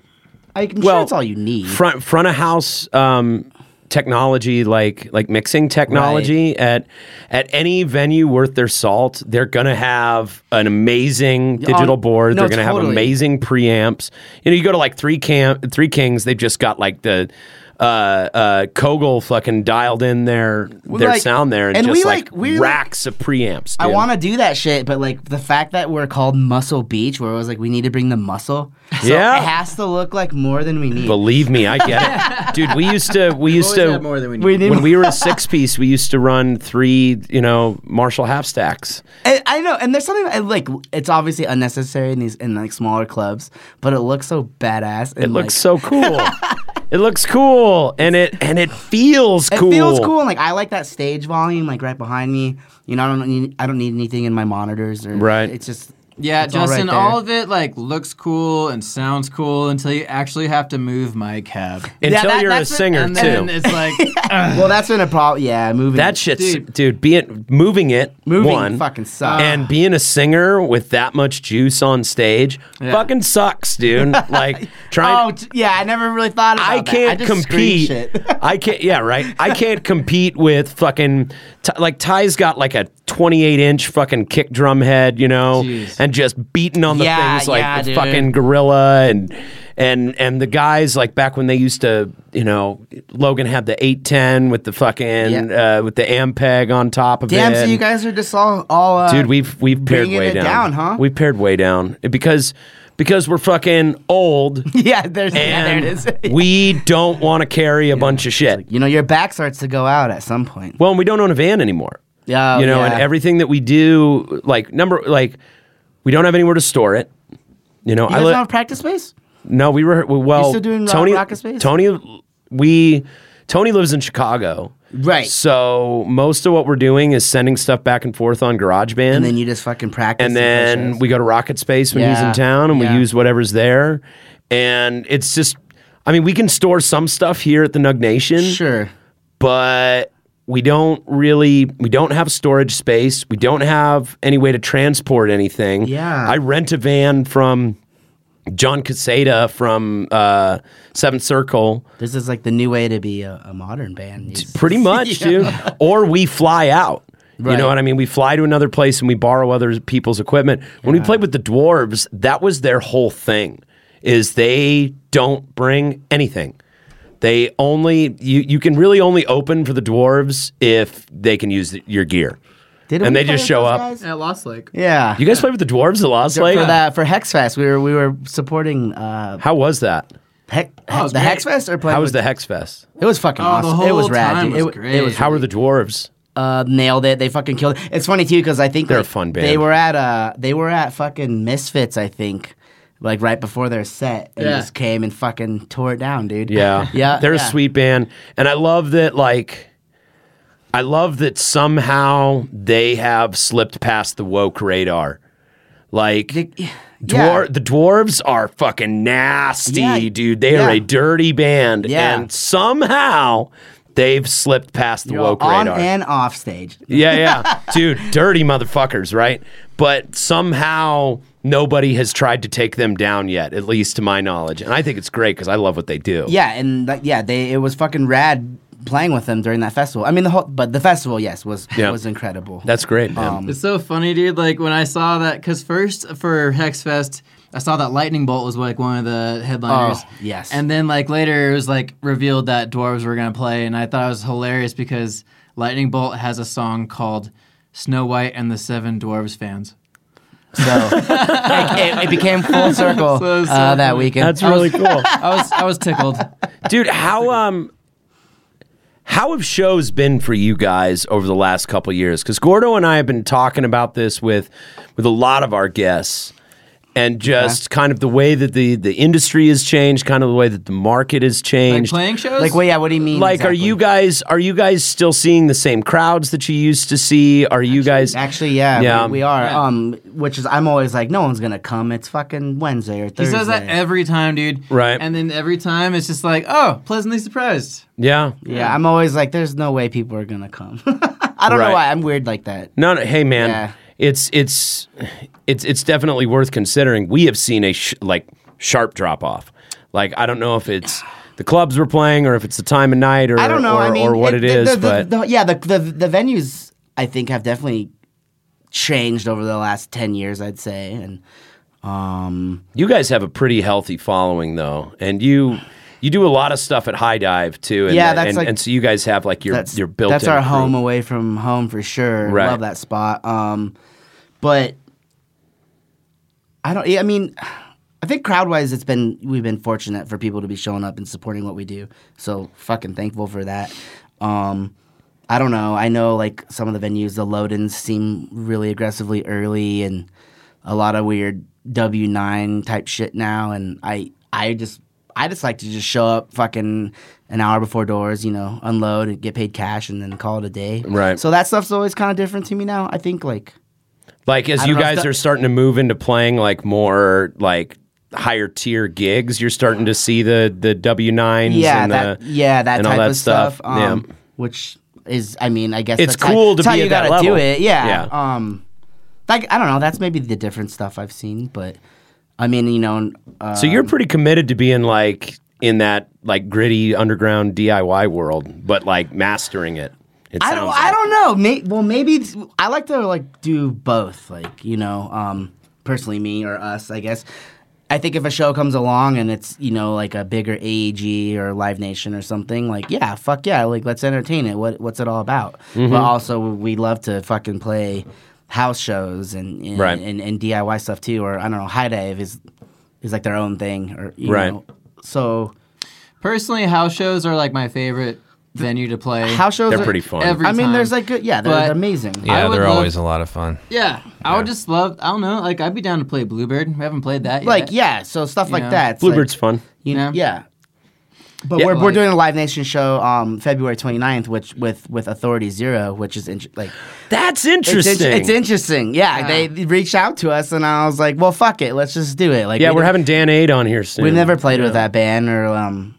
Speaker 5: I'm sure
Speaker 1: Well,
Speaker 5: that's all you need.
Speaker 1: front front of house um, technology like like mixing technology at at any venue worth their salt they're gonna have an amazing digital
Speaker 5: Oh,
Speaker 1: board
Speaker 5: no,
Speaker 1: they're gonna have
Speaker 5: totally.
Speaker 1: amazing preamps you know you go to like three camp three kings they've just got like the uh uh kogel fucking dialed in their their
Speaker 5: like-
Speaker 1: sound there and,
Speaker 5: and
Speaker 1: just
Speaker 5: we,
Speaker 1: like,
Speaker 5: like- we, like-
Speaker 1: racks of preamps
Speaker 5: I
Speaker 1: dude.
Speaker 5: want to do that shit, but like the fact that we're called Muscle Beach, where it was like we need to bring the muscle, so
Speaker 1: Yeah.
Speaker 5: it has to look like more than we need.
Speaker 1: believe me i get
Speaker 5: *laughs*
Speaker 1: it dude we used to we used to
Speaker 5: we need.
Speaker 1: when we were
Speaker 5: *laughs*
Speaker 1: a six piece, we used to run three, you know, Marshall half stacks.
Speaker 5: I, I know, and there's something I like. It's obviously unnecessary in these in like smaller clubs, but it looks so badass. And,
Speaker 1: It looks so
Speaker 5: like,
Speaker 1: cool. it looks cool, and it and it feels cool.
Speaker 5: It feels cool. and, Like I like that stage volume, like right behind me. You know, I don't need I don't need anything in my monitors. Or,
Speaker 1: Right.
Speaker 5: It's just
Speaker 4: Yeah,
Speaker 5: all right
Speaker 4: Justin,
Speaker 5: there. *laughs*
Speaker 4: all of it like looks cool and sounds cool until you actually have to move my cab.
Speaker 1: Until
Speaker 5: that-
Speaker 1: you're a
Speaker 5: that's what-
Speaker 1: singer
Speaker 4: And then
Speaker 1: too.
Speaker 4: it's
Speaker 5: *laughs*
Speaker 4: like
Speaker 5: well, that's been a problem. Yeah, moving
Speaker 1: That shit's
Speaker 4: Dude.
Speaker 1: dude. being moving it
Speaker 5: Moving
Speaker 1: one
Speaker 5: fucking sucks.
Speaker 1: and being a singer with that much juice on stage fucking sucks, dude.
Speaker 5: *laughs*
Speaker 1: Like
Speaker 5: Oh
Speaker 1: trying.
Speaker 5: t- yeah, I never really thought about
Speaker 1: I
Speaker 5: that.
Speaker 1: can't
Speaker 5: just scream
Speaker 1: compete.
Speaker 5: Shit.
Speaker 1: *laughs* I can't. Yeah, right. I can't compete with fucking Ty- like Ty's got like a 28 inch fucking kick drum head, you know,
Speaker 4: Jeez.
Speaker 1: and just beating on the
Speaker 5: Yeah,
Speaker 1: things like
Speaker 5: yeah,
Speaker 1: the
Speaker 5: dude.
Speaker 1: fucking gorilla and and and the guys like back when they used to, you know, Logan had the 810 with the fucking uh, with the Ampeg on top of
Speaker 5: Damn,
Speaker 1: it.
Speaker 5: so you guys are just all all. Uh,
Speaker 1: Dude, we've we've paired
Speaker 5: bringing
Speaker 1: way
Speaker 5: it
Speaker 1: down.
Speaker 5: down, huh?
Speaker 1: We've paired way down because because we're fucking old.
Speaker 5: *laughs* yeah, there's yeah, there it
Speaker 1: And
Speaker 5: is. *laughs*
Speaker 1: we don't want to carry a bunch of shit.
Speaker 5: you know, your back starts to go out at some point.
Speaker 1: Well, and we don't own a van anymore.
Speaker 5: Yeah,
Speaker 1: you know, and
Speaker 5: yeah.
Speaker 1: everything that we do, like number, like we don't have anywhere to store it. You know,
Speaker 5: You
Speaker 1: I
Speaker 5: guys
Speaker 1: li-
Speaker 5: don't have practice space?
Speaker 1: no, we were we- well.
Speaker 5: still doing Rock-
Speaker 1: Tony,
Speaker 5: Rocket Space?
Speaker 1: Tony, we Tony lives in Chicago,
Speaker 5: Right.
Speaker 1: So most of what we're doing is sending stuff back and forth on GarageBand,
Speaker 5: And then you just fucking practice.
Speaker 1: and
Speaker 5: play
Speaker 1: then
Speaker 5: shows.
Speaker 1: we go to Rocket Space when he's
Speaker 5: Yeah,
Speaker 1: in town, and
Speaker 5: yeah.
Speaker 1: we use whatever's there. And it's just, I mean, we can store some stuff here at the Nug Nation,
Speaker 5: sure.
Speaker 1: but we don't really we don't have storage space we don't have any way to transport anything
Speaker 5: Yeah.
Speaker 1: i rent a van from john casada from uh, seventh circle
Speaker 5: This is like the new way to be a, a modern band. You just- *laughs*
Speaker 1: pretty much dude or we fly out you
Speaker 5: Right.
Speaker 1: know what i mean we fly to another place and we borrow other people's equipment when we played with the dwarves that was their whole thing is they don't bring anything they only you, you can really only open for the dwarves if they can use the, your gear
Speaker 5: Did
Speaker 1: and
Speaker 5: we
Speaker 1: they
Speaker 5: play
Speaker 1: just
Speaker 5: with
Speaker 1: show
Speaker 5: those
Speaker 1: up.
Speaker 5: guys?
Speaker 4: at Lost Lake.
Speaker 5: Yeah.
Speaker 1: you guys played with the dwarves the lost lake
Speaker 5: for that for Hexfest, we were we were supporting uh,
Speaker 1: how was that
Speaker 5: Hex,
Speaker 4: Oh, was
Speaker 5: the
Speaker 4: great.
Speaker 5: Hexfest or playing.
Speaker 1: how was
Speaker 5: with-
Speaker 1: the hex fest
Speaker 5: It was fucking
Speaker 4: Oh, the
Speaker 5: awesome. it was
Speaker 4: whole
Speaker 5: rad.
Speaker 4: time
Speaker 5: dude.
Speaker 4: was
Speaker 5: it, it was
Speaker 4: great.
Speaker 1: how were the dwarves
Speaker 5: uh, nailed it. They fucking killed it. It's funny too because I think
Speaker 1: They're a
Speaker 5: like,
Speaker 1: fun
Speaker 5: They
Speaker 1: band.
Speaker 5: were at uh they were at fucking Misfits, I think, like right before their set, and
Speaker 4: Yeah.
Speaker 5: just came and fucking tore it down, dude.
Speaker 1: Yeah.
Speaker 5: *laughs* yeah.
Speaker 1: They're
Speaker 5: yeah.
Speaker 1: a sweet band. And I love that, like, I love that somehow they have slipped past the woke radar. Like,
Speaker 5: Yeah.
Speaker 1: dwar- the dwarves are fucking nasty,
Speaker 5: Yeah.
Speaker 1: dude. They are
Speaker 5: Yeah.
Speaker 1: a dirty band.
Speaker 5: Yeah.
Speaker 1: And somehow they've slipped past the
Speaker 5: You're
Speaker 1: woke
Speaker 5: on
Speaker 1: radar.
Speaker 5: and off stage.
Speaker 1: Yeah, yeah. Dude, dirty motherfuckers, right? But somehow nobody has tried to take them down yet, at least to my knowledge. And I think it's great because I love what they do.
Speaker 5: Yeah, and like, yeah, they it was fucking rad playing with them during that festival. I mean the whole, but the festival, yes, was
Speaker 1: Yeah.
Speaker 5: was incredible.
Speaker 1: That's great, man.
Speaker 4: It's so funny, dude. Like when I saw that, because first for Hexfest, I saw that Lightning Bolt was like one of the headliners.
Speaker 5: Oh, yes.
Speaker 4: And then like later, it was like revealed that Dwarves were gonna play, and I thought it was hilarious because Lightning Bolt has a song called "Snow White and the Seven Dwarves Fans."
Speaker 5: so
Speaker 1: *laughs*
Speaker 5: it, it, it became full
Speaker 4: *laughs*
Speaker 5: circle
Speaker 4: So
Speaker 5: uh,
Speaker 4: sad.
Speaker 5: that weekend.
Speaker 1: That's really
Speaker 4: *laughs*
Speaker 1: cool.
Speaker 4: I was I was tickled.
Speaker 1: Dude, how um how have shows been for you guys over the last couple of years? Cuz Gordo and I have been talking about this with with a lot of our guests and just kind of the way that the the industry has changed, kind of the way that the market has
Speaker 4: like
Speaker 1: changed.
Speaker 4: playing shows.
Speaker 5: like, well, yeah. What do you mean?
Speaker 1: like
Speaker 5: exactly?
Speaker 1: are you guys are you guys still seeing the same crowds that you used to see? Are you guys
Speaker 5: Actually, yeah,
Speaker 1: Yeah.
Speaker 5: We, we are.
Speaker 4: Yeah.
Speaker 5: Um, which is I'm always like, no one's gonna come. It's fucking Wednesday or
Speaker 4: He
Speaker 5: Thursday.
Speaker 4: says that every time, dude.
Speaker 1: Right.
Speaker 4: And then every time it's just like, oh, pleasantly surprised.
Speaker 1: Yeah.
Speaker 5: yeah, I'm always like, there's no way people are gonna come. *laughs* I don't
Speaker 1: Right.
Speaker 5: know why I'm weird like that.
Speaker 1: No, no, hey man,
Speaker 5: Yeah.
Speaker 1: it's it's it's it's definitely worth considering. We have seen a sh- like sharp drop off. Like I don't know if it's the clubs we're playing or if it's the time of night or
Speaker 5: I don't know.
Speaker 1: or,
Speaker 5: I mean,
Speaker 1: or what it
Speaker 5: the-
Speaker 1: is,
Speaker 5: the- the-
Speaker 1: but
Speaker 5: the- yeah, the, the the venues I think have definitely changed over the last ten years. I'd say, and um,
Speaker 1: you guys have a pretty healthy following though, and you. You do a lot of stuff at High Dive too, and
Speaker 5: Yeah,
Speaker 1: that-
Speaker 5: that's
Speaker 1: and,
Speaker 5: like-
Speaker 1: and so you guys have like your
Speaker 5: that's
Speaker 1: your built.
Speaker 5: that's our home away from home for sure.
Speaker 1: Right.
Speaker 5: Love that spot. Um, but I don't. yeah, I mean, I think crowd wise, it's been we've been fortunate for people to be showing up and supporting what we do. So fucking thankful for that. Um, I don't know. I know like some of the venues, the Lodens seem really aggressively early, and a lot of weird W nine type shit now. And I I just I just like to just show up fucking an hour before doors, you know, unload and get paid cash, and then call it a day.
Speaker 1: Right.
Speaker 5: So that stuff's always kind of different to me now. I think like
Speaker 1: Like as
Speaker 5: I
Speaker 1: you
Speaker 5: don't know,
Speaker 1: guys
Speaker 5: it's the-
Speaker 1: are starting to move into playing like more like higher tier gigs, you're starting to see the the W nines.
Speaker 5: yeah,
Speaker 1: and
Speaker 5: that,
Speaker 1: the,
Speaker 5: yeah, that
Speaker 1: and all
Speaker 5: type
Speaker 1: that
Speaker 5: of stuff.
Speaker 1: stuff, yeah.
Speaker 5: Um, Which is, I mean, I guess
Speaker 1: It's
Speaker 5: that's how-
Speaker 1: cool to
Speaker 5: that's how
Speaker 1: be
Speaker 5: you
Speaker 1: at that
Speaker 5: gotta do
Speaker 1: level.
Speaker 5: it. Yeah.
Speaker 1: Yeah.
Speaker 5: Um, like I don't know. That's maybe the different stuff I've seen, but I mean, you know, uh,
Speaker 1: So you're pretty committed to being like in that like gritty underground DIY world, but like mastering it. it
Speaker 5: I don't,
Speaker 1: sounds
Speaker 5: I
Speaker 1: like.
Speaker 5: don't know. May, well, maybe it's- I like to like do both. Like you know, um, personally, me or us, I guess. I think if a show comes along and it's you know like a bigger AEG or Live Nation or something, like yeah, fuck yeah, like let's entertain it. What what's it all about?
Speaker 1: Mm-hmm.
Speaker 5: But also we love to fucking play house shows and and,
Speaker 1: Right.
Speaker 5: and, and DIY stuff too. Or I don't know, High Dive is is like their own thing. Or you
Speaker 1: Right.
Speaker 5: Know. So
Speaker 4: Personally, house shows are like my favorite venue to play.
Speaker 5: house shows
Speaker 1: They're
Speaker 5: are-
Speaker 1: pretty fun.
Speaker 4: Every
Speaker 5: I mean,
Speaker 4: time.
Speaker 5: there's like good, yeah, they're,
Speaker 4: But-
Speaker 5: they're amazing.
Speaker 4: I
Speaker 6: Yeah,
Speaker 4: would
Speaker 6: they're
Speaker 4: love-
Speaker 6: always a lot
Speaker 1: *laughs*
Speaker 6: of fun.
Speaker 4: Yeah, I would just love. I don't know. Like, I'd be down to play Bluebird. We haven't played that yet.
Speaker 5: like yeah, so stuff like
Speaker 4: know.
Speaker 5: that. It's
Speaker 1: Bluebird's
Speaker 5: like,
Speaker 1: fun.
Speaker 5: you know,
Speaker 4: Yeah.
Speaker 5: yeah. But
Speaker 1: Yeah.
Speaker 5: we're, we're
Speaker 4: Like-
Speaker 5: doing a Live Nation show um, February 29th, which with with Authority Zero, which is in, like
Speaker 1: That's
Speaker 5: it's,
Speaker 1: interesting.
Speaker 5: in- it's interesting. Yeah,
Speaker 4: Yeah.
Speaker 5: they reached out to us, and I was like, well, fuck it, let's just do it. Like,
Speaker 1: yeah,
Speaker 5: we
Speaker 1: we're
Speaker 5: don't-
Speaker 1: having Dan Aid on here soon.
Speaker 5: we've never played with that band or um,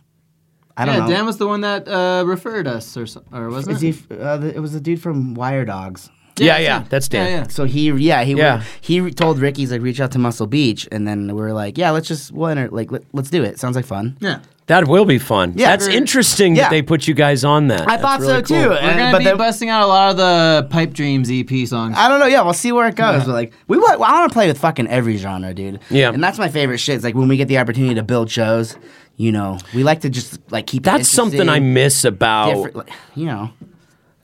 Speaker 5: I don't
Speaker 4: yeah,
Speaker 5: know.
Speaker 4: Dan was the one that uh, referred us, or so- or wasn't
Speaker 5: Is
Speaker 4: it?
Speaker 5: he, f- uh, the- it was a dude from Wire Dogs.
Speaker 1: Yeah, yeah, that's Dan.
Speaker 4: Yeah, yeah.
Speaker 5: So he, yeah, he,
Speaker 1: Yeah.
Speaker 5: he told Ricky, he's like, reach out to Muscle Beach, and then we were like, yeah, let's just, well, enter, like, let, let's do it. Sounds like fun.
Speaker 4: Yeah.
Speaker 1: That will be fun.
Speaker 5: Yeah.
Speaker 1: that's interesting
Speaker 5: Yeah.
Speaker 1: that they put you guys on that.
Speaker 5: I thought so too.
Speaker 4: We're
Speaker 5: and-
Speaker 4: gonna
Speaker 5: but
Speaker 4: be
Speaker 5: then-
Speaker 4: busting out a lot of the Pipe Dreams EP songs.
Speaker 5: I don't know. Yeah, we'll see where it goes. But like, we want, I want to play with fucking every genre, dude.
Speaker 1: Yeah.
Speaker 5: and that's my favorite shit. It's like when we get the opportunity to build shows, you know, we like to just like keep. it
Speaker 1: That's something I
Speaker 5: interesting,
Speaker 1: miss about.
Speaker 5: different, like, you know,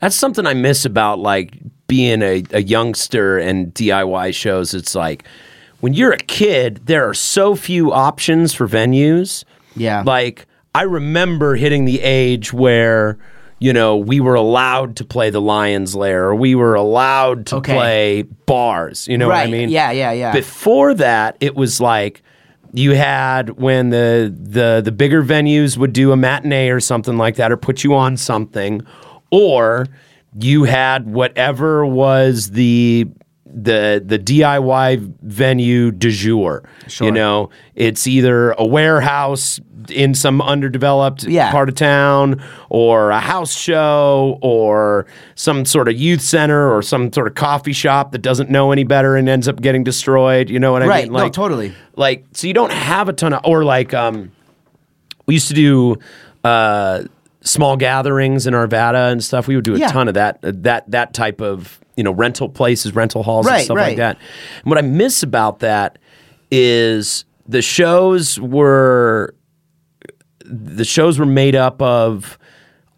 Speaker 1: That's something I miss about like being a, a youngster and DIY shows. It's like when you're a kid, there are so few options for venues.
Speaker 5: Yeah.
Speaker 1: Like I remember hitting the age where, you know, we were allowed to play the Lion's Lair or we were allowed to
Speaker 5: Okay.
Speaker 1: play bars. You know what
Speaker 5: right?
Speaker 1: I mean?
Speaker 5: Yeah, yeah, yeah.
Speaker 1: Before that, it was like you had when the the the bigger venues would do a matinee or something like that, or put you on something, or you had whatever was the the the DIY venue du jour. You know, it's either a warehouse in some underdeveloped
Speaker 5: Yeah.
Speaker 1: part of town or a house show or some sort of youth center or some sort of coffee shop that doesn't know any better and ends up getting destroyed. You know what I
Speaker 5: Right,
Speaker 1: mean?
Speaker 5: no, totally.
Speaker 1: Like, so you don't have a ton of, or like, um, we used to do uh, small gatherings in Arvada and stuff. We would do a
Speaker 5: Yeah.
Speaker 1: ton of that, that, that type of, you know, rental places, rental halls and
Speaker 5: Right,
Speaker 1: stuff like
Speaker 5: right.
Speaker 1: that. And what I miss about that is the shows were the shows were made up of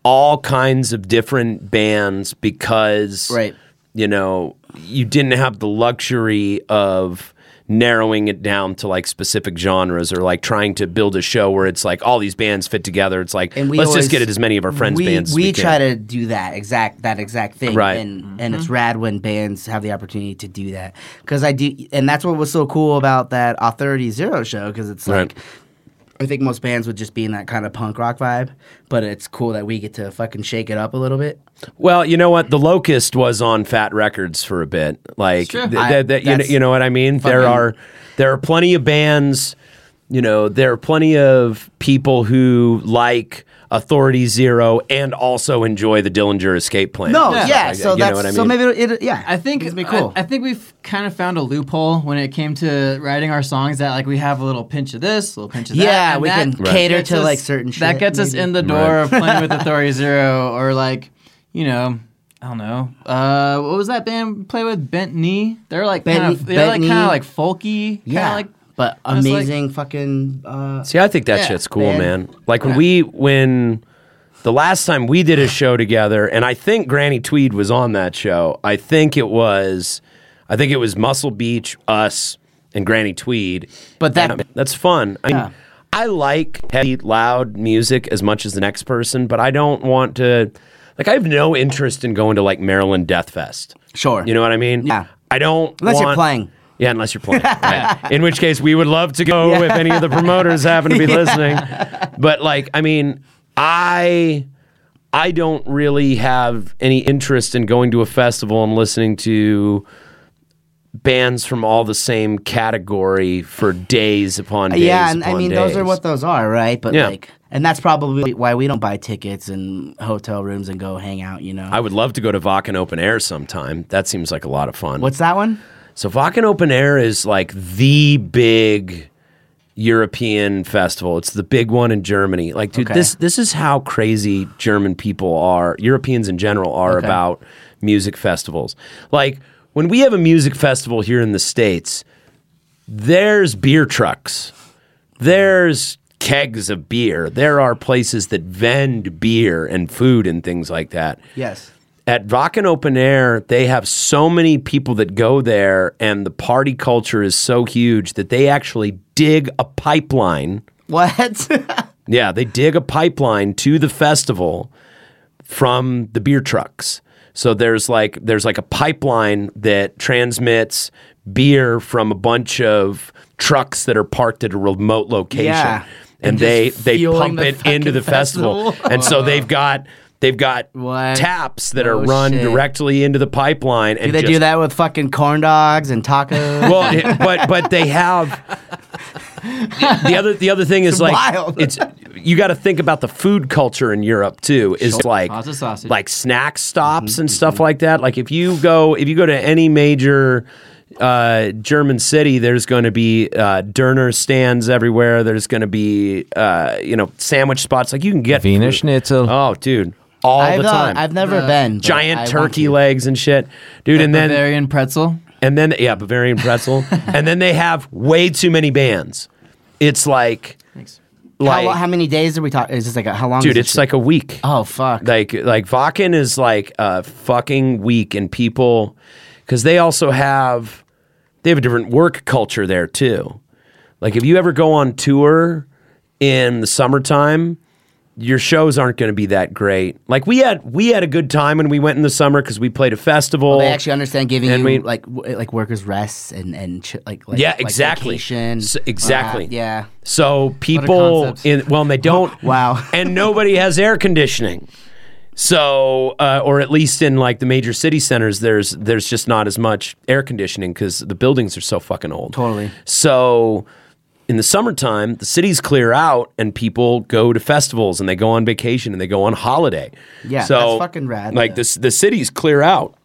Speaker 1: all kinds of different bands because
Speaker 5: Right.
Speaker 1: you know you didn't have the luxury of narrowing it down to like specific genres or like trying to build a show where it's like all these bands fit together it's like
Speaker 5: and we
Speaker 1: let's
Speaker 5: always-
Speaker 1: just get it as many of our friends
Speaker 5: we,
Speaker 1: bands as
Speaker 5: We,
Speaker 1: we
Speaker 5: try
Speaker 1: can.
Speaker 5: to do that exact that exact thing,
Speaker 1: Right.
Speaker 5: And and it's rad when bands have the opportunity to do that because I do, and that's what was so cool about that Authority Zero show because it's
Speaker 1: Right.
Speaker 5: like. I think most bands would just be in that kind of punk rock vibe, but it's cool that we get to fucking shake it up a little bit.
Speaker 1: Well, you know what? The Locust was on Fat Records for a bit. Like,
Speaker 4: Sure.
Speaker 1: th- th-
Speaker 5: I-
Speaker 1: th- you, know,
Speaker 5: that's
Speaker 1: you know what I mean? There
Speaker 5: fucking-
Speaker 1: are there are plenty of bands. You know, there are plenty of people who like Authority Zero and also enjoy the Dillinger Escape Plan.
Speaker 5: No,
Speaker 1: and
Speaker 5: yeah,
Speaker 1: stuff like
Speaker 5: so
Speaker 1: that.
Speaker 5: that's so maybe it, it yeah.
Speaker 4: I think
Speaker 5: it's be cool.
Speaker 4: I, I think we've kind of found a loophole when it came to writing our songs that like we have a little pinch of this, a little pinch of that.
Speaker 5: Yeah,
Speaker 4: and
Speaker 5: we
Speaker 4: that
Speaker 5: can cater
Speaker 4: gets
Speaker 5: to, like, certain
Speaker 4: That
Speaker 5: shit,
Speaker 4: gets us
Speaker 5: maybe.
Speaker 4: in the
Speaker 1: *laughs*
Speaker 4: door of playing with Authority Zero or like, you know, I don't know. Uh, what was that band we play with? Bent Knee. They're like
Speaker 5: Bent
Speaker 4: kind
Speaker 5: Knee-
Speaker 4: of they're like
Speaker 5: Bent
Speaker 4: kind
Speaker 5: Knee.
Speaker 4: of like folky. Kinda
Speaker 5: yeah,
Speaker 4: like
Speaker 5: but
Speaker 4: was like-
Speaker 5: amazing fucking uh,
Speaker 1: See, I think that
Speaker 4: Yeah,
Speaker 1: shit's cool,
Speaker 5: man.
Speaker 1: man. Like when we when the last time we
Speaker 5: *sighs*
Speaker 1: did a show together, and I think Granny Tweed was on that show. I think it was, I think it was Muscle Beach, us, and Granny Tweed.
Speaker 5: But that-
Speaker 1: And, um, that's fun. I mean,
Speaker 5: Yeah.
Speaker 1: I like heavy, loud music as much as the next person, but I don't want to. Like, I have no interest in going to like Maryland Death Fest.
Speaker 5: sure.
Speaker 1: You know what I mean?
Speaker 5: Yeah.
Speaker 1: I don't
Speaker 5: Unless you're
Speaker 1: want-
Speaker 5: playing.
Speaker 1: Yeah, unless you're playing.
Speaker 5: *laughs*
Speaker 1: right. In which case, we would love to go if any of the promoters happen
Speaker 5: *laughs*
Speaker 1: to be listening. But like, I mean, I I don't really have any interest in going to a festival and listening to bands from all the same category for days upon days.
Speaker 5: yeah, and I
Speaker 1: upon
Speaker 5: mean those are
Speaker 1: days.
Speaker 5: what those are, right? But
Speaker 1: Yeah.
Speaker 5: like, and that's probably why we don't buy tickets and hotel rooms and go hang out. You know,
Speaker 1: I would love to go to Vakken Open Air sometime. That seems like a lot of fun.
Speaker 5: what's that one?
Speaker 1: So Vakken Open Air is like the big European festival. It's the big one in Germany. Like, dude,
Speaker 5: Okay.
Speaker 1: this this is how crazy German people are, Europeans in general are
Speaker 5: Okay.
Speaker 1: about music festivals. Like when we have a music festival here in the States, there's beer trucks. There's kegs of beer. There are places that vend beer and food and things like that
Speaker 5: Yes.
Speaker 1: at Rockin' Open Air, they have so many people that go there, and the party culture is so huge that they actually dig a pipeline.
Speaker 5: What? *laughs*
Speaker 1: Yeah, they dig a pipeline to the festival from the beer trucks. So there's like there's like a pipeline that transmits beer from a bunch of trucks that are parked at a remote location.
Speaker 5: Yeah.
Speaker 1: And,
Speaker 5: And
Speaker 1: they
Speaker 5: just
Speaker 1: they
Speaker 5: fueling
Speaker 1: pump
Speaker 5: the
Speaker 1: it into
Speaker 5: fucking
Speaker 1: the festival. *laughs*
Speaker 5: festival.
Speaker 1: and so they've got they've got
Speaker 5: What?
Speaker 1: taps that are
Speaker 5: No
Speaker 1: run
Speaker 5: shit.
Speaker 1: directly into the pipeline and
Speaker 5: Do they
Speaker 1: just-
Speaker 5: do that with fucking corn dogs and tacos?
Speaker 1: well, it- but but they have the other the other thing is like
Speaker 5: wild.
Speaker 1: it's you got to think about the food culture in Europe too. Is like
Speaker 4: Lots of sausage.
Speaker 1: like snack stops and stuff like that. Like if you go if you go to any major uh, German city, there's going to be uh, Derner stands everywhere. There's going to be uh, you know sandwich spots. Like you can get
Speaker 6: Wiener
Speaker 1: food.
Speaker 6: Schnitzel.
Speaker 1: Oh, dude, all
Speaker 5: I've,
Speaker 1: the
Speaker 5: uh,
Speaker 1: time.
Speaker 5: I've never been. but I
Speaker 1: Giant
Speaker 5: want
Speaker 1: turkey
Speaker 5: to.
Speaker 1: legs and shit, dude. And then
Speaker 4: Bavarian pretzel.
Speaker 1: and then yeah, Bavarian
Speaker 5: *laughs*
Speaker 1: pretzel, and then they have way too many bands. It's like
Speaker 5: How,
Speaker 1: like
Speaker 5: lo- how many days are we talking? Is this like a, how long? is
Speaker 1: dude,
Speaker 5: this
Speaker 1: it's
Speaker 5: shit?
Speaker 1: like a week.
Speaker 5: oh fuck.
Speaker 1: Like like Vakken is like a fucking week, and people because they also have they have a different work culture there too. Like if you ever go on tour in the summertime, your shows aren't going to be that great. Like we had we had a good time when we went in the summer because we played a festival.
Speaker 5: Oh, they actually understand giving
Speaker 1: and
Speaker 5: you
Speaker 1: we-
Speaker 5: like w- like workers rests and and ch- like, like
Speaker 1: Yeah,
Speaker 5: like
Speaker 1: exactly.
Speaker 5: vacation.
Speaker 1: S- exactly.
Speaker 5: Uh, yeah.
Speaker 1: So people
Speaker 4: concept.
Speaker 1: in well, and they don't.
Speaker 5: *laughs* Wow.
Speaker 1: *laughs* and nobody has air conditioning. So, uh, or at least in like the major city centers, there's there's just not as much air conditioning because the buildings are so fucking old.
Speaker 5: Totally.
Speaker 1: So, in the summertime, the cities clear out and people go to festivals and they go on vacation and they go on holiday.
Speaker 5: Yeah,
Speaker 1: so
Speaker 5: that's fucking rad.
Speaker 1: Like
Speaker 5: Yeah.
Speaker 1: this, the cities clear out.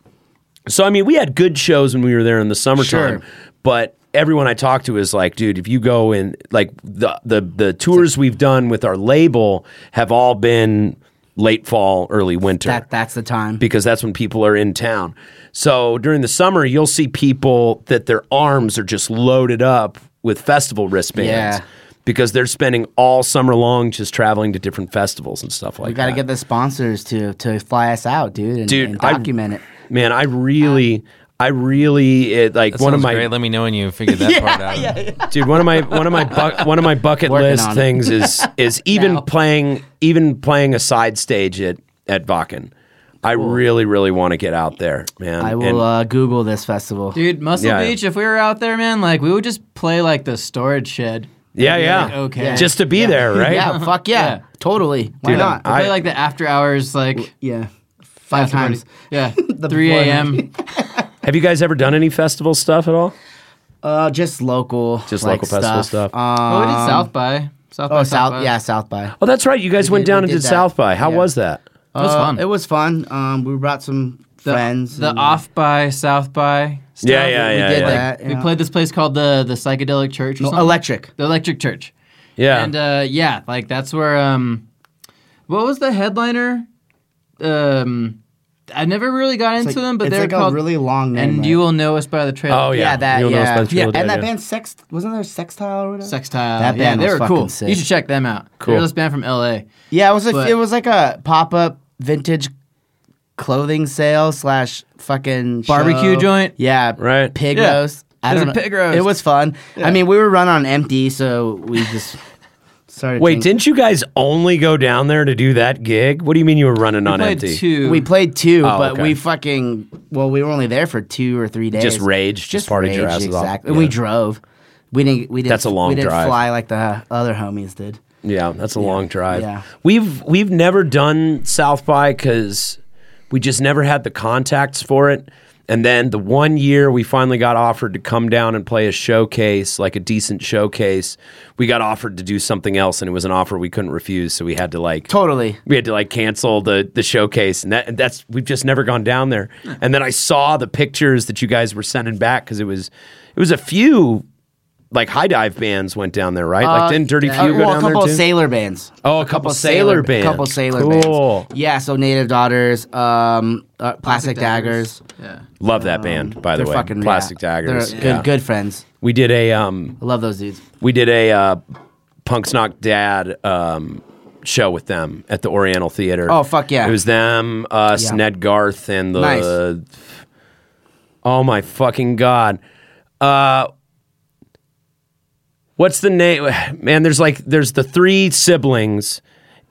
Speaker 1: So I mean, we had good shows when we were there in the summertime,
Speaker 5: Sure.
Speaker 1: but everyone I talk to is like, dude, if you go in, like the the the tours we've done with our label have all been late fall, early winter
Speaker 5: That that's the time.
Speaker 1: because that's when people are in town. So during the summer, you'll see people that their arms are just loaded up with festival wristbands
Speaker 5: Yeah.
Speaker 1: because they're spending all summer long just traveling to different festivals and stuff like
Speaker 5: we got to
Speaker 1: that.
Speaker 5: get the sponsors to to fly us out, dude, and,
Speaker 1: Dude,
Speaker 5: and
Speaker 1: I-
Speaker 5: document it.
Speaker 1: Man, I really, I really it, like
Speaker 6: That
Speaker 1: one of
Speaker 6: sounds
Speaker 1: my
Speaker 6: great. Let me know when you
Speaker 1: *laughs*
Speaker 6: figure that part out.
Speaker 1: dude one of my one of my buck one of my bucket
Speaker 5: Working
Speaker 1: list
Speaker 5: on it.
Speaker 1: things
Speaker 5: *laughs*
Speaker 1: is is even
Speaker 5: Now.
Speaker 1: playing even playing a side stage at at Vakken. I really really want to get out there, man.
Speaker 5: I will
Speaker 1: And-
Speaker 5: uh, Google this festival.
Speaker 4: Dude, Muscle
Speaker 1: Yeah.
Speaker 4: Beach, if we were out there, man, like we would just play like the storage shed.
Speaker 1: yeah,
Speaker 4: We'd be
Speaker 1: yeah.
Speaker 4: like, okay.
Speaker 1: Just to be there, right?
Speaker 4: *laughs*
Speaker 5: Yeah, fuck yeah,
Speaker 4: Yeah.
Speaker 5: totally. Why not?
Speaker 4: We'd play
Speaker 1: I-
Speaker 4: like the after hours, like
Speaker 5: yeah, five times. *laughs*
Speaker 4: yeah, 3
Speaker 5: before-
Speaker 4: a.m.
Speaker 1: Have you guys ever done any festival stuff at all?
Speaker 5: Uh, just local,
Speaker 1: Just
Speaker 5: like,
Speaker 1: local festival stuff.
Speaker 5: Um,
Speaker 4: Oh, we did South by South
Speaker 5: oh,
Speaker 4: by
Speaker 5: South,
Speaker 4: South.
Speaker 5: yeah, South by.
Speaker 1: Oh, that's right. You guys went
Speaker 5: did-
Speaker 1: down and
Speaker 5: we did
Speaker 1: did
Speaker 5: that.
Speaker 1: South by. How
Speaker 5: Yeah.
Speaker 1: was that?
Speaker 4: it was fun.
Speaker 5: Uh, It was fun. Um, we brought some
Speaker 4: the,
Speaker 5: friends.
Speaker 4: The
Speaker 5: and
Speaker 4: off by South by. Stuff.
Speaker 1: Mm. Yeah, yeah,
Speaker 4: We-
Speaker 1: yeah,
Speaker 4: We did
Speaker 1: yeah.
Speaker 4: like,
Speaker 5: Yeah,
Speaker 4: we
Speaker 5: yeah.
Speaker 4: played this place called the the psychedelic church. Or
Speaker 5: No,
Speaker 4: something.
Speaker 5: electric.
Speaker 4: The electric church.
Speaker 1: Yeah.
Speaker 4: And uh, yeah, like that's where um, what was the headliner? Um, I never really got into
Speaker 5: It's like-
Speaker 4: them, but
Speaker 5: it's
Speaker 4: they're
Speaker 5: like
Speaker 4: called
Speaker 5: a really long name.
Speaker 4: and
Speaker 5: right?
Speaker 4: you will know us by the trailer.
Speaker 1: oh yeah.
Speaker 5: yeah, that-
Speaker 1: You'll know
Speaker 5: yeah.
Speaker 1: us by the
Speaker 5: Yeah,
Speaker 1: trailer,
Speaker 5: and that
Speaker 1: yeah.
Speaker 5: band Sex wasn't there Sextile or whatever?
Speaker 4: Sextile.
Speaker 5: That
Speaker 4: yeah,
Speaker 5: band
Speaker 4: they
Speaker 5: was
Speaker 4: were
Speaker 5: fucking
Speaker 4: cool.
Speaker 5: sick.
Speaker 4: You should check them out.
Speaker 1: Cool.
Speaker 4: They're this band from LA.
Speaker 5: Yeah, it was like
Speaker 4: But-
Speaker 5: it was like a pop up vintage clothing sale slash fucking
Speaker 4: Barbecue
Speaker 5: show.
Speaker 4: joint?
Speaker 5: Yeah,
Speaker 1: Right.
Speaker 5: Pig
Speaker 4: Yeah.
Speaker 5: roast. I
Speaker 4: There's
Speaker 5: don't
Speaker 4: a
Speaker 5: know.
Speaker 4: pig roast.
Speaker 5: It was fun. I mean, we were run on empty, so we just *laughs* started.
Speaker 1: Wait,
Speaker 5: drinking.
Speaker 1: didn't you guys only go down there to do that gig? What do you mean you were running on
Speaker 4: Played
Speaker 1: empty?
Speaker 4: two.
Speaker 5: we played two,
Speaker 1: Oh,
Speaker 5: but
Speaker 1: okay.
Speaker 5: we fucking well, we were only there for two or three days.
Speaker 1: Just rage, just partied your asses off.
Speaker 5: exactly. And we
Speaker 1: Yeah.
Speaker 5: drove. We didn't. We didn't.
Speaker 1: That's a long
Speaker 5: We didn't
Speaker 1: drive.
Speaker 5: fly like the other homies did.
Speaker 1: Yeah, that's a long drive.
Speaker 5: Yeah.
Speaker 1: We've we've never done South by because we just never had the contacts for it. And then the one year we finally got offered to come down and play a showcase, like a decent showcase, we got offered to do something else, and it was an offer we couldn't refuse. So we had to like
Speaker 5: Totally.
Speaker 1: we had to like cancel the the showcase, and that that's we've just never gone down there. And then I saw the pictures that you guys were sending back because it was it was a few like high dive bands went down there, right? like didn't Dirty
Speaker 5: Uh,
Speaker 1: Few go
Speaker 5: well,
Speaker 1: down
Speaker 5: a couple
Speaker 1: there too?
Speaker 5: sailor bands.
Speaker 1: Oh, a couple sailor
Speaker 5: ba-
Speaker 1: bands.
Speaker 5: Couple sailor
Speaker 1: Cool.
Speaker 5: bands. Yeah, so Native Daughters, um, uh, Plastic Daggers. Um,
Speaker 4: Yeah.
Speaker 1: Love that band, by the
Speaker 5: They're
Speaker 1: way.
Speaker 5: fucking yeah,
Speaker 1: Plastic Daggers.
Speaker 5: They're
Speaker 1: Yeah.
Speaker 5: good, good friends.
Speaker 1: We did a um
Speaker 5: I love those dudes.
Speaker 1: we did a uh, Punk's Knock Dad um show with them at the Oriental Theater.
Speaker 5: Oh, fuck yeah.
Speaker 1: It was them, us,
Speaker 5: Yeah.
Speaker 1: Ned Garth, and the
Speaker 5: Nice.
Speaker 1: oh my fucking god. Uh, what's the name? Man, there's like there's the three siblings,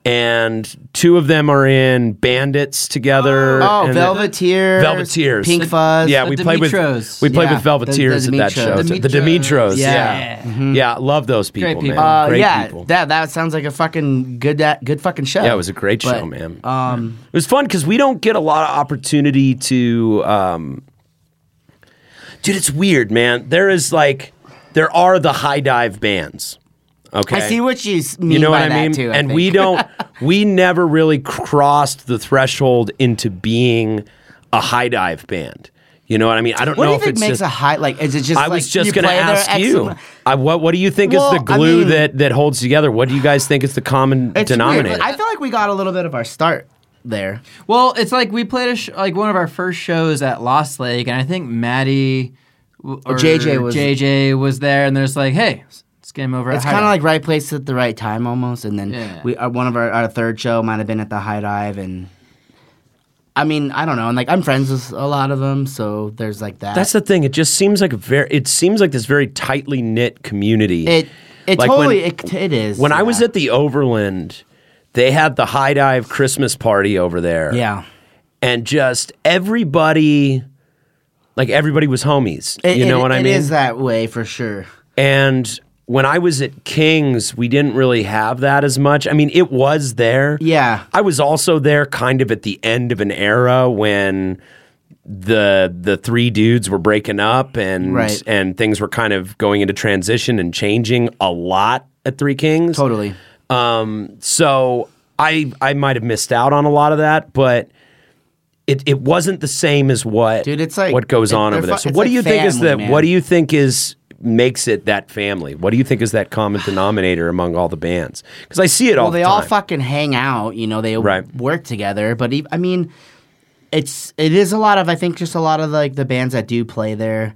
Speaker 1: and two of them are in Bandits together.
Speaker 5: Oh,
Speaker 1: and the-
Speaker 5: Velveteers.
Speaker 1: Velveteers.
Speaker 5: Pink Fuzz.
Speaker 1: yeah,
Speaker 4: The
Speaker 1: we played with
Speaker 4: Dimitros.
Speaker 1: we played
Speaker 5: Yeah,
Speaker 1: with Velveteers
Speaker 5: the- the
Speaker 1: at that show.
Speaker 5: Dimitros.
Speaker 1: too. The
Speaker 4: Dimitros.
Speaker 1: Dimitros, yeah,
Speaker 5: Yeah. Mm-hmm.
Speaker 1: yeah, love those people,
Speaker 4: Great people.
Speaker 1: man.
Speaker 5: Uh,
Speaker 1: Great
Speaker 5: yeah,
Speaker 1: people.
Speaker 5: that that sounds like a fucking good that good fucking show.
Speaker 1: yeah, it was a great
Speaker 5: But,
Speaker 1: show, man.
Speaker 5: Um,
Speaker 1: It was fun because we don't get a lot of opportunity to. Um, dude, it's weird, man. There is like, there are the high dive bands. Okay,
Speaker 5: I see what you s- mean
Speaker 1: you know
Speaker 5: by
Speaker 1: what I
Speaker 5: that
Speaker 1: mean.
Speaker 5: too. I
Speaker 1: and
Speaker 5: think.
Speaker 1: we don't, *laughs* we never really crossed the threshold into being a high dive band. You know what I mean? I don't
Speaker 5: What
Speaker 1: know
Speaker 5: do you
Speaker 1: if
Speaker 5: think
Speaker 1: it's
Speaker 5: makes
Speaker 1: just,
Speaker 5: a high? Like, is it just?
Speaker 1: I
Speaker 5: like,
Speaker 1: was just
Speaker 5: you
Speaker 1: going to
Speaker 5: play there
Speaker 1: ask
Speaker 5: X
Speaker 1: you.
Speaker 5: amount-
Speaker 1: I, what What do you think
Speaker 5: Well,
Speaker 1: is the
Speaker 5: I
Speaker 1: glue
Speaker 5: mean-
Speaker 1: that that holds together? What do you guys think is the common
Speaker 5: It's weird.
Speaker 1: denominator?
Speaker 5: I feel like we got a little bit of our start there.
Speaker 4: Well, it's like we played a sh- like one of our first shows at Lost Lake, and I think Maddie w- or
Speaker 5: JJ was-
Speaker 4: JJ was there, and there's like, hey, let's get him over.
Speaker 5: It's kind of like right place at the right time almost, and then
Speaker 4: Yeah.
Speaker 5: we our, one of our, our third show might have been at the High Dive, and I mean I don't know, and like I'm friends with a lot of them, so there's like that.
Speaker 1: That's the thing. It just seems like a very. It seems like this very tightly knit community.
Speaker 5: it. It
Speaker 1: Like when-
Speaker 5: totally it, it is.
Speaker 1: when I
Speaker 5: yeah.
Speaker 1: was at the Overland, they had the high dive Christmas party over there.
Speaker 5: yeah,
Speaker 1: and just everybody, like everybody was homies.
Speaker 5: It-
Speaker 1: you know
Speaker 5: it-
Speaker 1: what I mean?
Speaker 5: It is that way for sure.
Speaker 1: And when I was at Kings, we didn't really have that as much. I mean, it was there.
Speaker 5: Yeah.
Speaker 1: I was also there kind of at the end of an era when the the three dudes were breaking up and
Speaker 5: Right.
Speaker 1: and things were kind of going into transition and changing a lot at Three Kings.
Speaker 5: Totally.
Speaker 1: So I I might have missed out on a lot of that, but it, it wasn't the same as what
Speaker 5: Dude, it's like-
Speaker 1: what goes
Speaker 5: it-
Speaker 1: on
Speaker 5: they're
Speaker 1: over there.
Speaker 5: fu-
Speaker 1: So
Speaker 5: it's
Speaker 1: what do
Speaker 5: like
Speaker 1: you think is
Speaker 5: family,
Speaker 1: that
Speaker 5: man.
Speaker 1: what do you think is makes it that family? What do you think is that common denominator among all the bands? Because I see it all
Speaker 5: Well, they
Speaker 1: the
Speaker 5: all
Speaker 1: time.
Speaker 5: fucking hang out. You know, they
Speaker 1: Right.
Speaker 5: work together. But ev- I mean, it's it is a lot of I think just a lot of like the bands that do play there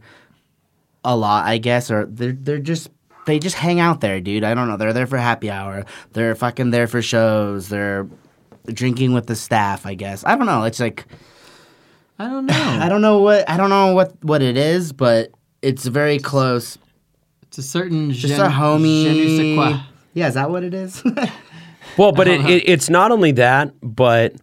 Speaker 5: a lot. I guess or they're they're just they just hang out there, dude. I don't know. They're there for happy hour. They're fucking there for shows. They're drinking with the staff. I guess I don't know. It's like
Speaker 4: I don't know.
Speaker 5: *laughs* I don't know what I don't know what what it is, but it's very close.
Speaker 4: It's a certain
Speaker 5: Just
Speaker 4: gen-
Speaker 5: a homie.
Speaker 4: je ne sais quoi.
Speaker 5: Yeah, is that what it is? *laughs*
Speaker 1: Well, but it,
Speaker 5: Uh-huh.
Speaker 1: it, it's not only that, but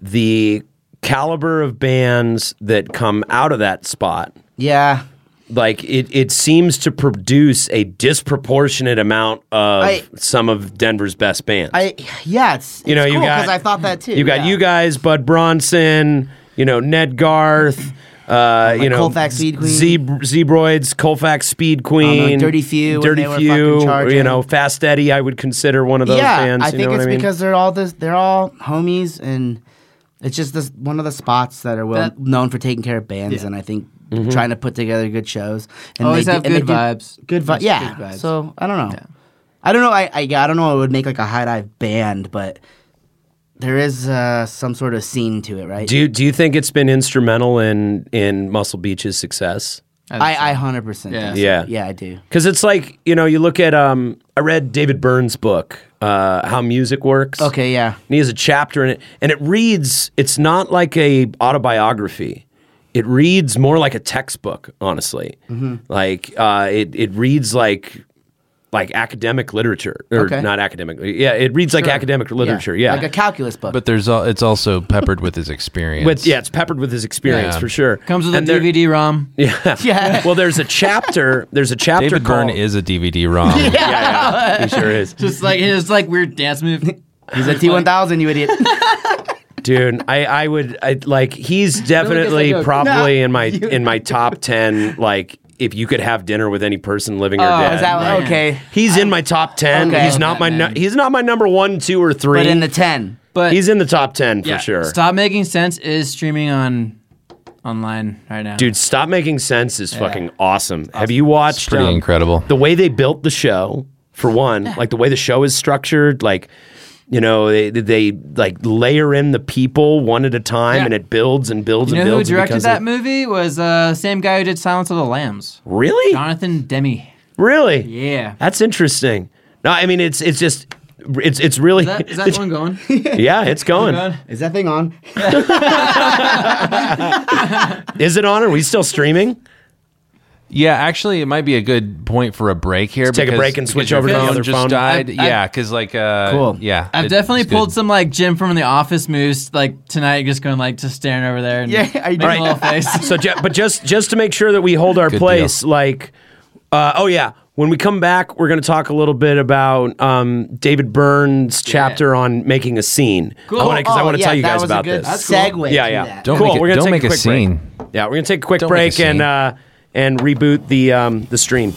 Speaker 1: the caliber of bands that come out of that spot,
Speaker 5: yeah.
Speaker 1: like it, it seems to produce a disproportionate amount of
Speaker 5: I-
Speaker 1: some of Denver's best bands.
Speaker 5: I yeah, it's
Speaker 1: you know, you got
Speaker 5: because I thought that too.
Speaker 1: You got
Speaker 5: yeah.
Speaker 1: you guys, Bud Bronson, you know Ned Garth. Uh, you know,
Speaker 5: Colfax Speed Queen.
Speaker 1: Zeb- Zebroids, Colfax Speed Queen,
Speaker 5: Dirty Few when
Speaker 1: Dirty
Speaker 5: they were
Speaker 1: Few,
Speaker 5: fucking charging.
Speaker 1: you know, Fast Eddie. I would consider one of those
Speaker 5: yeah,
Speaker 1: bands.
Speaker 5: I
Speaker 1: you
Speaker 5: think
Speaker 1: know
Speaker 5: it's
Speaker 1: what I mean?
Speaker 5: because they're all this, they're all homies, and it's just this one of the spots that are well
Speaker 4: That-
Speaker 5: known for taking care of bands, and I think
Speaker 1: Mm-hmm.
Speaker 5: trying to put together good shows. And
Speaker 4: Always
Speaker 5: do-
Speaker 4: have
Speaker 5: and
Speaker 4: good
Speaker 5: do
Speaker 4: vibes.
Speaker 5: Good vibes.
Speaker 4: Just
Speaker 5: Yeah.
Speaker 4: good vibes.
Speaker 5: So I don't know. I don't know. I, I I don't know. what would make like a high dive band, but there is uh, some sort of scene to it, right?
Speaker 1: Do you, do you think it's been instrumental in in Muscle Beach's success?
Speaker 5: I I hundred percent.
Speaker 4: Yeah.
Speaker 1: Yeah.
Speaker 5: Yeah, I do.
Speaker 1: Because it's like you know, you look at um, I read David Byrne's book, uh, How Music Works.
Speaker 5: Okay. Yeah.
Speaker 1: and he has a chapter in it, and it reads. It's not like a autobiography. It reads more like a textbook, honestly. Like uh, it it reads like like academic literature, or
Speaker 5: Okay.
Speaker 1: not academic. Yeah, it reads like academic literature. Yeah,
Speaker 5: Like a calculus book.
Speaker 6: But there's al- it's also peppered with his experience.
Speaker 1: with yeah, it's peppered with his experience
Speaker 6: Yeah.
Speaker 1: for sure.
Speaker 4: Comes with
Speaker 1: And
Speaker 4: a
Speaker 1: there-
Speaker 4: DVD-ROM.
Speaker 1: *laughs* Yeah.
Speaker 5: Yeah.
Speaker 1: Well, there's a chapter. There's a chapter.
Speaker 6: David Byrne
Speaker 1: called-
Speaker 6: is a DVD ROM.
Speaker 1: *laughs* Yeah, yeah, he sure is.
Speaker 5: *laughs*
Speaker 4: Just like it's like weird dance move.
Speaker 1: *laughs* Oh,
Speaker 5: He's a T one thousand. You idiot.
Speaker 1: dude. I, I would I, like he's definitely
Speaker 4: joke.
Speaker 1: probably
Speaker 5: No,
Speaker 1: in my
Speaker 5: you-
Speaker 1: in my top ten. Like if you could have dinner with any person living or dead,
Speaker 5: Oh, Is that
Speaker 1: like,
Speaker 5: one? okay?
Speaker 1: he's in my top ten.
Speaker 5: Okay.
Speaker 1: He's not my nu- he's not my number one, two, or three.
Speaker 5: But in the ten,
Speaker 4: But
Speaker 1: he's in the top ten for
Speaker 4: yeah,
Speaker 1: sure.
Speaker 4: Stop making sense is streaming on online right now.
Speaker 1: Dude, Stop Making Sense is fucking awesome. Have you watched
Speaker 6: Pretty
Speaker 1: um,
Speaker 6: incredible.
Speaker 1: the way they built the show? For one, like the way the show is structured, like you know, they, they like layer in the people one at a time,
Speaker 4: Yeah.
Speaker 1: and it builds and builds
Speaker 4: you know
Speaker 1: and
Speaker 4: who
Speaker 1: builds. and
Speaker 4: directed
Speaker 1: becomes
Speaker 4: that
Speaker 1: a-
Speaker 4: movie? Was uh same guy who did Silence of the Lambs.
Speaker 1: Really?
Speaker 4: Jonathan Demi.
Speaker 1: Really?
Speaker 4: Yeah.
Speaker 1: That's interesting. No, I mean it's it's just it's it's really
Speaker 4: Is that, is that one
Speaker 5: *laughs*
Speaker 4: going?
Speaker 1: *laughs* yeah, it's going.
Speaker 4: Going?
Speaker 5: is that thing on?
Speaker 1: Is it on? Are we still streaming?
Speaker 6: Yeah, actually, it might be a good point for a break here.
Speaker 1: take a
Speaker 6: because-
Speaker 1: break and
Speaker 6: because
Speaker 1: switch
Speaker 6: your
Speaker 1: over to
Speaker 6: phone
Speaker 1: another
Speaker 6: just
Speaker 1: phone.
Speaker 6: Died.
Speaker 4: I- I-
Speaker 6: yeah, because like uh,
Speaker 5: Cool.
Speaker 6: Yeah,
Speaker 4: I've
Speaker 6: it-
Speaker 4: definitely
Speaker 6: it's good.
Speaker 4: pulled some like Jim from the office moves like tonight, just going like just staring over there and
Speaker 5: Yeah, I do.
Speaker 4: making
Speaker 5: *laughs*
Speaker 4: a little face.
Speaker 1: So, ju- but just just to make sure that we hold our
Speaker 6: Good
Speaker 1: place,
Speaker 6: deal.
Speaker 1: like, uh, oh yeah, when we come back, we're going to talk a little bit about um, David Burns' chapter on making a scene. Cool. I want because I
Speaker 5: Oh,
Speaker 1: want to
Speaker 5: yeah,
Speaker 1: tell you
Speaker 5: that
Speaker 1: guys
Speaker 5: was a
Speaker 1: about
Speaker 5: good
Speaker 1: this.
Speaker 5: Segue.
Speaker 1: Yeah,
Speaker 5: to
Speaker 1: yeah.
Speaker 5: that.
Speaker 6: Don't
Speaker 1: cool.
Speaker 6: make it-
Speaker 1: we're gonna
Speaker 6: don't
Speaker 1: take
Speaker 6: make
Speaker 1: a
Speaker 6: a
Speaker 1: quick break.
Speaker 6: scene.
Speaker 1: Yeah, we're gonna take a quick
Speaker 6: Don't make a
Speaker 1: break and
Speaker 6: scene.
Speaker 1: uh, and reboot the um, the stream.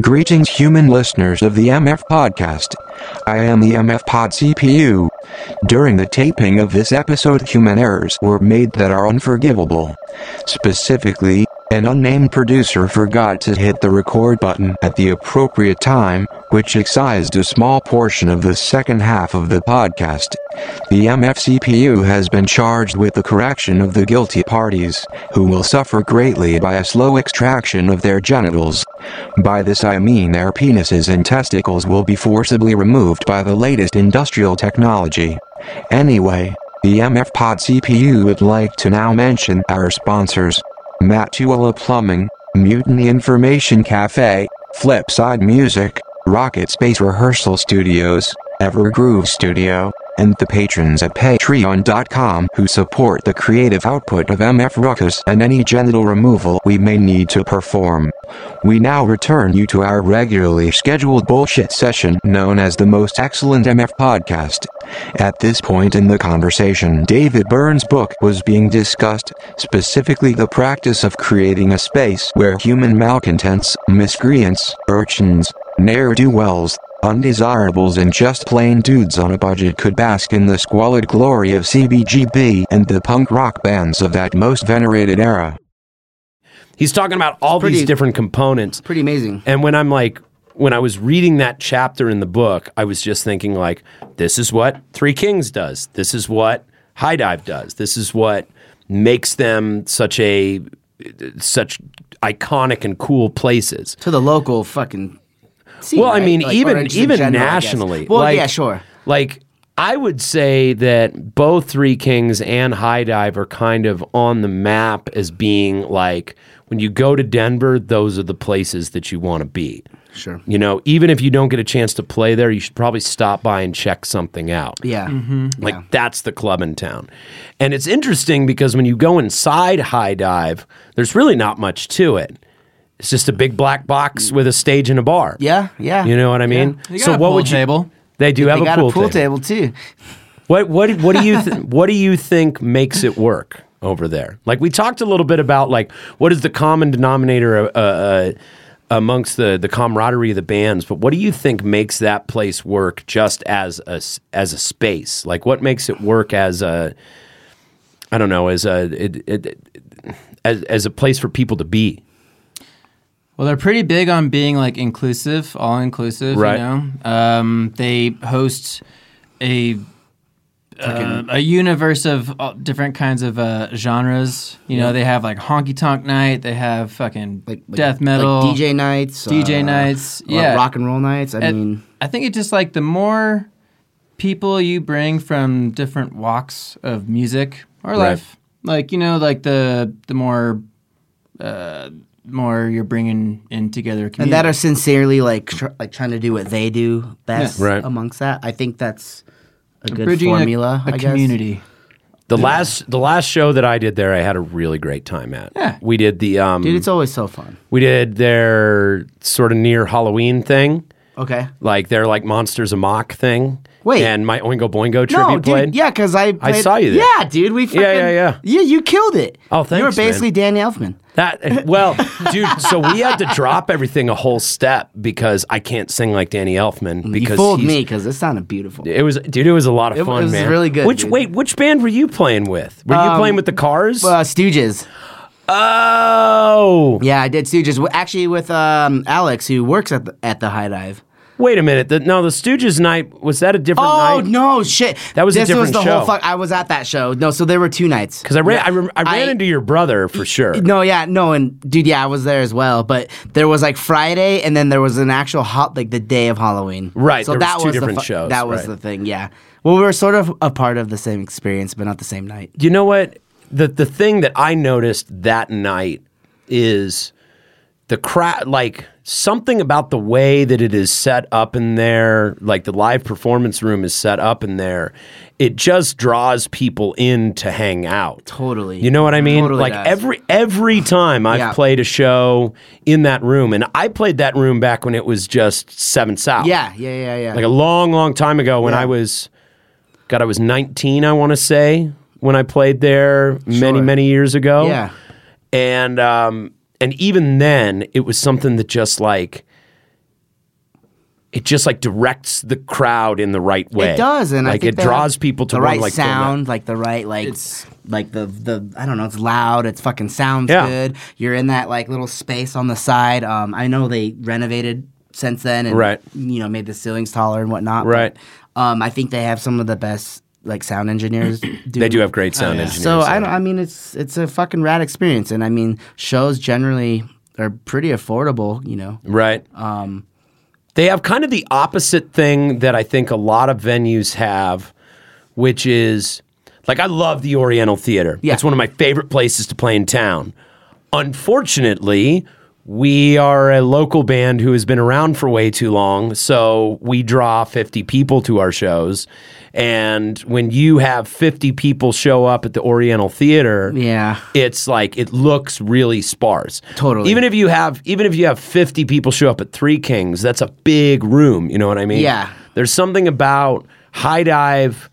Speaker 8: Greetings, human listeners of the MF Podcast. I am the MF Pod CPU. During the taping of this episode, human errors were made that are unforgivable. Specifically, an unnamed producer forgot to hit the record button at the appropriate time, which excised a small portion of the second half of the podcast. The MF CPU has been charged with the correction of the guilty parties, who will suffer greatly by a slow extraction of their genitals. By this I mean their penises and testicles will be forcibly removed by the latest industrial technology. Anyway, the MF Pod CPU would like to now mention our sponsors. Matuala Plumbing, Mutiny Information Cafe, Flipside Music, Rocket Space Rehearsal Studios, Evergroove Studio, and the patrons at patreon.com who support the creative output of MF Ruckus and any genital removal we may need to perform. We now return you to our regularly scheduled bullshit session known as the Most Excellent MF Podcast. At this point in the conversation, David Burns' book was being discussed, specifically the practice of creating a space where human malcontents, miscreants, urchins, ne'er do wells, undesirables, and just plain dudes on a budget could bask in the squalid glory of CBGB and the punk rock bands of that most venerated era.
Speaker 1: He's talking about all these
Speaker 5: pretty-
Speaker 1: different components.
Speaker 5: Pretty amazing.
Speaker 1: And when I'm like, when I was reading that chapter in the book, I was just thinking like, this is what Three Kings does. This is what High Dive does. This is what makes them such a such iconic and cool places.
Speaker 5: to the local fucking. Scene,
Speaker 1: Well, I
Speaker 5: right?
Speaker 1: mean,
Speaker 5: Like, or
Speaker 1: even
Speaker 5: just in
Speaker 1: even
Speaker 5: general, I guess.
Speaker 1: nationally.
Speaker 5: Well,
Speaker 1: like-
Speaker 5: yeah, sure.
Speaker 1: Like I would say that both Three Kings and High Dive are kind of on the map as being like when you go to Denver, those are the places that you want to be.
Speaker 5: Sure.
Speaker 1: You know, even if you don't get a chance to play there, you should probably stop by and check something out. Mm-hmm.
Speaker 5: Yeah.
Speaker 4: Mm-hmm.
Speaker 1: Like that's the club in town. And it's interesting because when you go inside High Dive, there's really not much to it. It's just a big black box with a stage and a bar.
Speaker 5: Yeah. Yeah.
Speaker 1: You know what I mean?
Speaker 4: They got a pool table.
Speaker 1: They do
Speaker 5: They
Speaker 1: have
Speaker 5: got
Speaker 1: a pool, table.
Speaker 5: table. too.
Speaker 1: What what what do you th- what do you think makes it work over there? Like we talked a little bit about like what is the common denominator uh, uh, amongst the the camaraderie of the bands, but what do you think makes that place work just as a s- as a space? Like what makes it work as a I don't know as a it, it, as as a place for people to be?
Speaker 4: Well, they're pretty big on being like inclusive, all inclusive.
Speaker 1: Right.
Speaker 4: You know,
Speaker 5: Uh,
Speaker 4: um, they host a uh, a universe of all different kinds of uh, genres. You know, they have like honky tonk night. They have fucking
Speaker 5: Like, like-
Speaker 4: death metal,
Speaker 5: like DJ nights,
Speaker 4: DJ
Speaker 5: uh,
Speaker 4: nights.
Speaker 5: ro-
Speaker 4: Yeah,
Speaker 5: rock and roll nights. I
Speaker 4: And
Speaker 5: mean,
Speaker 4: I think it's just like the more people you bring from different walks of music or life, like you know, like the the more uh, more you're bringing in together a community.
Speaker 5: and that are sincerely like tr- like trying to do what they do best
Speaker 1: Yeah. Right.
Speaker 5: amongst that. I think that's a good
Speaker 4: bridging a-
Speaker 5: formula.
Speaker 4: a,
Speaker 5: I guess.
Speaker 4: community.
Speaker 1: The last the last show that I did there, I had a really great time at.
Speaker 4: Yeah.
Speaker 1: we did the um,
Speaker 5: dude. It's always so fun.
Speaker 1: we did their sort of near Halloween thing,
Speaker 5: Okay.
Speaker 1: like their like Monsters Amok thing.
Speaker 5: Wait.
Speaker 1: and my Oingo Boingo tribute
Speaker 5: No, dude.
Speaker 1: played.
Speaker 5: Yeah, because I
Speaker 1: I
Speaker 5: played-
Speaker 1: saw you there.
Speaker 5: Yeah, dude. We. Freaking,
Speaker 1: yeah, yeah.
Speaker 5: Yeah, you killed it.
Speaker 1: Oh,
Speaker 5: You were
Speaker 1: thanks, man.
Speaker 5: basically Danny Elfman.
Speaker 1: That well, dude. So we had to drop everything a whole step because I can't sing like Danny Elfman. Because
Speaker 5: you fooled
Speaker 1: he's-
Speaker 5: me because it sounded beautiful.
Speaker 1: It was, dude. It was a lot of
Speaker 5: It
Speaker 1: fun,
Speaker 5: was
Speaker 1: man.
Speaker 5: really good,
Speaker 1: Which
Speaker 5: dude.
Speaker 1: wait, which band were you playing with? Were you
Speaker 5: Um,
Speaker 1: playing with the Cars?
Speaker 5: Uh, Stooges.
Speaker 1: oh,
Speaker 5: Yeah, I did Stooges. W- Actually, with um, Alex, who works at the, at the High Dive.
Speaker 1: wait a minute. The, no, the Stooges night was that a different
Speaker 5: Oh
Speaker 1: night?
Speaker 5: no, shit!
Speaker 1: That was a
Speaker 5: this was
Speaker 1: different
Speaker 5: the
Speaker 1: show.
Speaker 5: whole fuck. I was at that show. No, so there were two nights.
Speaker 1: Because I ran, I, rem- I ran
Speaker 5: I-
Speaker 1: into your brother for sure.
Speaker 5: No, yeah, no, and dude, yeah, I was there as well. But there was like Friday, and then there was an actual hot like the day of Halloween.
Speaker 1: Right,
Speaker 5: So
Speaker 1: there was
Speaker 5: that
Speaker 1: two
Speaker 5: the
Speaker 1: different
Speaker 5: fu-
Speaker 1: shows,
Speaker 5: That was
Speaker 1: right.
Speaker 5: the thing. Yeah. Well, we were sort of a part of the same experience, but not the same night.
Speaker 1: you know what? The the thing that I noticed that night is the crowd, like something about the way that it is set up in there, like the live performance room is set up in there. It just draws people in to hang out.
Speaker 5: Totally.
Speaker 1: You know what I mean?
Speaker 5: Totally
Speaker 1: like
Speaker 5: does.
Speaker 1: every every time I've
Speaker 5: Yeah.
Speaker 1: played a show in that room, and I played that room back when it was just Seven South.
Speaker 5: Yeah, yeah, yeah, yeah.
Speaker 1: like a long, long time ago when I was, God, I was 19, I want to say, when I played there many,
Speaker 5: Sure.
Speaker 1: many years ago.
Speaker 5: yeah.
Speaker 1: And, um, and even then, it was something that just like, it just like directs the crowd in the right way.
Speaker 5: It does, and
Speaker 1: like
Speaker 5: I think
Speaker 1: it
Speaker 5: they have
Speaker 1: draws people to
Speaker 5: the
Speaker 1: one,
Speaker 5: right
Speaker 1: like, the
Speaker 5: sound, like the right like
Speaker 4: It's-
Speaker 5: like the the I don't know, it's loud, it's fucking sounds
Speaker 1: Yeah.
Speaker 5: good. You're in that like little space on the side. Um, I know they renovated since then and
Speaker 1: Right.
Speaker 5: you know made the ceilings taller and whatnot. but,
Speaker 1: Right.
Speaker 5: um, I think they have some of the best like sound engineers. do.
Speaker 1: *clears throat* They do have great sound engineers.
Speaker 5: So I
Speaker 1: there.
Speaker 5: don't. I mean, it's it's a fucking rad experience, and I mean, shows generally are pretty affordable. You know.
Speaker 1: Right. Um, they have kind of the opposite thing that I think a lot of venues have, which is like I love the Oriental Theater.
Speaker 5: Yeah.
Speaker 1: It's one of my favorite places to play in town. Unfortunately, we are a local band who has been around for way too long, so we draw 50 people to our shows. And when you have 50 people show up at the Oriental Theater,
Speaker 5: Yeah.
Speaker 1: it's like it looks really sparse.
Speaker 5: Totally.
Speaker 1: Even if you have even if you have 50 people show up at Three Kings, that's a big room, you know what I mean?
Speaker 5: Yeah.
Speaker 1: There's something about High Dive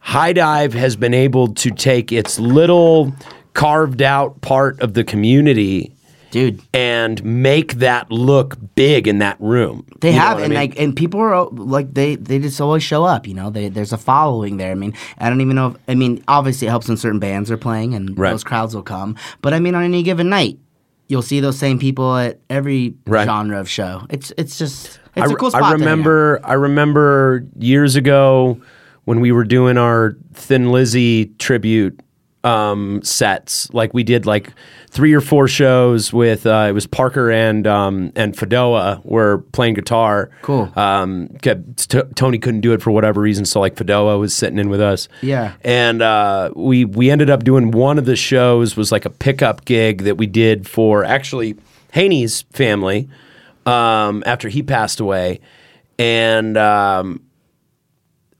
Speaker 1: High Dive has been able to take its little carved out part of the community
Speaker 5: Dude,
Speaker 1: and make that look big in that room.
Speaker 5: They
Speaker 1: You know
Speaker 5: have,
Speaker 1: what I
Speaker 5: and
Speaker 1: mean?
Speaker 5: like, and people are oh, like, they they just always show up. You know, they, there's a following there. I mean, I don't even know. If, I mean, obviously, it helps when certain bands are playing, and
Speaker 1: Right.
Speaker 5: those crowds will come. But I mean, on any given night, you'll see those same people at every
Speaker 1: Right.
Speaker 5: genre of show. It's it's just it's
Speaker 1: I
Speaker 5: a cool
Speaker 1: re-
Speaker 5: spot.
Speaker 1: I
Speaker 5: to hang out.
Speaker 1: remember. I remember years ago when we were doing our Thin Lizzy tribute um, sets. Like we did like three or four shows with. Uh, it was Parker and um, and Fedoa were playing guitar.
Speaker 5: Cool.
Speaker 1: Um, 'cause T- Tony couldn't do it for whatever reason, so like Fedoa was sitting in with us.
Speaker 5: Yeah.
Speaker 1: And uh, we we ended up doing one of the shows was like a pickup gig that we did for actually Haney's family um, after he passed away, and um,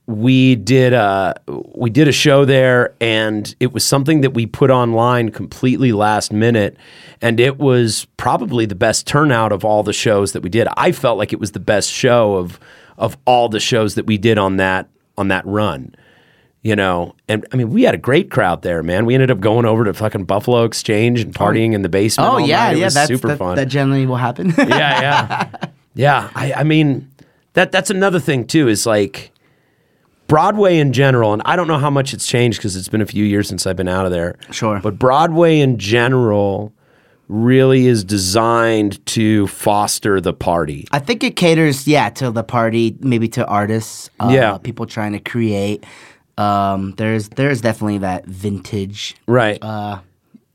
Speaker 1: we did a we did a show there, and it was something that we put online completely last minute, and it was probably the best turnout of all the shows that we did. I felt like it was the best show of of all the shows that we did on that on that run. You know, and I mean, we had a great crowd there, man. We ended up going over to fucking Buffalo Exchange and partying in the basement.
Speaker 5: Oh
Speaker 1: all
Speaker 5: yeah,
Speaker 1: night. It
Speaker 5: yeah,
Speaker 1: was
Speaker 5: that's
Speaker 1: super
Speaker 5: that,
Speaker 1: fun
Speaker 5: that generally will happen.
Speaker 1: *laughs* yeah, yeah, yeah. I, I mean, that that's another thing too. Is like Broadway in general, and I don't know how much it's changed because it's been a few years since I've been out of there.
Speaker 5: Sure.
Speaker 1: but Broadway in general really is designed to foster the party.
Speaker 5: I think it caters, yeah, to the party, maybe to artists, uh,
Speaker 1: Yeah.
Speaker 5: people trying to create. Um, there's there's definitely that vintage
Speaker 1: Right.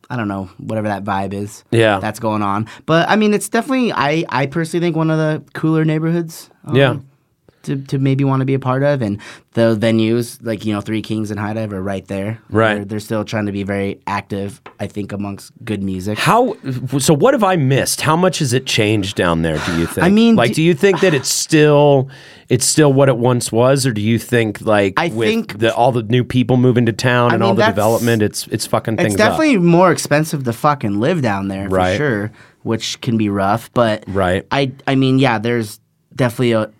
Speaker 5: I don't know, whatever that vibe is.
Speaker 1: Yeah.
Speaker 5: That's going on. But I mean, it's definitely, I, I personally think one of the cooler neighborhoods. um,
Speaker 1: yeah.
Speaker 5: to, to maybe want to be a part of. And the venues, like, you know, Three Kings and High Dive are right there.
Speaker 1: Right.
Speaker 5: They're, they're still trying to be very active, I think, amongst good music.
Speaker 1: How so? What have I missed? How much has it changed down there? Do you think?
Speaker 5: I mean,
Speaker 1: like,
Speaker 5: d-
Speaker 1: do you think that it's still it's still what it once was, or do you think like
Speaker 5: I
Speaker 1: with
Speaker 5: think-
Speaker 1: the, all the new people moving to town
Speaker 5: I
Speaker 1: and
Speaker 5: mean,
Speaker 1: all the
Speaker 5: that's-
Speaker 1: development, it's it's fucking things
Speaker 5: It's definitely more expensive to fucking live down there
Speaker 1: Right.
Speaker 5: for sure, which can be rough. But
Speaker 1: Right.
Speaker 5: I I mean, yeah, there's definitely a,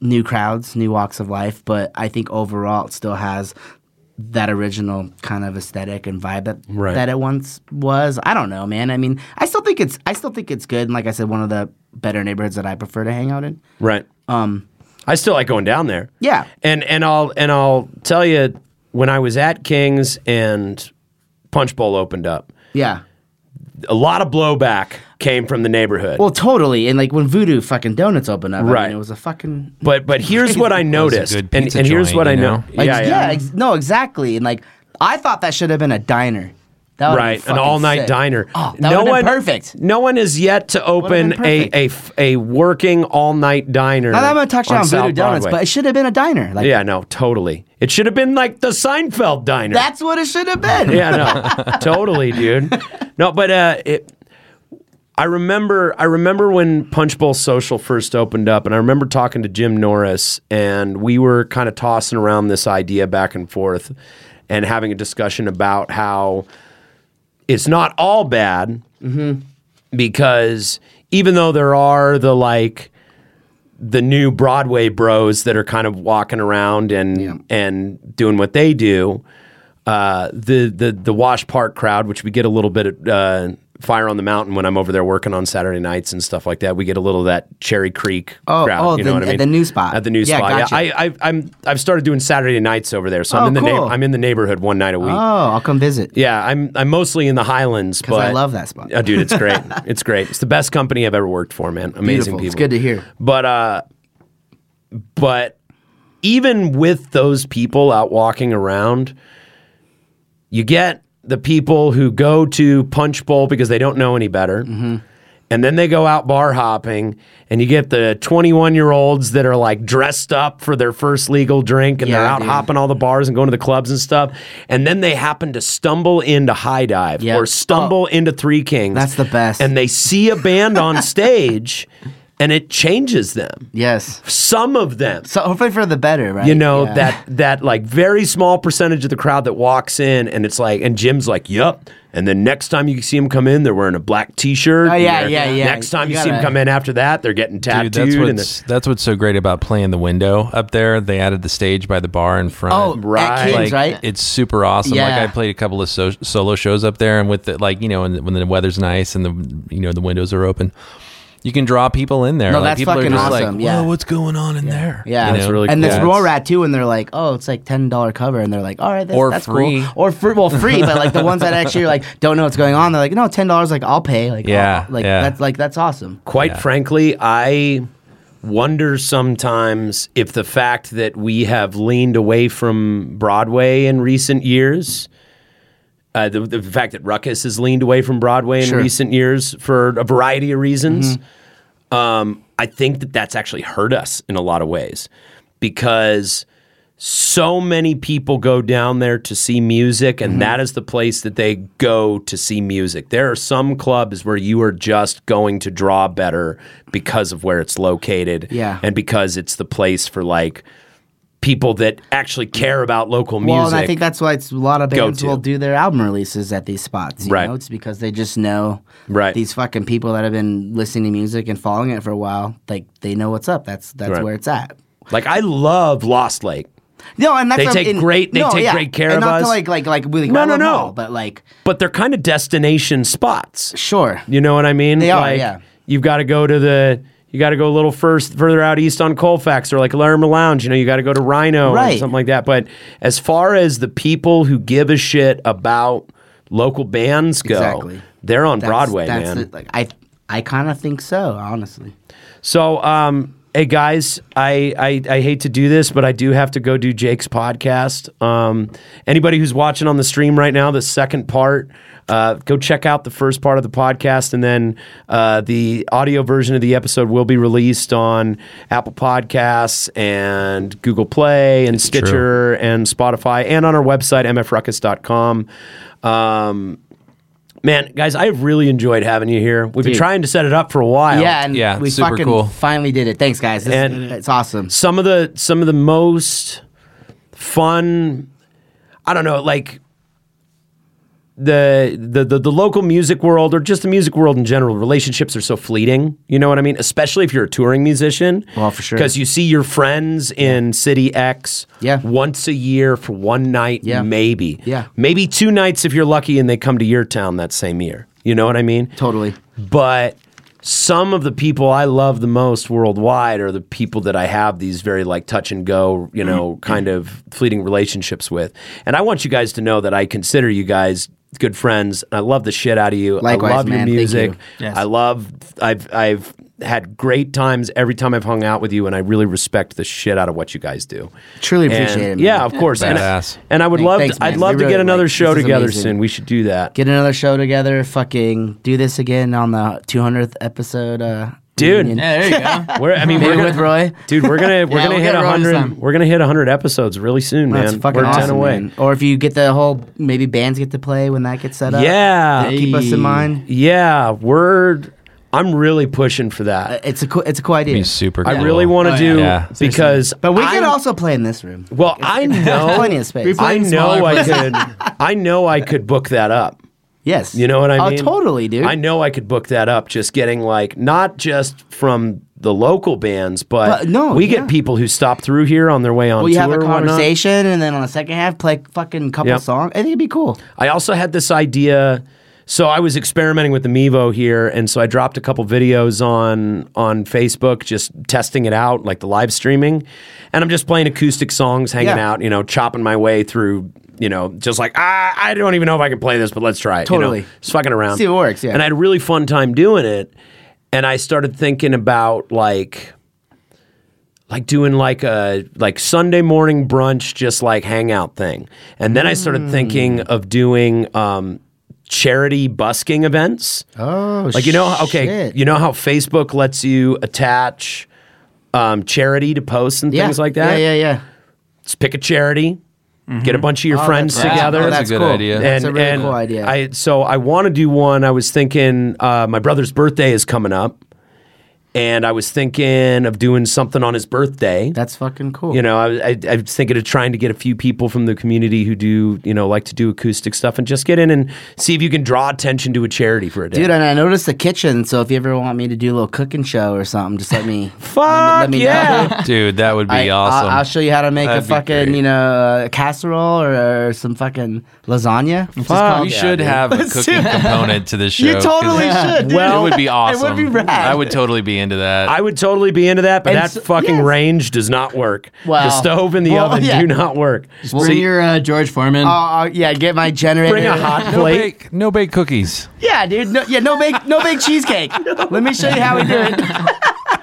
Speaker 5: new crowds, new walks of life, but I think overall it still has that original kind of aesthetic and vibe that
Speaker 1: Right.
Speaker 5: that it once was. I don't know, man. I mean, I still think it's I still think it's good, and like I said, one of the better neighborhoods that I prefer to hang out in.
Speaker 1: up, right?
Speaker 5: Um,
Speaker 1: I still like going down there.
Speaker 5: Yeah.
Speaker 1: And and I'll and I'll tell you when I was at Kings and Punch Bowl opened up,
Speaker 5: yeah.
Speaker 1: a lot of blowback came from the neighborhood.
Speaker 5: Well, totally, and like when Voodoo fucking Donuts opened up, I mean,
Speaker 1: Right.
Speaker 5: it was a fucking
Speaker 1: but but here's what I
Speaker 6: was a
Speaker 1: noticed,
Speaker 6: good
Speaker 1: and,
Speaker 6: pizza
Speaker 1: and here's
Speaker 6: joint,
Speaker 1: what I
Speaker 6: you
Speaker 1: know.
Speaker 6: know?
Speaker 5: Ex- yeah. ex- no, exactly. And like, I thought that should have been a diner. That would've been
Speaker 1: right an
Speaker 5: fucking
Speaker 1: all night
Speaker 5: sick.
Speaker 1: diner
Speaker 5: Oh, that no one perfect.
Speaker 1: no one has yet to open
Speaker 5: been
Speaker 1: a,
Speaker 5: perfect.
Speaker 1: a f- a working all night diner
Speaker 5: Now that I'm gonna touch on
Speaker 1: South
Speaker 5: Voodoo Donuts,
Speaker 1: Broadway.
Speaker 5: but it should have been a diner. Like,
Speaker 1: yeah no totally it should have been like the seinfeld diner
Speaker 5: that's what it should have
Speaker 1: *laughs*
Speaker 5: been.
Speaker 1: yeah no totally dude no but uh it I remember I remember when Punch Bowl Social first opened up and I remember talking to Jim Norris and we were kind of tossing around this idea back and forth and having a discussion about how it's not all bad because even though there are the like the new Broadway bros that are kind of walking around and and doing what they do, uh, the the the Wash Park crowd, which we get a little bit of uh, Fire on the Mountain when I'm over there working on Saturday nights and stuff like that. We get a little of that Cherry Creek
Speaker 5: Oh,
Speaker 1: crowd.
Speaker 5: oh,
Speaker 1: you know
Speaker 5: the-
Speaker 1: what I
Speaker 5: at
Speaker 1: mean?
Speaker 5: the new spot.
Speaker 1: At the new
Speaker 5: Yeah,
Speaker 1: spot.
Speaker 5: gotcha.
Speaker 1: Yeah, I, I I'm I've started doing Saturday nights over there, so I'm
Speaker 5: Oh,
Speaker 1: in the
Speaker 5: cool.
Speaker 1: I'm in the neighborhood one night a week.
Speaker 5: Oh, I'll come visit.
Speaker 1: Yeah, I'm I'm mostly in the Highlands, but
Speaker 5: I love that spot.
Speaker 1: Oh, dude, it's great. it's great. It's the best company I've ever worked for, man. Amazing
Speaker 5: Beautiful.
Speaker 1: people.
Speaker 5: It's good to hear.
Speaker 1: But uh, but even with those people out walking around, you get the people who go to Punch Bowl because they don't know any better. And then they go out bar hopping, and you get the 21 year olds that are like dressed up for their first legal drink, and they're
Speaker 5: Yeah,
Speaker 1: out
Speaker 5: dude.
Speaker 1: hopping all the bars and going to the clubs and stuff. And then they happen to stumble into High Dive
Speaker 5: Yeah. Oh.
Speaker 1: or stumble into Three Kings.
Speaker 5: That's the best.
Speaker 1: And they see a band
Speaker 5: *laughs*
Speaker 1: on stage, and it changes them.
Speaker 5: Yes.
Speaker 1: Some of them
Speaker 5: So hopefully for the better, right?
Speaker 1: you know
Speaker 5: Yeah.
Speaker 1: that that like very small percentage of the crowd that walks in and it's like and jim's like yep and then next time you see them come in they're wearing a black t-shirt
Speaker 5: Oh,
Speaker 1: and
Speaker 5: yeah,
Speaker 1: they're-
Speaker 5: yeah, yeah.
Speaker 1: next time you,
Speaker 5: You
Speaker 1: see them
Speaker 5: gotta-
Speaker 1: come in after that they're getting
Speaker 6: Dude,
Speaker 1: tattooed
Speaker 6: that's
Speaker 1: and
Speaker 6: what's
Speaker 1: they're-
Speaker 6: that's what's so great about playing the window up there. They added the stage by the bar in front.
Speaker 5: Oh,
Speaker 1: Right.
Speaker 5: at Kings,
Speaker 6: like
Speaker 5: right?
Speaker 6: it's super awesome.
Speaker 5: Yeah.
Speaker 6: Like I played a couple of so- solo shows up there, and with the, like you know, and when the weather's nice and the you know the windows are open, you can draw people in there.
Speaker 5: No,
Speaker 6: like,
Speaker 5: that's
Speaker 6: people
Speaker 5: fucking
Speaker 6: are just
Speaker 5: awesome,
Speaker 6: Like,
Speaker 5: yeah.
Speaker 6: Whoa, what's going on in there?
Speaker 5: yeah,
Speaker 6: You
Speaker 5: it's
Speaker 6: know?
Speaker 1: really
Speaker 5: and
Speaker 1: cool.
Speaker 5: it's
Speaker 1: Yeah,
Speaker 5: raw
Speaker 1: it's-
Speaker 5: rat too, and they're like, "Oh, it's like ten dollar cover," and they're like, "All right, that's,
Speaker 6: Or
Speaker 5: that's
Speaker 6: free.
Speaker 5: cool." Or free, well, free, but like the ones that actually like don't know what's going on, they're like, "No, ten dollars, like I'll pay." Like,
Speaker 6: Yeah,
Speaker 5: I'll- like
Speaker 6: yeah.
Speaker 5: that's like that's awesome.
Speaker 1: quite frankly i wonder sometimes if the fact that we have leaned away from broadway in recent years uh, the, the fact that ruckus has leaned away from broadway in
Speaker 5: Sure.
Speaker 1: recent years for a variety of reasons
Speaker 5: Mm-hmm.
Speaker 1: um, I think that that's actually hurt us in a lot of ways because so many people go down there to see music,
Speaker 5: Mm-hmm.
Speaker 1: and that is the place that they go to see music. There are some clubs where you are just going to draw better because of where it's located,
Speaker 5: Yeah.
Speaker 1: and because it's the place for like people that actually care about local music.
Speaker 5: Well, and I think that's why it's a lot of
Speaker 1: Go
Speaker 5: bands
Speaker 1: to.
Speaker 5: will do their album releases at these spots. You
Speaker 1: Right.
Speaker 5: know? It's because they just know
Speaker 1: Right.
Speaker 5: these fucking people that have been listening to music and following it for a while. Like they know what's up. That's that's
Speaker 1: Right.
Speaker 5: where it's at.
Speaker 1: like I love Lost Lake.
Speaker 5: No, and that's
Speaker 1: They
Speaker 5: what I'm-
Speaker 1: take great- they
Speaker 5: no,
Speaker 1: take
Speaker 5: yeah.
Speaker 1: great care
Speaker 5: and
Speaker 1: of
Speaker 5: not
Speaker 1: us.
Speaker 5: To like like like, we- like
Speaker 1: No,
Speaker 5: I
Speaker 1: no,
Speaker 5: love them
Speaker 1: no.
Speaker 5: all, but like
Speaker 1: But they're kind of destination spots.
Speaker 5: sure.
Speaker 1: You know what I mean?
Speaker 5: They are,
Speaker 1: Like,
Speaker 5: yeah.
Speaker 1: You've got to go to the. You got to go a little first, further out east on Colfax or like Larimer Lounge. You know, you got to go to Rhino or
Speaker 5: Right.
Speaker 1: something like that. But as far as the people who give a shit about local bands go,
Speaker 5: Exactly.
Speaker 1: they're on
Speaker 5: That's-
Speaker 1: Broadway,
Speaker 5: that's
Speaker 1: man.
Speaker 5: the- like, I I kind of think so, honestly.
Speaker 1: So, um, hey guys, I, I I hate to do this, but I do have to go do Jake's podcast. Um, anybody who's watching on the stream right now, the second part, Uh, go check out the first part of the podcast, and then uh, the audio version of the episode will be released on Apple Podcasts and Google Play and Stitcher and Spotify and on our website, mfruckus.com. Um, man, guys, I've really enjoyed having you here. We've been
Speaker 5: Dude.
Speaker 1: trying to set it up for a while.
Speaker 5: Yeah, and
Speaker 6: Yeah,
Speaker 5: we
Speaker 6: super
Speaker 5: fucking
Speaker 6: cool.
Speaker 5: finally did it. Thanks, guys. This,
Speaker 1: And-
Speaker 5: it's awesome.
Speaker 1: some of the some of the most fun i don't know like the, the the the local music world or just the music world in general relationships are so fleeting you know what i mean especially if you're a touring musician
Speaker 5: Well, Oh, for sure.
Speaker 1: because you see your friends in city x
Speaker 5: Yeah.
Speaker 1: once a year for one night
Speaker 5: Yeah.
Speaker 1: maybe
Speaker 5: Yeah.
Speaker 1: maybe two nights if you're lucky and they come to your town that same year you know what i mean
Speaker 5: Totally.
Speaker 1: but some of the people I love the most worldwide are the people that I have these very like touch and go, you
Speaker 5: Mm-hmm.
Speaker 1: know, kind of fleeting relationships with. And I want you guys to know that I consider you guys good friends. I love the shit out of you.
Speaker 5: Likewise,
Speaker 1: I love
Speaker 5: man.
Speaker 1: your
Speaker 5: Thank
Speaker 1: music.
Speaker 5: you.
Speaker 4: Yes.
Speaker 1: I love I've I've had great times every time I've hung out with you and I really respect the shit out of what you guys do.
Speaker 5: Truly appreciate
Speaker 1: And-
Speaker 5: it. Man.
Speaker 1: Yeah, of course. And,
Speaker 6: Badass.
Speaker 1: and I would
Speaker 5: Thank-
Speaker 1: love
Speaker 5: thanks,
Speaker 1: to, I'd
Speaker 5: man.
Speaker 1: love
Speaker 5: We
Speaker 1: to
Speaker 5: really-
Speaker 1: get another
Speaker 5: like,
Speaker 1: show
Speaker 5: this is
Speaker 1: together
Speaker 5: amazing.
Speaker 1: soon. We should do that.
Speaker 5: Get another show together. Fucking do this again on the 200th episode. Uh,
Speaker 1: Dude.
Speaker 5: reunion.
Speaker 4: Yeah, there you go.
Speaker 1: We're, I mean, we're
Speaker 5: *laughs* Maybe
Speaker 1: gonna,
Speaker 5: with Roy.
Speaker 1: dude. We're
Speaker 5: *laughs*
Speaker 1: gonna we're
Speaker 4: Yeah,
Speaker 1: gonna
Speaker 4: we'll
Speaker 1: hit
Speaker 4: get
Speaker 1: a
Speaker 4: Roy
Speaker 1: hundred.
Speaker 4: some.
Speaker 1: We're gonna hit a hundred episodes really soon, man.
Speaker 5: That's fucking
Speaker 1: we're
Speaker 5: awesome.
Speaker 1: ten away.
Speaker 5: man. Or if you get the whole maybe bands get to play when that gets set up.
Speaker 1: Yeah,
Speaker 5: Then keep us in mind.
Speaker 1: yeah. We're I'm really pushing for
Speaker 5: Uh,
Speaker 1: that.
Speaker 5: It's a cool, it's a cool idea.
Speaker 6: Be super. Cool.
Speaker 1: I really want to
Speaker 4: Oh, yeah.
Speaker 1: do
Speaker 6: Yeah.
Speaker 1: because.
Speaker 5: but we could
Speaker 1: I'm-
Speaker 5: also play in this room.
Speaker 1: Well, I know.
Speaker 5: plenty of space.
Speaker 4: We play-
Speaker 1: I
Speaker 4: Playing
Speaker 1: know
Speaker 4: smaller
Speaker 1: I could. I know I could book that up.
Speaker 5: yes.
Speaker 1: You know what I mean?
Speaker 5: Oh, totally, dude.
Speaker 1: I know I could book that up. Just getting like not just from the local bands, but,
Speaker 5: But, no,
Speaker 1: we get
Speaker 5: yeah.
Speaker 1: people who stop through here on their way on
Speaker 5: Well, you
Speaker 1: tour.
Speaker 5: have a
Speaker 1: or whatnot.
Speaker 5: conversation, and then on the second half, play fucking couple
Speaker 1: Yep.
Speaker 5: songs. I think it'd be cool.
Speaker 1: I also had this idea. So I was experimenting with the Mevo here, and so I dropped a couple videos on on Facebook, just testing it out, like the live streaming. And I'm just playing acoustic songs, hanging
Speaker 5: Yeah.
Speaker 1: out, you know, chopping my way through, you know, just like ah, I don't even know if I can play this, but let's try it. you know?
Speaker 5: Totally.
Speaker 1: just fucking around.
Speaker 5: See if it works, yeah.
Speaker 1: Um, And I had a really fun time doing it, and I started thinking about like like doing like a like Sunday morning brunch, just like hangout thing. And then I started
Speaker 5: Mm.
Speaker 1: thinking of doing um, charity busking events.
Speaker 5: Oh,
Speaker 1: like you know, okay,
Speaker 5: shit.
Speaker 1: you know how Facebook lets you attach um, charity to posts and
Speaker 5: yeah.
Speaker 1: things like that.
Speaker 5: Yeah, yeah, yeah.
Speaker 1: Just pick a charity, get a bunch of your
Speaker 5: Oh,
Speaker 1: friends
Speaker 5: that's-
Speaker 1: together.
Speaker 5: oh,
Speaker 6: That's a good
Speaker 5: cool.
Speaker 6: idea.
Speaker 5: That's
Speaker 1: and,
Speaker 5: a really
Speaker 1: and
Speaker 5: cool idea.
Speaker 1: I, so I want to do one. I was thinking uh, my brother's birthday is coming up, and I was thinking of doing something on his birthday.
Speaker 5: That's fucking cool.
Speaker 1: You know, I, I, I was thinking of trying to get a few people from the community who do, you know, like to do acoustic stuff and just get in and see if you can draw attention to a charity for a day.
Speaker 5: Dude, and I noticed the kitchen. So if you ever want me to do a little cooking show or something, just
Speaker 1: *laughs*
Speaker 5: let me.
Speaker 1: Fuck
Speaker 5: let me, let me
Speaker 1: yeah.
Speaker 5: Know.
Speaker 6: *laughs* Dude, that would be
Speaker 5: I,
Speaker 6: awesome.
Speaker 5: I'll, I'll show you how to make
Speaker 6: That'd
Speaker 5: a
Speaker 6: be
Speaker 5: fucking
Speaker 6: great.
Speaker 5: you know a casserole or, or some fucking lasagna. Which is
Speaker 6: we
Speaker 5: called-
Speaker 6: Oh, should have
Speaker 5: *laughs*
Speaker 6: a cooking component to this show.
Speaker 5: You totally *laughs*
Speaker 6: 'cause
Speaker 5: should, dude.
Speaker 6: it would be awesome.
Speaker 5: be rad.
Speaker 6: I would totally be into that.
Speaker 1: I would totally be into that, but
Speaker 5: And
Speaker 1: that
Speaker 5: so-
Speaker 1: fucking
Speaker 5: yes.
Speaker 1: range does not work.
Speaker 5: Wow.
Speaker 1: The stove and the
Speaker 5: Well,
Speaker 1: oven
Speaker 5: yeah.
Speaker 1: do not work.
Speaker 4: *laughs* Bring your uh, George Foreman.
Speaker 5: Uh, uh, yeah, get my generator.
Speaker 1: Bring a hot
Speaker 6: no
Speaker 1: plate.
Speaker 6: bake, no bake cookies.
Speaker 5: Yeah, dude. No, yeah, no big, no big cheesecake.
Speaker 1: *laughs*
Speaker 5: Let me show you how we do it.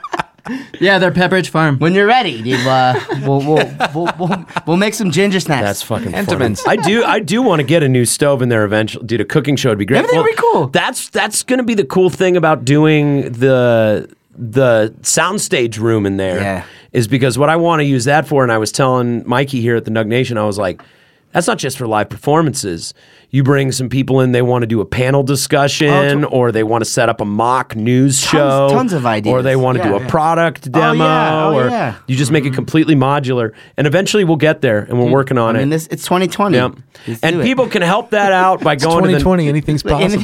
Speaker 4: yeah, they're Pepperidge Farm.
Speaker 5: When you're ready, dude, uh, we'll, we'll, we'll, we'll, we'll make some ginger snacks.
Speaker 1: That's fucking funny.
Speaker 6: Entenmann's.
Speaker 1: I do I do want to get a new stove in there eventually. Dude, a cooking show would be great.
Speaker 5: Everything would be cool.
Speaker 1: That's that's gonna be the cool thing about doing the the soundstage room in there is
Speaker 5: Yeah.
Speaker 1: because what I want to use that for, and I was telling Mikey here at the Nug Nation, I was like, that's not just for live performances. You bring some people in, they want to do a panel discussion, or they want to set up a mock news show,
Speaker 5: Oh, tons of
Speaker 1: or
Speaker 5: ideas.
Speaker 1: they want to do
Speaker 5: Yeah,
Speaker 1: a
Speaker 5: yeah.
Speaker 1: product demo,
Speaker 5: oh,
Speaker 1: or
Speaker 5: yeah.
Speaker 1: you just make it completely modular. And eventually, we'll get there, and we're working on
Speaker 5: Mm. I
Speaker 1: it.
Speaker 5: mean, this it's 2020.
Speaker 1: Yep.
Speaker 5: Let's do
Speaker 1: And
Speaker 5: it.
Speaker 1: people can help that out by going to the
Speaker 6: anything's
Speaker 1: anything.
Speaker 5: *laughs*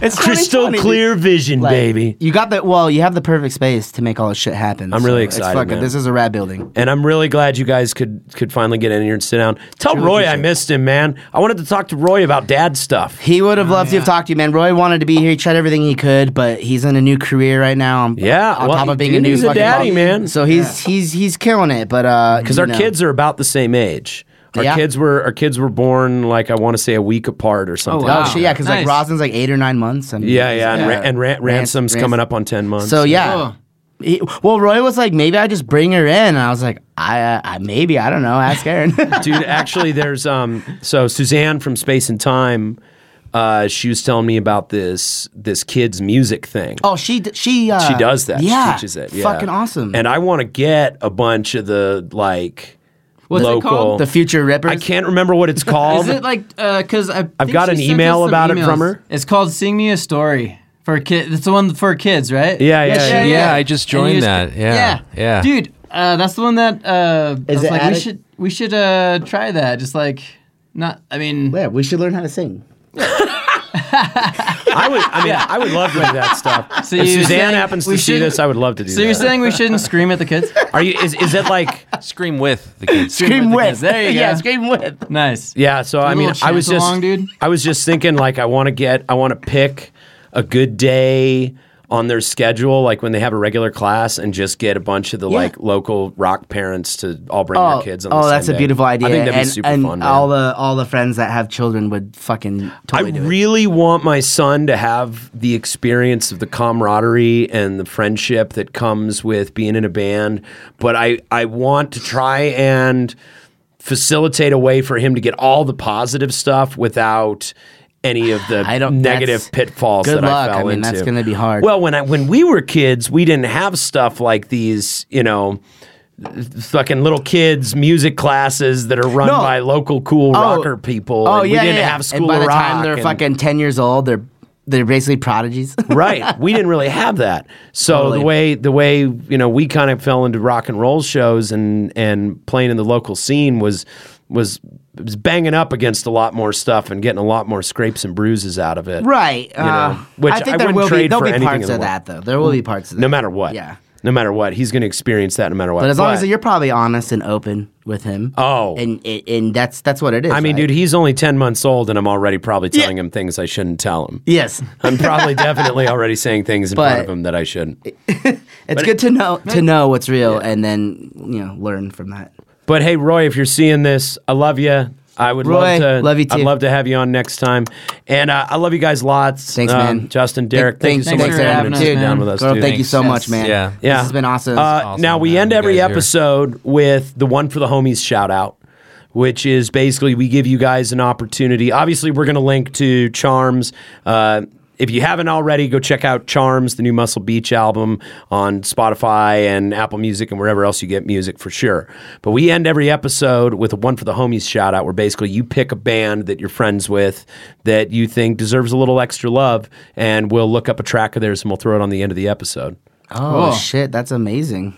Speaker 5: It's
Speaker 1: crystal
Speaker 5: 2020, dude.
Speaker 1: clear vision,
Speaker 5: Like,
Speaker 1: baby.
Speaker 5: You got the well. You have the perfect space to make all this shit happen.
Speaker 1: I'm really
Speaker 5: it's
Speaker 1: excited,
Speaker 5: fucking-
Speaker 1: man.
Speaker 5: This is a rad building.
Speaker 1: And I'm really glad you guys could could finally get in here and sit down. Tell Roy I missed him, man. I wanted to talk to Roy about dad stuff.
Speaker 5: He would have loved to have talked to you, man. Roy wanted to be here. He tried everything he could, but he's in a new career right now. On,
Speaker 1: Yeah,
Speaker 5: on
Speaker 1: well,
Speaker 5: top of being
Speaker 1: dude,
Speaker 5: a new
Speaker 1: he's a
Speaker 5: fucking
Speaker 1: daddy,
Speaker 5: mom.
Speaker 1: man.
Speaker 5: So he's he's he's killing it. But uh,
Speaker 1: Because our kids are about the same age. Our
Speaker 5: Yeah.
Speaker 1: kids were our kids were born like I want to say a week apart or something.
Speaker 5: Oh,
Speaker 4: Wow.
Speaker 5: shit, yeah, because like
Speaker 4: Nice.
Speaker 5: Rosin's like eight or nine months. And
Speaker 1: Yeah, yeah, and,
Speaker 5: uh,
Speaker 1: Ra- and Ra- Ransom's coming up on ten months.
Speaker 5: So yeah.
Speaker 4: Oh.
Speaker 5: He- well, Roy was like, maybe I just bring her in. And I was like, I, uh, I maybe I don't know. Ask Aaron.
Speaker 1: dude actually there's um so suzanne from space and time uh, she was telling me about this this kid's music thing.
Speaker 5: *laughs* Oh, she d- she uh,
Speaker 1: she does that.
Speaker 5: Yeah,
Speaker 1: she teaches it. Yeah.
Speaker 5: Fucking awesome.
Speaker 1: And I want to get a bunch of the like
Speaker 4: What's it
Speaker 1: local.
Speaker 4: called?
Speaker 5: the future rippers.
Speaker 1: I can't remember what it's called.
Speaker 4: *laughs* Is it like because I?
Speaker 1: I've
Speaker 4: think
Speaker 1: got
Speaker 4: she
Speaker 1: an
Speaker 4: sent us
Speaker 1: email
Speaker 4: some
Speaker 1: about it
Speaker 4: emails.
Speaker 1: from her.
Speaker 4: It's called "Sing Me a Story" for kids. It's the one for kids, right?
Speaker 1: Yeah, yeah, yeah,
Speaker 6: yeah. I just
Speaker 4: And you
Speaker 6: joined that. Yeah, yeah.
Speaker 4: Dude, uh, that's the one that uh, I
Speaker 5: Is
Speaker 4: was
Speaker 5: it
Speaker 4: like, we
Speaker 5: attic-
Speaker 4: should we should uh, try that. Just like not. I mean,
Speaker 5: Yeah, we should learn how to sing.
Speaker 1: I would. I mean, I would love to do that stuff.
Speaker 4: *laughs* So
Speaker 1: if
Speaker 4: you're
Speaker 1: Suzanne
Speaker 4: saying
Speaker 1: happens
Speaker 4: we
Speaker 1: to see
Speaker 4: shouldn't-
Speaker 1: this, I would love to do
Speaker 4: so
Speaker 1: that.
Speaker 4: you're saying we shouldn't scream at the
Speaker 5: *laughs*
Speaker 4: kids?
Speaker 1: Are you? Is, is it like?
Speaker 6: Scream with the kids.
Speaker 5: Scream
Speaker 4: with the
Speaker 5: with.
Speaker 4: kids. There you
Speaker 5: *laughs* yeah,
Speaker 4: go.
Speaker 5: scream with.
Speaker 4: Nice.
Speaker 1: Yeah. So I
Speaker 4: a
Speaker 1: mean,
Speaker 4: little
Speaker 1: I was
Speaker 4: chant
Speaker 1: just.
Speaker 4: along, dude.
Speaker 1: I was just thinking like I want to get. I want to pick a good day on their schedule, like when they have a regular class, and just get a bunch of the
Speaker 5: Yeah.
Speaker 1: like local rock parents to all bring their kids. on
Speaker 5: oh,
Speaker 1: the
Speaker 5: that's
Speaker 1: same
Speaker 5: a
Speaker 1: day.
Speaker 5: beautiful idea.
Speaker 1: I think that'd
Speaker 5: and,
Speaker 1: be super
Speaker 5: and
Speaker 1: fun. man.
Speaker 5: all the all the friends that have children would fucking totally
Speaker 1: I
Speaker 5: do it.
Speaker 1: really want my son to have the experience of the camaraderie and the friendship that comes with being in a band, but I, I want to try and facilitate a way for him to get all the positive stuff without any of the
Speaker 5: *sighs* I don't-
Speaker 1: negative
Speaker 5: that's-
Speaker 1: pitfalls
Speaker 5: good
Speaker 1: that
Speaker 5: luck.
Speaker 1: I fell
Speaker 5: I mean,
Speaker 1: into.
Speaker 5: that's gonna be hard.
Speaker 1: Well, when I when we were kids, we didn't have stuff like these, you know, fucking little kids music classes that are run
Speaker 5: No.
Speaker 1: by local cool
Speaker 5: Oh.
Speaker 1: rocker people.
Speaker 5: Oh
Speaker 1: and
Speaker 5: yeah,
Speaker 1: we didn't
Speaker 5: yeah, yeah.
Speaker 1: have school
Speaker 5: And by
Speaker 1: of
Speaker 5: the
Speaker 1: rock.
Speaker 5: time they're
Speaker 1: and-
Speaker 5: *laughs* fucking ten years old, they're they're basically prodigies.
Speaker 1: right. We didn't really have that. So
Speaker 5: Totally.
Speaker 1: the way the way you know we kind of fell into rock and roll shows and and playing in the local scene was was was banging up against a lot more stuff and getting a lot more scrapes and bruises out of it.
Speaker 5: *laughs* right.
Speaker 1: You know,
Speaker 5: uh,
Speaker 1: which
Speaker 5: I think
Speaker 1: I
Speaker 5: there
Speaker 1: wouldn't
Speaker 5: will be
Speaker 1: trade
Speaker 5: there'll
Speaker 1: for
Speaker 5: be
Speaker 1: anything
Speaker 5: parts
Speaker 1: in the world.
Speaker 5: of
Speaker 1: Mm.
Speaker 5: that though. There will be parts of that.
Speaker 1: No matter what.
Speaker 5: Yeah.
Speaker 1: No matter what, he's going to experience that no matter what.
Speaker 5: But as long
Speaker 1: But-
Speaker 5: as you're probably honest and open with him.
Speaker 1: Oh.
Speaker 5: And and that's that's what it is.
Speaker 1: I mean,
Speaker 5: right?
Speaker 1: dude, he's only 10 months old and I'm already probably telling him things I shouldn't tell him. *laughs*
Speaker 5: Yes.
Speaker 1: I'm
Speaker 5: *laughs*
Speaker 1: probably definitely already saying things in front
Speaker 5: But-
Speaker 1: of him that I shouldn't.
Speaker 5: It's good to know to know what's real and then you know learn from that.
Speaker 1: But hey, Roy, if you're seeing this, I love you. I would
Speaker 5: Roy,
Speaker 1: love to.
Speaker 5: love you
Speaker 1: I'd
Speaker 5: too.
Speaker 1: love to have you on next time. And uh, I love you guys lots.
Speaker 5: Thanks,
Speaker 1: Um,
Speaker 5: man.
Speaker 1: Justin, Derek, thank,
Speaker 5: Thank-
Speaker 1: you so
Speaker 5: thanks
Speaker 1: much
Speaker 5: for
Speaker 1: coming
Speaker 5: having
Speaker 1: and
Speaker 5: us,
Speaker 1: sitting
Speaker 5: man.
Speaker 1: down with us.
Speaker 5: Girl,
Speaker 1: dude.
Speaker 5: thank you so
Speaker 4: Yes.
Speaker 5: much, man.
Speaker 6: Yeah.
Speaker 1: Yeah.
Speaker 5: This has been awesome.
Speaker 1: Uh,
Speaker 6: awesome,
Speaker 1: now we
Speaker 6: man.
Speaker 1: end
Speaker 6: You
Speaker 1: every
Speaker 6: guys are-
Speaker 1: episode with the one for the homies shout out, which is basically we give you guys an opportunity. Obviously, we're going to link to Charms. Uh, if you haven't already, go check out Charms, the new Muscle Beach album on Spotify and Apple Music and wherever else you get music for sure. But we end every episode with a one for the homies shout out where basically you pick a band that you're friends with that you think deserves a little extra love, and we'll look up a track of theirs and we'll throw it on the end of the episode.
Speaker 5: oh
Speaker 4: Cool.
Speaker 5: shit, that's amazing.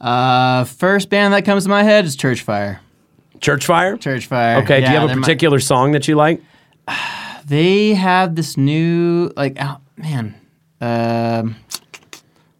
Speaker 4: Uh, first band that comes to my head is Church Fire.
Speaker 1: Church Fire?
Speaker 4: Church Fire.
Speaker 1: Okay. do
Speaker 4: Yeah,
Speaker 1: you have a
Speaker 4: they're my-
Speaker 1: particular song that you like?
Speaker 4: they have this new like oh, man um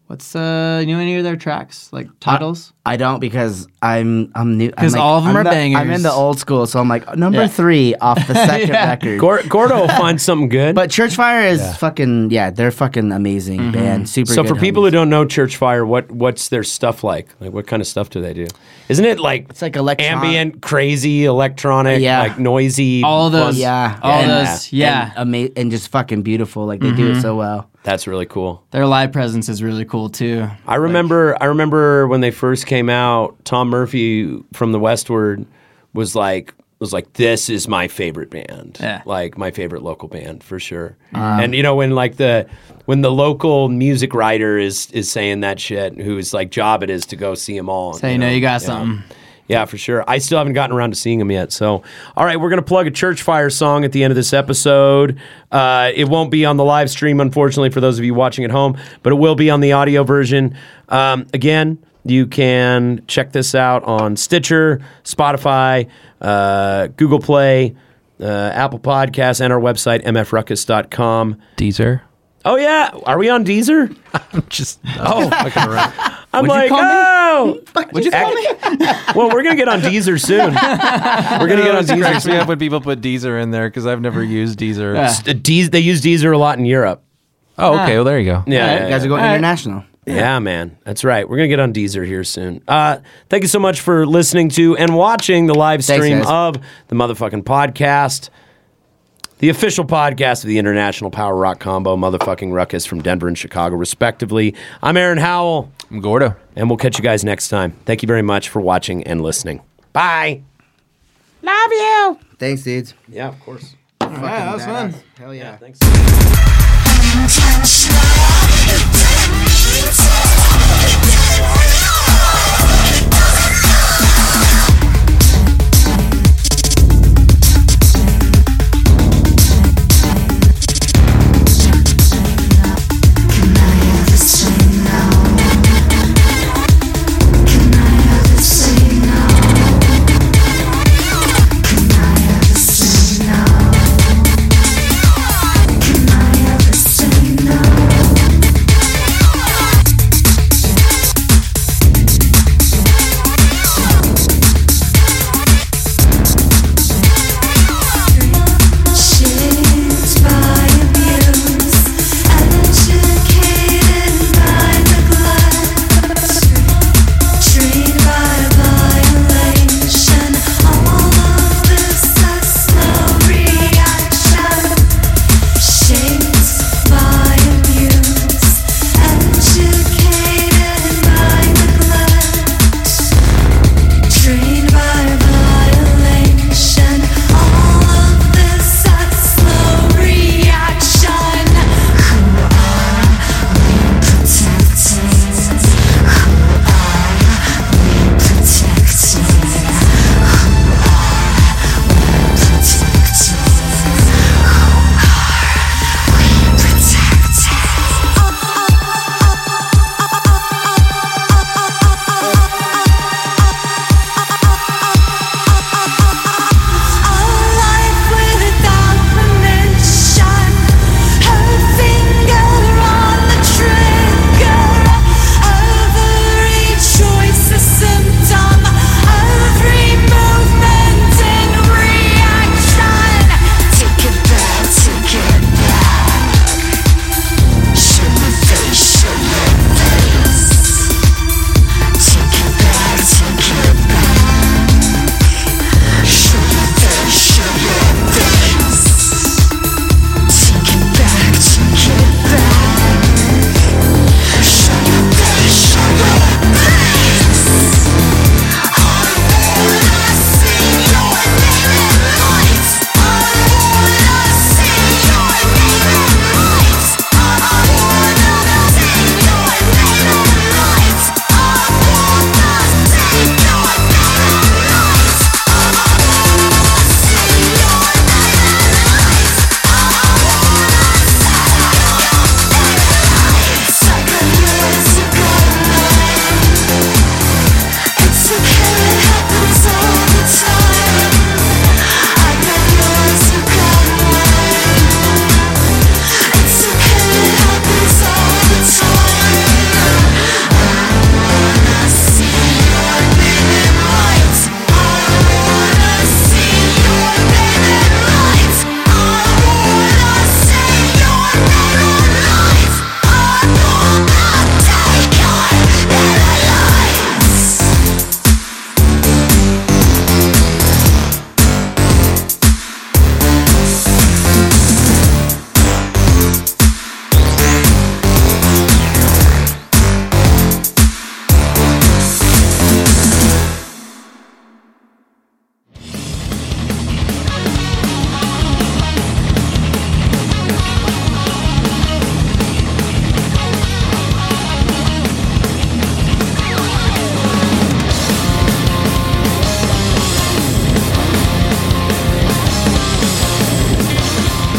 Speaker 4: what's uh you know any of their tracks like titles
Speaker 5: I don't because I'm I'm new. I'm
Speaker 4: 'Cause
Speaker 5: like-
Speaker 4: all of 'em
Speaker 5: I'm
Speaker 4: are
Speaker 5: the- I'm
Speaker 4: bangers.
Speaker 5: in the old school, so I'm like number
Speaker 4: Yeah.
Speaker 5: three off
Speaker 4: *laughs*
Speaker 5: the second record.
Speaker 1: Gor- Gordo will find something good.
Speaker 5: But Church Fire is fucking yeah, they're fucking amazing
Speaker 4: Mm-hmm.
Speaker 5: band. Super.
Speaker 1: so
Speaker 5: good
Speaker 1: for people
Speaker 5: homies.
Speaker 1: who don't know Church Fire, what what's their stuff like? Like what kind of stuff do they do? Isn't it like it's
Speaker 5: like electron-
Speaker 1: ambient, crazy, electronic,
Speaker 5: Yeah.
Speaker 1: like noisy?
Speaker 4: all those
Speaker 1: fun-
Speaker 5: yeah,
Speaker 4: all
Speaker 5: and-
Speaker 4: those yeah Mm-hmm.
Speaker 5: and, ama- and just fucking beautiful. Like they do it so well.
Speaker 1: That's really cool.
Speaker 4: their live presence is really cool too
Speaker 1: I remember I remember when they first came out, Tom Murphy from the Westward was like was like this is my favorite band.
Speaker 4: Yeah. Uh-huh.
Speaker 1: Like my favorite local band for sure. and you know when like the when the local music writer is is saying that shit whose like job it is to go see them all.
Speaker 4: so you know you got something
Speaker 1: Yeah, for sure. I still haven't gotten around to seeing them yet. So, all right, we're going to plug a Church Fire song at the end of this episode. Uh, it won't be on the live stream, unfortunately, for those of you watching at home, but it will be on the audio version. Um, again, you can check this out on Stitcher, Spotify, uh, Google Play, uh, Apple Podcasts, and our website, mfruckus.com.
Speaker 6: Deezer.
Speaker 1: Oh, yeah. Are we on Deezer?
Speaker 6: Just
Speaker 1: *laughs*
Speaker 6: oh, fucking around.
Speaker 1: I'm
Speaker 4: you
Speaker 1: like,
Speaker 4: call me?
Speaker 1: oh. Would you call me? *laughs* well, we're going to get on Deezer *laughs* soon. We're going to *laughs* get on
Speaker 6: It
Speaker 1: Deezer
Speaker 6: cracks me
Speaker 1: soon.
Speaker 6: up when people put Deezer in there because I've never used Deezer.
Speaker 1: Uh, Deez- they use Deezer a lot in Europe.
Speaker 6: Oh, okay. Well, there you go.
Speaker 1: Yeah,
Speaker 5: You guys are going international.
Speaker 1: yeah, man. That's right. We're gonna get on Deezer here soon. Uh, thank you so much for listening to and watching the live
Speaker 5: Thanks,
Speaker 1: stream
Speaker 5: guys.
Speaker 1: of the motherfucking podcast, the official podcast of the International Power Rock Combo, motherfucking Ruckus from Denver and Chicago, respectively. I'm Aaron Howell,
Speaker 6: I'm Gordo.
Speaker 1: and we'll catch you guys next time. Thank you very much for watching and listening. Bye.
Speaker 5: Thanks, dudes.
Speaker 1: Yeah, of course.
Speaker 5: Fucking
Speaker 4: that was
Speaker 5: badass.
Speaker 4: fun.
Speaker 5: Hell yeah.